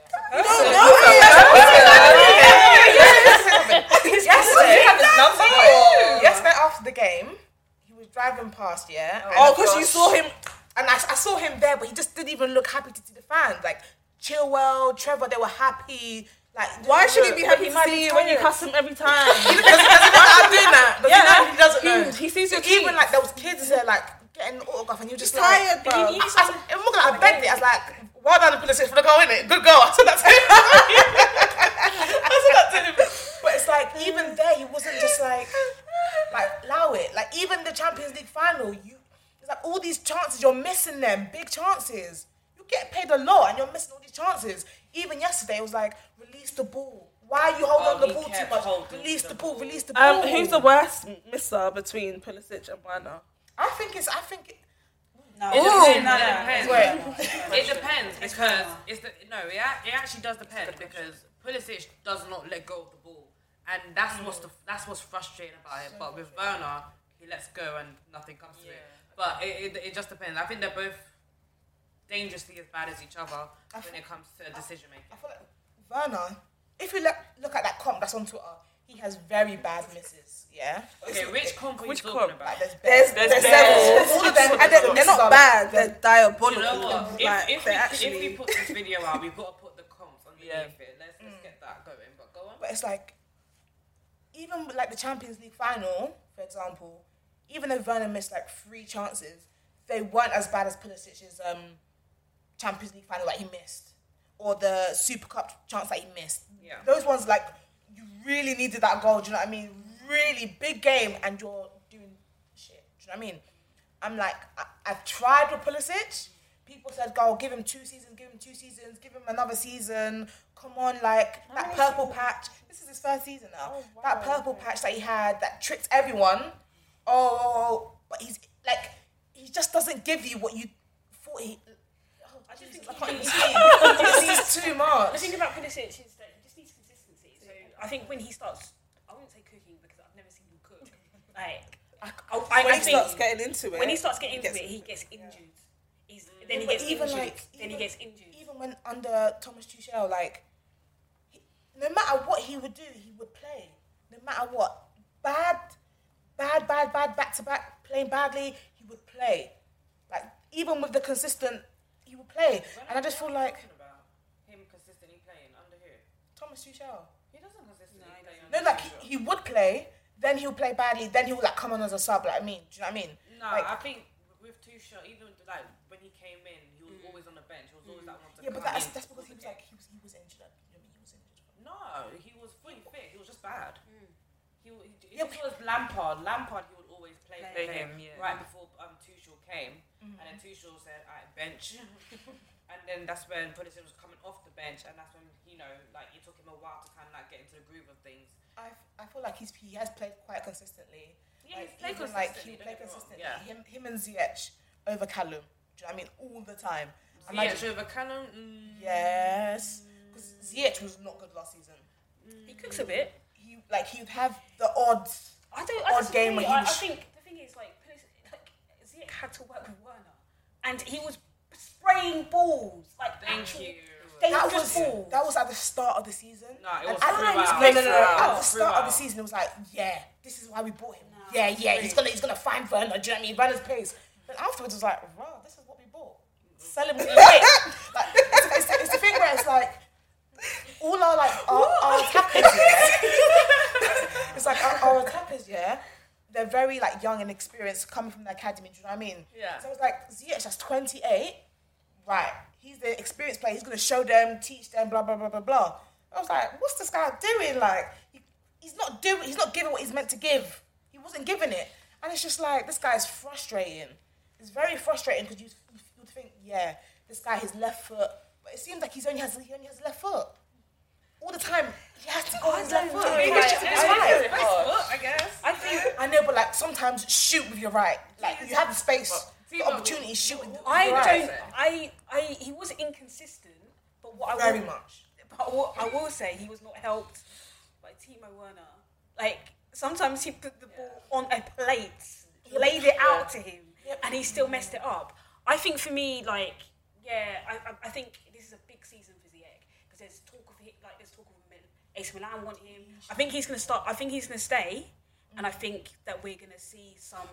Speaker 8: Yesterday, yesterday after the game, he was driving past, yeah. and
Speaker 5: Oh,
Speaker 8: of
Speaker 5: 'cause you
Speaker 8: course-
Speaker 5: saw him-
Speaker 8: And I, I saw him there, but he just didn't even look happy to see the fans. Like Chilwell, Trevor, they were happy. Like,
Speaker 5: Why should he be happy to
Speaker 8: might
Speaker 5: see
Speaker 8: be
Speaker 5: you when you
Speaker 8: tired.
Speaker 5: cuss him every time?
Speaker 8: Does he does he know I'm doing that? Does
Speaker 5: Yeah.
Speaker 8: he know he doesn't know?
Speaker 5: He- he sees your
Speaker 8: Even
Speaker 5: tweets.
Speaker 8: like there was kids there, like getting an autograph, and you were just
Speaker 5: He's tired,
Speaker 8: like,
Speaker 5: bro.
Speaker 8: I, I, I'm not gonna. I begged it. I was like, well done, Pulisic for the goal, innit? Good goal. I said that to him. I said that to him. But it's like even there, he wasn't just like, like allow it. Like even the Champions League final, you. It's like all these chances you're missing them, big chances. You get paid a lot, and you're missing all these chances. Even yesterday, it was like release the ball. Why are you holding
Speaker 12: Oh,
Speaker 8: on the
Speaker 12: he
Speaker 8: ball too
Speaker 12: kept
Speaker 8: much?
Speaker 12: holding
Speaker 8: Release the ball. Release the ball.
Speaker 5: Um, who's the worst misser between Pulisic and Werner?
Speaker 8: I think it's. I think. It,
Speaker 7: no,
Speaker 3: It depends.
Speaker 7: no,
Speaker 3: it
Speaker 7: no,
Speaker 3: depends.
Speaker 8: Wait.
Speaker 3: It depends because it's the no. It, ac- it actually does depend because Pulisic does not let go of the ball, and that's
Speaker 12: Mm.
Speaker 3: what's the, that's what's frustrating about him. But with Werner, he lets go and nothing comes to it. But it, it, it just depends. I think they're both dangerously as bad as each other when it comes to decision
Speaker 8: I
Speaker 3: making.
Speaker 8: feel like Werner. If you look look at that comp that's on Twitter, he has very bad misses. Yeah.
Speaker 3: Okay, which comp are you
Speaker 11: Which
Speaker 3: talking
Speaker 11: comp?
Speaker 3: about?
Speaker 8: There's,
Speaker 11: There's- there's
Speaker 8: several. All of them, and they're, they're not bad. They're
Speaker 3: Do
Speaker 5: diabolical.
Speaker 3: you know what?
Speaker 5: Like,
Speaker 3: if, if,
Speaker 5: they're
Speaker 3: we,
Speaker 5: actually.
Speaker 3: if we put this video out, we've got to put the comps underneath it. Let's, let's
Speaker 8: Mm.
Speaker 3: get that going. But go on.
Speaker 8: But it's like, even with, like the Champions League final, for example, even though Werner missed like three chances, they weren't as bad as Pulisic's um, Champions League final that he missed, or the Super Cup chance that he missed.
Speaker 3: Yeah.
Speaker 8: Those ones like you really needed that goal. Do you know what I mean? Really big game, and you're doing shit. Do you know what I mean? I'm like, I, I've tried with Pulisic. People said, "Go, give him two seasons, give him two seasons, give him another season. Come on, like that purple patch. This is his first season now. That purple patch that he had that tricked everyone. Oh, oh, oh, but he's like, he just doesn't give you what you thought he. Oh, I just think I can't even see. This is too
Speaker 7: The
Speaker 8: much.
Speaker 7: thing about Pulisic is that he just needs consistency. So I think when he starts, I wouldn't say cooking because I've never seen him cook. Like, I, I, I,
Speaker 5: when
Speaker 7: I
Speaker 5: he
Speaker 7: think
Speaker 5: starts getting into it,
Speaker 7: when he starts getting into
Speaker 5: gets
Speaker 7: it, he
Speaker 5: into
Speaker 7: gets injured. He's,
Speaker 3: Mm.
Speaker 7: then he gets
Speaker 8: even
Speaker 7: injured.
Speaker 8: like
Speaker 7: then he
Speaker 8: even-
Speaker 7: gets injured.
Speaker 8: Even when under Thomas Tuchel, like he, no matter what he would do, he would play. No matter what, bad, bad, bad, bad, back to back, playing badly, he would play. Like even with the consistent, he would play. And I just feel like
Speaker 3: talking about him consistently playing under who?
Speaker 8: Thomas Tuchel.
Speaker 3: He doesn't consistently play
Speaker 8: No,
Speaker 3: under.
Speaker 8: like he, he would play, then he'll play badly, then he'll like come on as a sub. Like I mean, do you know what I mean?
Speaker 3: No,
Speaker 8: like,
Speaker 3: I think with Tuchel, even like when he came in, he was always on the bench. He was always that one to
Speaker 8: Mm. yeah, but
Speaker 3: come
Speaker 8: that's
Speaker 3: in.
Speaker 8: that's because he was like he was he was injured. You know what I mean? He was injured.
Speaker 3: No, Ah, he was fully fit. He was just bad. He, wa- he,
Speaker 8: Yeah,
Speaker 3: if it was Lampard. Lampard, he would always play, play
Speaker 11: Play him, yeah.
Speaker 3: Right before um, Tuchel came, and then Tuchel said, "I bench," and then that's when Pulisic was coming off the bench, and that's when you know, like, it took him a while to kind of like get into the groove of things.
Speaker 8: I, I feel like he's he has played quite consistently. like,
Speaker 3: Yeah, he's played
Speaker 8: even, like he
Speaker 3: consistently, don't
Speaker 8: played
Speaker 3: get me wrong,
Speaker 8: consistently.
Speaker 3: yeah.
Speaker 8: Him him and Ziyech over Callum. Do you know what I mean? All the time. And I
Speaker 3: Yeah,
Speaker 8: just-
Speaker 3: so with Callum, mm,
Speaker 8: yes, because Ziyech was not good last season.
Speaker 7: He cooks a bit.
Speaker 8: He like he'd have the odds.
Speaker 7: I don't.
Speaker 8: Odd
Speaker 7: I disagree.
Speaker 8: game when he
Speaker 7: I, I
Speaker 8: was-
Speaker 7: think the thing is like, Pulisic- like Ziyech had to work with Werner, and he was spraying balls like
Speaker 3: thank
Speaker 7: actual
Speaker 3: you.
Speaker 8: That
Speaker 7: dangerous
Speaker 8: was
Speaker 7: balls.
Speaker 8: that was at the start of the season.
Speaker 3: No, it
Speaker 8: And
Speaker 3: was
Speaker 8: at the-
Speaker 3: throughout.
Speaker 8: No, no, no, no. At
Speaker 3: Throughout.
Speaker 8: the start of the
Speaker 3: Throughout.
Speaker 8: season, it was like, yeah, this is why we bought him. yeah, yeah, he's gonna he's gonna find Werner. Do you know what I mean? Werner's pace. But afterwards, it was like, wow, this is what we bought. Sell him. what you get. like, it's, it's, it's the thing where it's like. all our like our, our attackers, yeah. it's like our, our attackers, yeah. They're very like young and experienced, coming from the academy. Do you know what I mean?
Speaker 3: Yeah.
Speaker 8: So I was like, Ziyech, that's twenty eight, right? He's the experienced player. He's gonna show them, teach them, blah blah blah blah blah. I was like, what's this guy doing? Like, he, he's not doing. He's not giving what he's meant to give. He wasn't giving it, and it's just like this guy is frustrating. It's very frustrating because you you would think, yeah, this guy his left foot, but it seems like he's only has he only has left foot all the time. He has to go on his left foot. He has to go on his right.
Speaker 5: I guess.
Speaker 7: I think
Speaker 8: I know, but like sometimes shoot with your right. Like you have the space, the opportunity, shoot with your
Speaker 7: I
Speaker 8: right.
Speaker 7: don't. I, I. He was inconsistent, but what I
Speaker 8: Very
Speaker 7: will,
Speaker 8: much.
Speaker 7: But what I will say, he was not helped by Timo Werner. Like sometimes he put the ball on a plate, laid it out to him, and he still messed it up. I think for me, like, yeah, I, I, I think this is a big season for Ziyech because there's talk of him, like there's talk of Mil- AC Milan want him. I think he's going to start. I think he's going to stay, and I
Speaker 8: Mm.
Speaker 7: think that we're going to see some.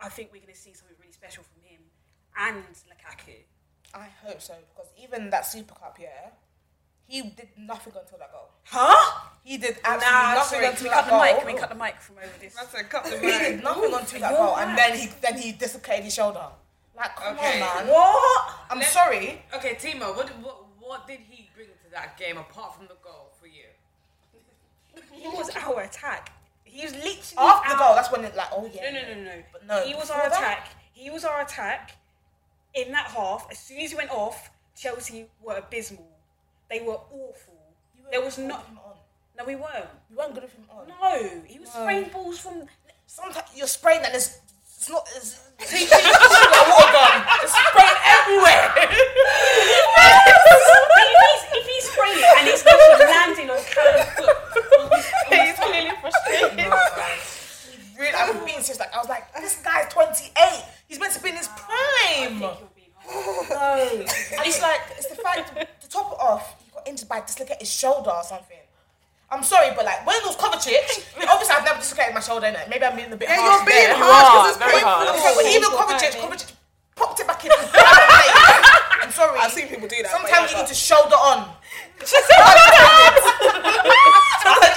Speaker 7: I think we're going to see something really special from him and Lukaku.
Speaker 8: I hope so because even that Super Cup, yeah, he did nothing until that goal.
Speaker 7: Huh?
Speaker 8: He did absolutely
Speaker 7: Nah,
Speaker 8: nothing
Speaker 7: sorry. Can
Speaker 8: until
Speaker 7: we
Speaker 8: that
Speaker 7: cut the
Speaker 8: goal.
Speaker 7: mic? Can we cut the mic from over this? Oh,
Speaker 13: That's a cut the
Speaker 8: He did
Speaker 13: mic.
Speaker 8: nothing until that goal, and then he then he dislocated his shoulder. Like, come
Speaker 13: Okay.
Speaker 8: on, man. What? I'm
Speaker 3: Let-
Speaker 8: sorry.
Speaker 3: Okay, Timo, what, what what did he bring to that game apart from the goal for you?
Speaker 7: He was our attack. He was literally
Speaker 8: After the
Speaker 7: our-
Speaker 8: goal, that's when it like, oh yeah.
Speaker 7: No, no, no, no.
Speaker 8: But no,
Speaker 7: he was
Speaker 8: before
Speaker 7: our
Speaker 8: that-
Speaker 7: attack. He was our attack. In that half, as soon as he went off, Chelsea were abysmal. They were awful. There was
Speaker 8: not.
Speaker 7: not. No, we weren't.
Speaker 8: You weren't good with him on.
Speaker 7: No, he was spraying balls from.
Speaker 8: Sometimes you're spraying and it's it's not it's, it's, it's like a water gun. It's spraying everywhere.
Speaker 7: if, he's, if he's spraying it and it's literally landing on Callum's foot,
Speaker 13: He's clearly frustrated.
Speaker 8: Really, I was being serious. Like I was like, this guy's 28. He's meant to be in his prime. No, and it's like it's the fact to top it off, he got injured by dislocated his shoulder or something. I'm sorry, but like when it was Kovacic, I mean, obviously I've never dislocated my shoulder, innit? Maybe I'm being a bit
Speaker 13: Yeah,
Speaker 8: harsh
Speaker 13: you're being
Speaker 8: there.
Speaker 13: harsh 'cause it's
Speaker 8: Very
Speaker 13: painful.
Speaker 8: harsh. Okay, but even Kovacic, Kovacic popped it back in. I'm sorry.
Speaker 13: I've seen people do that. but
Speaker 8: Sometimes
Speaker 13: yeah,
Speaker 8: you
Speaker 13: but-
Speaker 8: need to shoulder on. Sometimes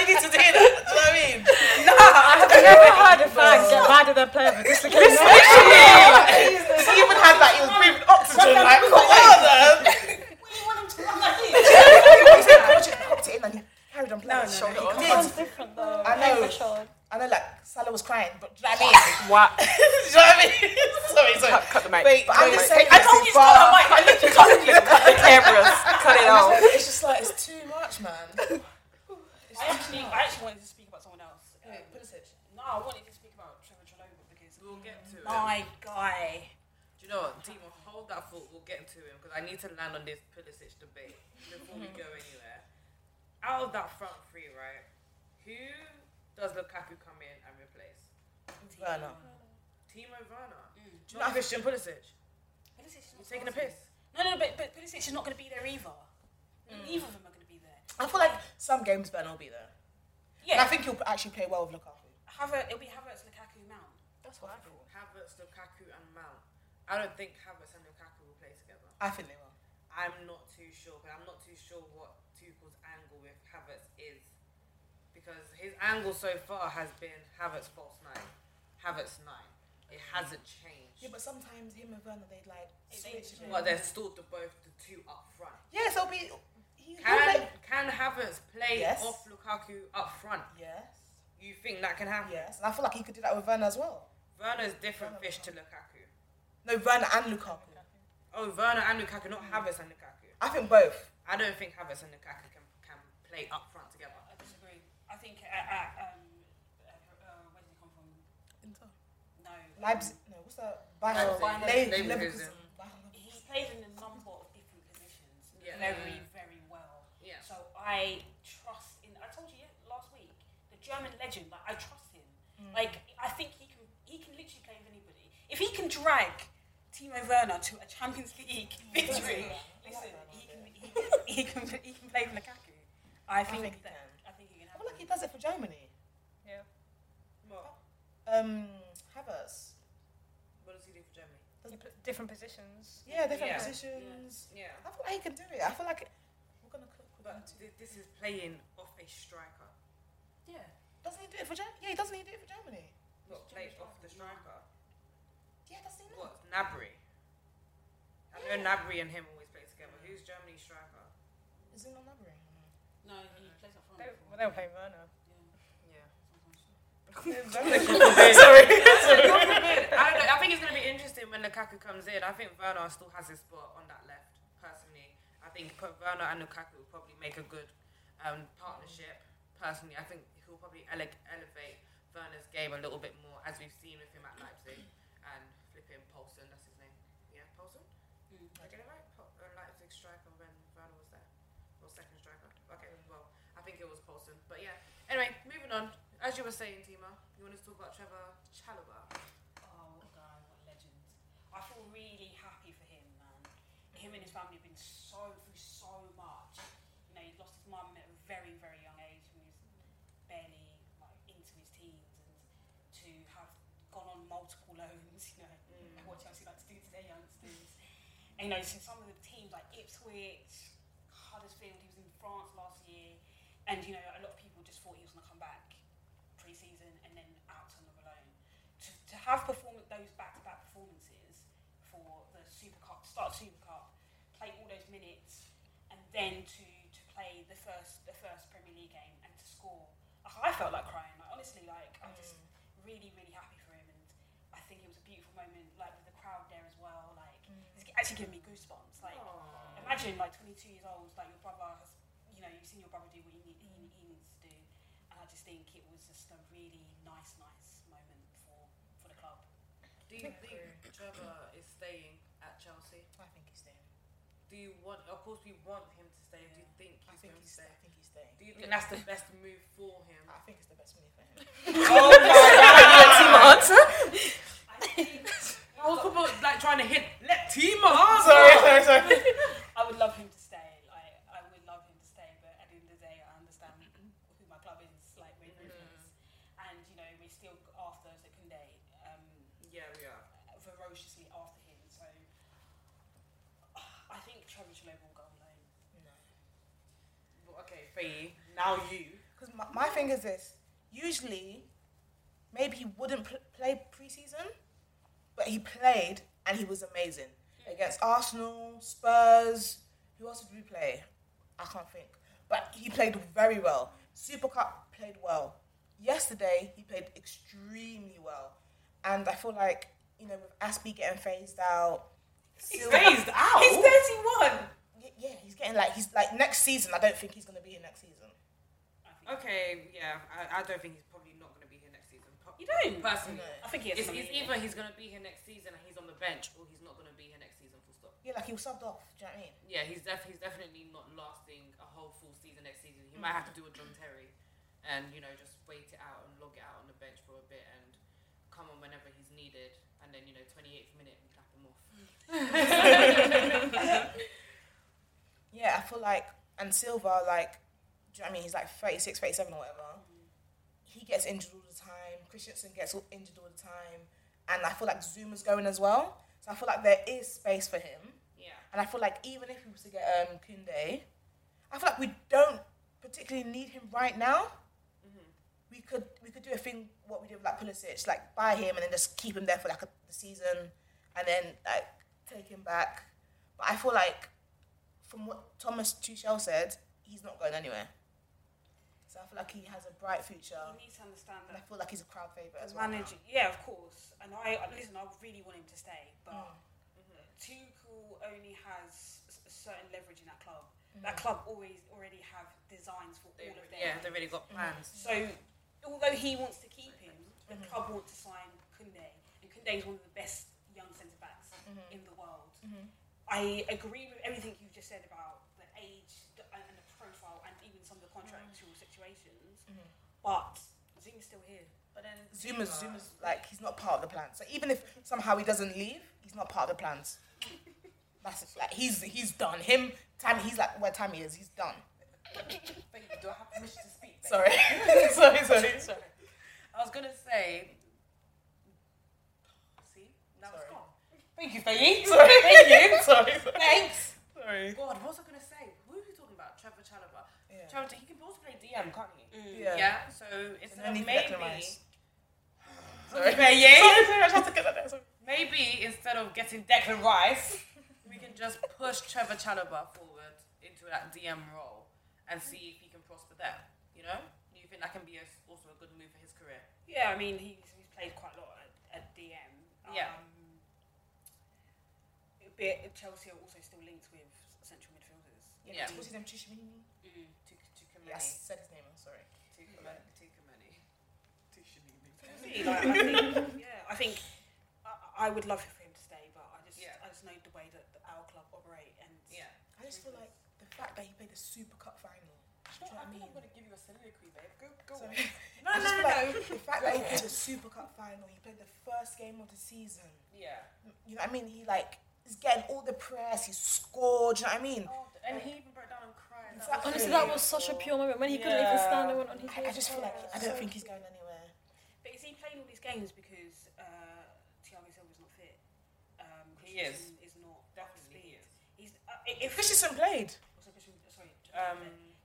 Speaker 8: you need to do that. Do you know what I mean?
Speaker 4: I've never heard a fan get mad at their player for dislocating their
Speaker 8: He even had like he was breathing oxygen. Like, come on, man. He said Kovacic popped it in and he carried on playing. with his shoulder on. Come on.
Speaker 4: different though.
Speaker 8: I know.
Speaker 4: Sure.
Speaker 8: I know, like Salah was crying, but do you know what I mean?
Speaker 5: What?
Speaker 8: do you know what I mean? sorry, sorry.
Speaker 5: Cut, cut the mic.
Speaker 8: Wait, but I'm
Speaker 5: Cut the
Speaker 8: just
Speaker 5: mic.
Speaker 8: saying.
Speaker 5: I
Speaker 8: it's
Speaker 5: told
Speaker 8: too
Speaker 5: you to cut
Speaker 8: far.
Speaker 5: the mic. I literally cut the, cut the cameras. Cut it off.
Speaker 8: It's just like it's too much, man.
Speaker 7: I actually, I actually wanted to speak about someone else. Um, no, I wanted to speak about Trevor Chalobah because
Speaker 3: We'll get to it.
Speaker 7: my guy.
Speaker 3: Do you know what, Timo, hold that thought. We'll get to him because I need to land on this Pulisic debate before we go anywhere. Out of that front three, right? Who does Lukaku come in and replace?
Speaker 8: Werner.
Speaker 3: Timo Werner. Not Christian Pulisic.
Speaker 7: Pulisic's
Speaker 3: You're
Speaker 7: not
Speaker 3: taking a piss.
Speaker 7: No, no, but but Pulisic is not going to be there either. Neither of them are going to be there.
Speaker 8: I feel like some games Werner will be there. And I
Speaker 7: Yeah,
Speaker 8: think he'll actually play well with Lukaku.
Speaker 7: Havertz. It'll be Havertz, Lukaku, Mount.
Speaker 8: That's what I thought.
Speaker 3: Havertz, Lukaku, and Mount. I don't think Havertz and Lukaku will play together.
Speaker 8: I think they will.
Speaker 3: I'm not too sure, but I'm not too sure what Tuchel's angle with Havertz is, because his angle so far has been Havertz false nine, Havertz nine. It hasn't changed.
Speaker 8: Yeah, but sometimes him and Werner, they like switch.
Speaker 3: Well, they're still the both the two up front.
Speaker 8: Yeah, so be. He, he'll
Speaker 3: Can
Speaker 8: play-
Speaker 3: can Havertz play
Speaker 8: Yes.
Speaker 3: off Lukaku up front?
Speaker 8: Yes.
Speaker 3: You think that can happen?
Speaker 8: Yes. And I feel like he could do that with Werner as well.
Speaker 3: Werner's different fish to Lukaku.
Speaker 8: No, Werner and Lukaku.
Speaker 3: Oh, Werner and Lukaku,
Speaker 8: Mm.
Speaker 3: not Havertz and Lukaku.
Speaker 8: I think both.
Speaker 3: I don't think Havertz and Lukaku can can play up front together.
Speaker 7: I disagree. I think uh, uh, um, uh, uh, where did he come from? No.
Speaker 8: Leipzig. No, what's that?
Speaker 3: Leipzig.
Speaker 8: Bayern.
Speaker 3: Leverkusen.
Speaker 8: Le- Leverkusen.
Speaker 7: He played in a number of different positions
Speaker 3: Yeah.
Speaker 7: very, very well.
Speaker 3: Yeah.
Speaker 7: So I trust in. I told you yeah, last week the German legend. Like I trust him. Like I think he can. He can literally play with anybody. If he can drag Timo Werner to a Champions League victory, listen, he can. He can. He can, he can play with Lukaku. I think,
Speaker 8: think he
Speaker 7: that.
Speaker 8: can.
Speaker 7: I think he can. Have
Speaker 8: I feel like he does it for Germany.
Speaker 4: Yeah.
Speaker 8: Um, Havertz.
Speaker 3: What does he do for Germany?
Speaker 4: Different positions.
Speaker 8: Yeah, different
Speaker 3: Yeah.
Speaker 8: positions.
Speaker 3: Yeah.
Speaker 8: I feel like he can do it. I feel like it, we're gonna cook with
Speaker 3: But
Speaker 8: that too.
Speaker 3: th- this is playing off a striker.
Speaker 8: Doesn't he do it for Germany? Yeah, he doesn't he do it for Germany?
Speaker 3: What, play off the striker?
Speaker 8: Yeah, doesn't he? Not?
Speaker 3: What, Nabry? I know Nabry and him always play together. Who's Germany's striker?
Speaker 8: Is he not numbering?
Speaker 7: No, he plays up front.
Speaker 4: They, well, they were playing Werner.
Speaker 3: Yeah.
Speaker 8: Sorry.
Speaker 3: I don't know. I think it's going to be interesting when Lukaku comes in. I think Werner still has his spot on that left, personally. I think put Werner and Lukaku will probably make a good um, partnership, personally. I think he'll probably ele- elevate Werner's game a little bit more, as we've seen with him at Leipzig and flipping Poulsen. That's his name. Yeah, Poulsen. Did I get it right? Po- uh, Leipzig striker when Werner was there, or second striker. Okay, well, I think it was Poulsen. But yeah. Anyway, moving on. As you were saying, Tima, you wanted to talk about Trevor Chalobah.
Speaker 7: Oh god, what a legend! I feel really happy for him, man. Him and his family have been so through so much. You know, he lost his mum at a very, very young age when he was barely like into his teens, and to have gone on multiple loans. You know, what Chelsea like to do to their youngsters. And, you know, since some of the teams like Ipswich, Huddersfield, he was in France last year, and you know, a lot of people just thought he was going to come back pre-season and then out on the loan. To, to have performed those back-to-back performances for the Super Cup, start Super Cup, play all those minutes, and then to, to play the first the first Premier League game and to score, I I felt like crying. Like honestly, like I'm just really really happy for him, and I think it was a beautiful moment, like with the crowd there as well. Like it's actually giving me goosebumps. Like imagine like 22 years old, like your brother has, you know, you've seen your brother do what he, need, he, he needs to do, and I just think it was just a really nice nice moment for for the club.
Speaker 3: Do you think Trevor is staying at Chelsea?
Speaker 8: I think he's staying.
Speaker 3: Do you want? Of course, we want him to stay. Do you think
Speaker 8: I
Speaker 3: he's
Speaker 8: think
Speaker 3: going to
Speaker 8: he's.
Speaker 3: stay?
Speaker 8: I think he's staying.
Speaker 3: Do you think that's the best move for him?
Speaker 8: I think it's the best move for him.
Speaker 3: oh my god! I was about like trying to hit. Let Tima
Speaker 8: sorry, sorry,
Speaker 3: answer.
Speaker 8: sorry.
Speaker 7: I would love him to stay. Like I would love him to stay, but at the end of the day, I understand who my club is. Like we're ruthless, and you know we're still after Kunde, um,
Speaker 3: Yeah, we are.
Speaker 7: ferociously after him. So I think Trevor Chalobah will go on loan.
Speaker 3: Well, Okay, Faye. Now you.
Speaker 8: Because my, my thing is this: usually, maybe he wouldn't pl- play preseason, but he played and he was amazing against Arsenal, Spurs. Who else did we play? I can't think. But he played very well. Super Cup played well. Yesterday he played extremely well, and I feel like you know with Aspie getting phased out. He's phased out.
Speaker 3: He's thirty-one.
Speaker 8: yeah, he's getting like he's like next season. I don't think he's gonna be here next season.
Speaker 3: Okay, yeah. I, I don't think he's probably not going to be here next season. Po-
Speaker 7: You don't?
Speaker 3: personally.
Speaker 7: I think he is
Speaker 3: It's,
Speaker 7: gonna
Speaker 3: it's
Speaker 7: be here.
Speaker 3: either he's going to be here next season and he's on the bench, or he's not going to be here next season. Full stop.
Speaker 8: Yeah, like he was subbed off. Do you know what I mean?
Speaker 3: Yeah, he's def- he's definitely not lasting a whole full season next season. He might have to do a John Terry, and you know just wait it out and log it out on the bench for a bit and come on whenever he's needed, and then you know 28th minute and clap him off.
Speaker 8: Yeah, I feel like, and Silva, like, do you know what I mean? He's like 36, 37 or whatever. He gets injured all the time. Christensen gets all injured all the time. And I feel like Zuma's going as well. So I feel like there is space for him.
Speaker 3: Yeah.
Speaker 8: And I feel like even if we was to get um, Kunde, I feel like we don't particularly need him right now. We could we could do a thing what we did with like Pulisic, like buy him and then just keep him there for like a, the season, and then like take him back. But I feel like from what Thomas Tuchel said, he's not going anywhere. So I feel like he has a bright future,
Speaker 7: You need to understand
Speaker 8: and
Speaker 7: that
Speaker 8: I feel like he's a crowd favorite as
Speaker 7: as
Speaker 8: well.
Speaker 7: manager. Yeah, of course. And I I- listen. I really want him to stay, but Tuchel only has s- a certain leverage in that club. That club always already have designs for all of them.
Speaker 3: Yeah, they've already got plans.
Speaker 7: So, although he wants to keep him, the club want to sign Kunde, and Kunde is one of the best young centre backs in the world. I agree with everything you've just said about the age the- and and the profile, and even some of the contractual situations. But Zuma's still here.
Speaker 3: But then
Speaker 8: Zuma's Zuma's like he's not part of the plan. So even if somehow he doesn't leave, he's not part of the plans. That's it. like he's he's done. Him Tammy, he's like where Tammy is. He's done.
Speaker 3: do I have permission to speak?
Speaker 8: Sorry, sorry, sorry, sorry.
Speaker 3: I was gonna say. See, now
Speaker 8: Sorry.
Speaker 3: it's gone.
Speaker 8: Thank you, Faye. Sorry, thank you. Sorry, sorry.
Speaker 3: Thanks.
Speaker 8: sorry.
Speaker 3: God, what was I gonna say? Who are we talking about? Trevor Chalobah.
Speaker 8: Yeah.
Speaker 3: Trevor, he can also play DM, can't he?
Speaker 8: Yeah.
Speaker 3: So it's
Speaker 8: No need for
Speaker 3: maybe.
Speaker 8: Declan Sorry,
Speaker 3: Sorry.
Speaker 8: sorry, I just had to get that. out. Sorry.
Speaker 3: Maybe instead of getting Declan Rice, we can just push Trevor Chalobah forward into that DM role and see if he can prosper there. You know, do you think that can be a, also a good move for his career?
Speaker 7: Yeah, I mean he's, he's played quite a lot at, at DM.
Speaker 3: Yeah.
Speaker 7: Um, but Chelsea are also still linked with central midfielders.
Speaker 3: Yeah.
Speaker 8: What's his name? Tushimini?
Speaker 3: To, to
Speaker 8: Yes, said his name. I'm sorry.
Speaker 3: Tukumani. Tukumani.
Speaker 7: Like, I think, yeah, I think I, I would love for him to stay, but I just I just know the way that the, our club operate and yeah.
Speaker 8: I just feel like the fact that he played the Super Cup final. Do you know what I mean?
Speaker 7: I'm gonna give you a soliloquy, babe. Go go
Speaker 8: Sorry.
Speaker 7: No,
Speaker 8: I just
Speaker 7: no,
Speaker 8: feel
Speaker 7: no,
Speaker 8: like The fact that he played the Super Cup final, he played the first game of the season.
Speaker 7: Yeah.
Speaker 8: You know what I mean? He like is getting all the press. He scored. Do you know what I mean?
Speaker 7: And he even broke down and cried.
Speaker 8: Exactly.
Speaker 6: Honestly, that was such a pure moment when he couldn't even stand and went on his
Speaker 8: I, I just feel like I don't think he's going anywhere.
Speaker 7: But is he playing all these games because uh, Thiago Silva's not fit? Um,
Speaker 3: He is.
Speaker 7: Christensen is not definitely.
Speaker 3: he is.
Speaker 7: He's uh, i- if
Speaker 8: Christensen played.
Speaker 7: Also Christensen- sorry.
Speaker 3: Um,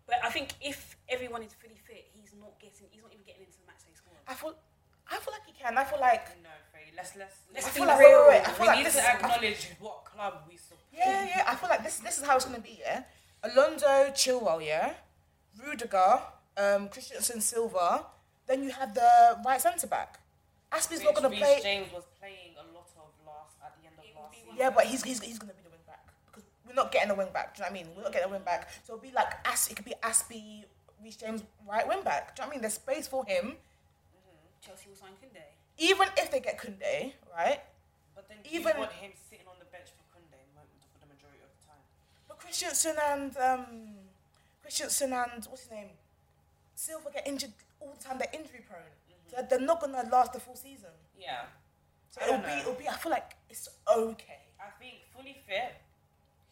Speaker 7: But I think if everyone is fully fit, he's not getting. He's not even getting into the matchday squad.
Speaker 8: I feel, I feel like he can. I feel like
Speaker 3: no, Faye. Let's let's
Speaker 8: I
Speaker 3: let's
Speaker 8: feel
Speaker 3: be
Speaker 8: like-
Speaker 3: real.
Speaker 8: wait, wait, I feel
Speaker 3: we
Speaker 8: like
Speaker 3: need
Speaker 8: this
Speaker 3: to
Speaker 8: is- I-
Speaker 3: acknowledge what club we support.
Speaker 8: Yeah, yeah. I feel like this this is how it's gonna be, yeah? Alonso Chilwell, yeah? Rudiger, um, Christensen Silva, then you have the right centre back. Aspie's not
Speaker 3: Which
Speaker 8: gonna
Speaker 3: Reece
Speaker 8: play
Speaker 3: James was playing a lot of last at the end of last season.
Speaker 8: Yeah, but he's, he's he's gonna be the wing back. Because we're not getting a wing back, do you know what I mean? We're not getting a wing back. So it'll be like As it could be Aspie, Reece James right wing back. Do you know what I mean? There's space for him.
Speaker 7: Chelsea will sign Kunde.
Speaker 8: Even if they get Kunde, right?
Speaker 3: But then
Speaker 8: Even-
Speaker 3: you want him sitting on the bench for Kunde mo- for the majority of the time.
Speaker 8: But Christensen and um, Christensen and what's his name? Silva get injured all the time. They're injury prone. So they're not gonna last the full season.
Speaker 3: Yeah,
Speaker 8: So
Speaker 3: I
Speaker 8: it'll be
Speaker 3: don't know.
Speaker 8: it'll be. I feel like it's okay.
Speaker 3: I think fully fit,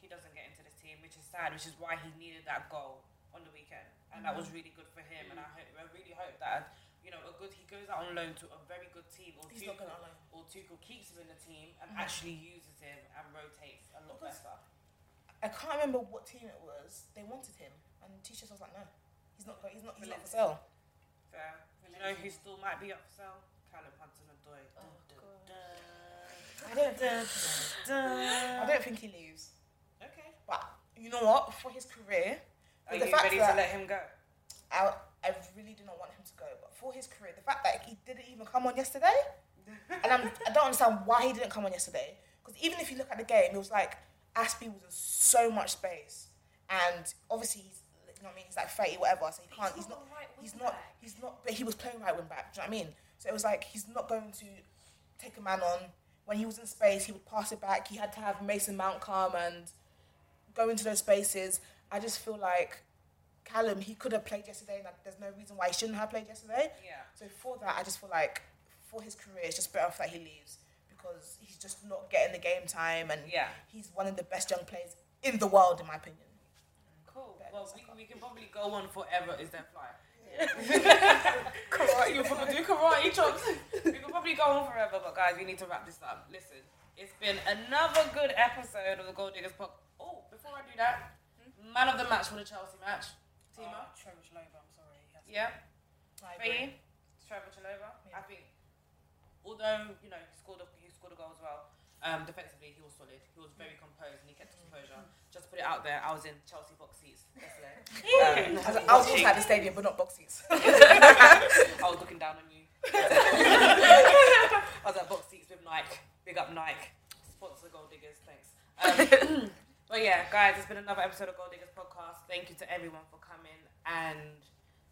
Speaker 3: he doesn't get into the team, which is sad, which is why he needed that goal on the weekend, and that
Speaker 8: Mm-hmm.
Speaker 3: was really good for him. And I hope, I really hope that you know a good he goes out on loan to a very good team, or
Speaker 8: He's not
Speaker 3: Tuchel,
Speaker 8: going to lie.
Speaker 3: or Tuchel keeps him in the team and actually uses him and rotates a lot
Speaker 8: Mm-hmm. Because-
Speaker 3: better.
Speaker 8: I can't remember what team it was. They wanted him, and Tisha was like, no, he's not. go- He's not. He's not for sale.
Speaker 3: Fair. You know who still might be up for sale? Callum Hudson-Odoi.
Speaker 8: Oh,
Speaker 3: Dun,
Speaker 8: I
Speaker 3: dun,
Speaker 8: don't.
Speaker 3: dun.
Speaker 8: I don't think he leaves.
Speaker 3: Okay.
Speaker 8: But you know what? For his career,
Speaker 3: Are
Speaker 8: with the
Speaker 3: you
Speaker 8: fact
Speaker 3: ready
Speaker 8: that
Speaker 3: to let him go?
Speaker 8: I, I really do not want him to go. But for his career, the fact that he didn't even come on yesterday, and I'm, I don't understand why he didn't come on yesterday. Because even if you look at the game, it was like Aspie was in so much space, and obviously he's, you know what I mean, he's like 30, whatever, so he can't. He's not. He's not. He's not. But he was playing right wing back. Do you know what I mean? So it was like he's not going to take a man on. When he was in space, he would pass it back. He had to have Mason Mount come and go into those spaces. I just feel like Callum, he could have played yesterday, and like, there's no reason why he shouldn't have played yesterday.
Speaker 3: Yeah.
Speaker 8: So for that, I just feel like for his career, it's just better off that he leaves because he's just not getting the game time, and
Speaker 3: Yeah.
Speaker 8: he's one of the best young players in the world, in my opinion.
Speaker 3: Cool. Well, we, we can probably go on forever. Is that fly?
Speaker 8: Correct.
Speaker 3: you probably do karate chops. we could probably go on forever, but guys, we need to wrap this up. Listen, it's been another good episode of the Gold Diggers Pod. Oh, before I do that, man of the match for the Chelsea match, Timo.
Speaker 7: Uh, Trevor Chalobah, I'm sorry. He hasn't-
Speaker 3: yeah,
Speaker 8: I agree.
Speaker 3: Faye, Trevor Chalobah.
Speaker 8: Yeah.
Speaker 3: I think, although you know he scored a, he scored a goal as well. Um, defensively, he was solid. He was very composed and he kept his composure. Just to put it out there, I was in Chelsea box seats yesterday. Um,
Speaker 8: I was, I was outside the stadium, but not box seats.
Speaker 3: I was looking down on you. I was at box seats with Nike. Big up Nike. Sponsor Gold Diggers. Thanks. Um, but yeah, guys, it's been another episode of Gold Diggers podcast. Thank you to everyone for coming. And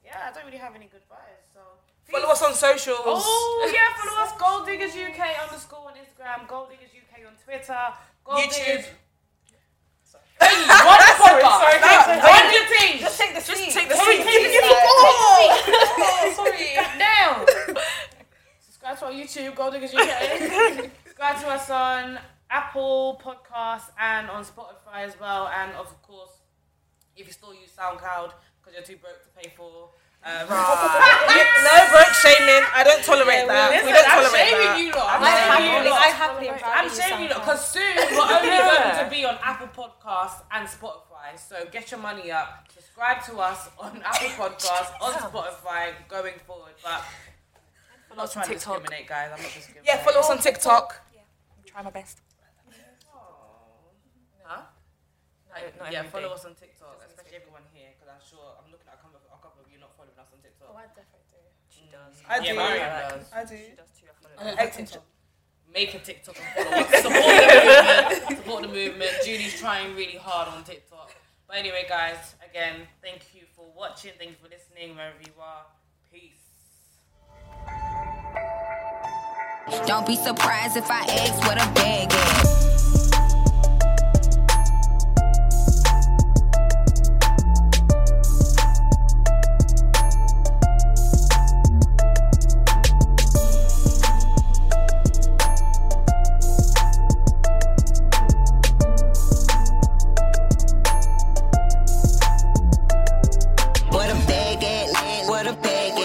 Speaker 3: yeah, I don't really have any goodbyes. So
Speaker 8: Follow us on socials.
Speaker 3: Oh yeah, follow us. Gold Diggers UK underscore on Instagram. Gold Diggers UK on Twitter. Gold
Speaker 8: YouTube.
Speaker 3: Diggers. Hey, one sorry, sorry, Run your team.
Speaker 8: Just take the seat.
Speaker 11: take the
Speaker 8: Hey,
Speaker 11: seat.
Speaker 8: take the seat. Oh, sorry.
Speaker 3: down. Subscribe to our YouTube, Gold Diggers UK. Subscribe to us on Apple Podcasts and on Spotify as well. And of course, if you still use SoundCloud because you're too broke to pay for.
Speaker 8: No
Speaker 3: Um,
Speaker 8: broke shaming. I don't tolerate that.
Speaker 3: Listen,
Speaker 8: we don't
Speaker 3: I'm
Speaker 8: tolerate
Speaker 3: shaming
Speaker 8: that.
Speaker 3: you lot. I'm,
Speaker 6: I
Speaker 3: shaming you
Speaker 6: happily,
Speaker 3: lot.
Speaker 6: I happily and
Speaker 3: I'm
Speaker 6: proudly use
Speaker 3: shaming you
Speaker 6: SoundCloud.
Speaker 3: lot because soon we're only going to be on Apple Podcasts and Spotify. So get your money up. Subscribe to us on Apple Podcasts, on Spotify going forward. But I'm not trying to
Speaker 11: TikTok.
Speaker 3: discriminate, guys. I'm not discriminating.
Speaker 8: Yeah, follow us on TikTok.
Speaker 11: Try my best.
Speaker 3: Huh?
Speaker 11: Not, not
Speaker 3: yeah,
Speaker 11: every
Speaker 3: follow
Speaker 11: day.
Speaker 3: us on TikTok, especially everyone here, because I'm sure I'm looking at a couple, of, a couple of you not following us on TikTok. Mm.
Speaker 14: Oh, I definitely do.
Speaker 11: She does.
Speaker 5: I
Speaker 3: yeah,
Speaker 5: do.
Speaker 3: Mariam does.
Speaker 5: I do.
Speaker 11: She does too. I follow her.
Speaker 5: Excellent.
Speaker 3: Make a TikTok and follow us. Support the movement. Support the movement. Julie's trying really hard on TikTok. But anyway, guys, again, thank you for watching. Thank you for listening, wherever you are. Peace.
Speaker 2: Don't be surprised if I ask what a bag is.
Speaker 15: What a bag at, what a bag at.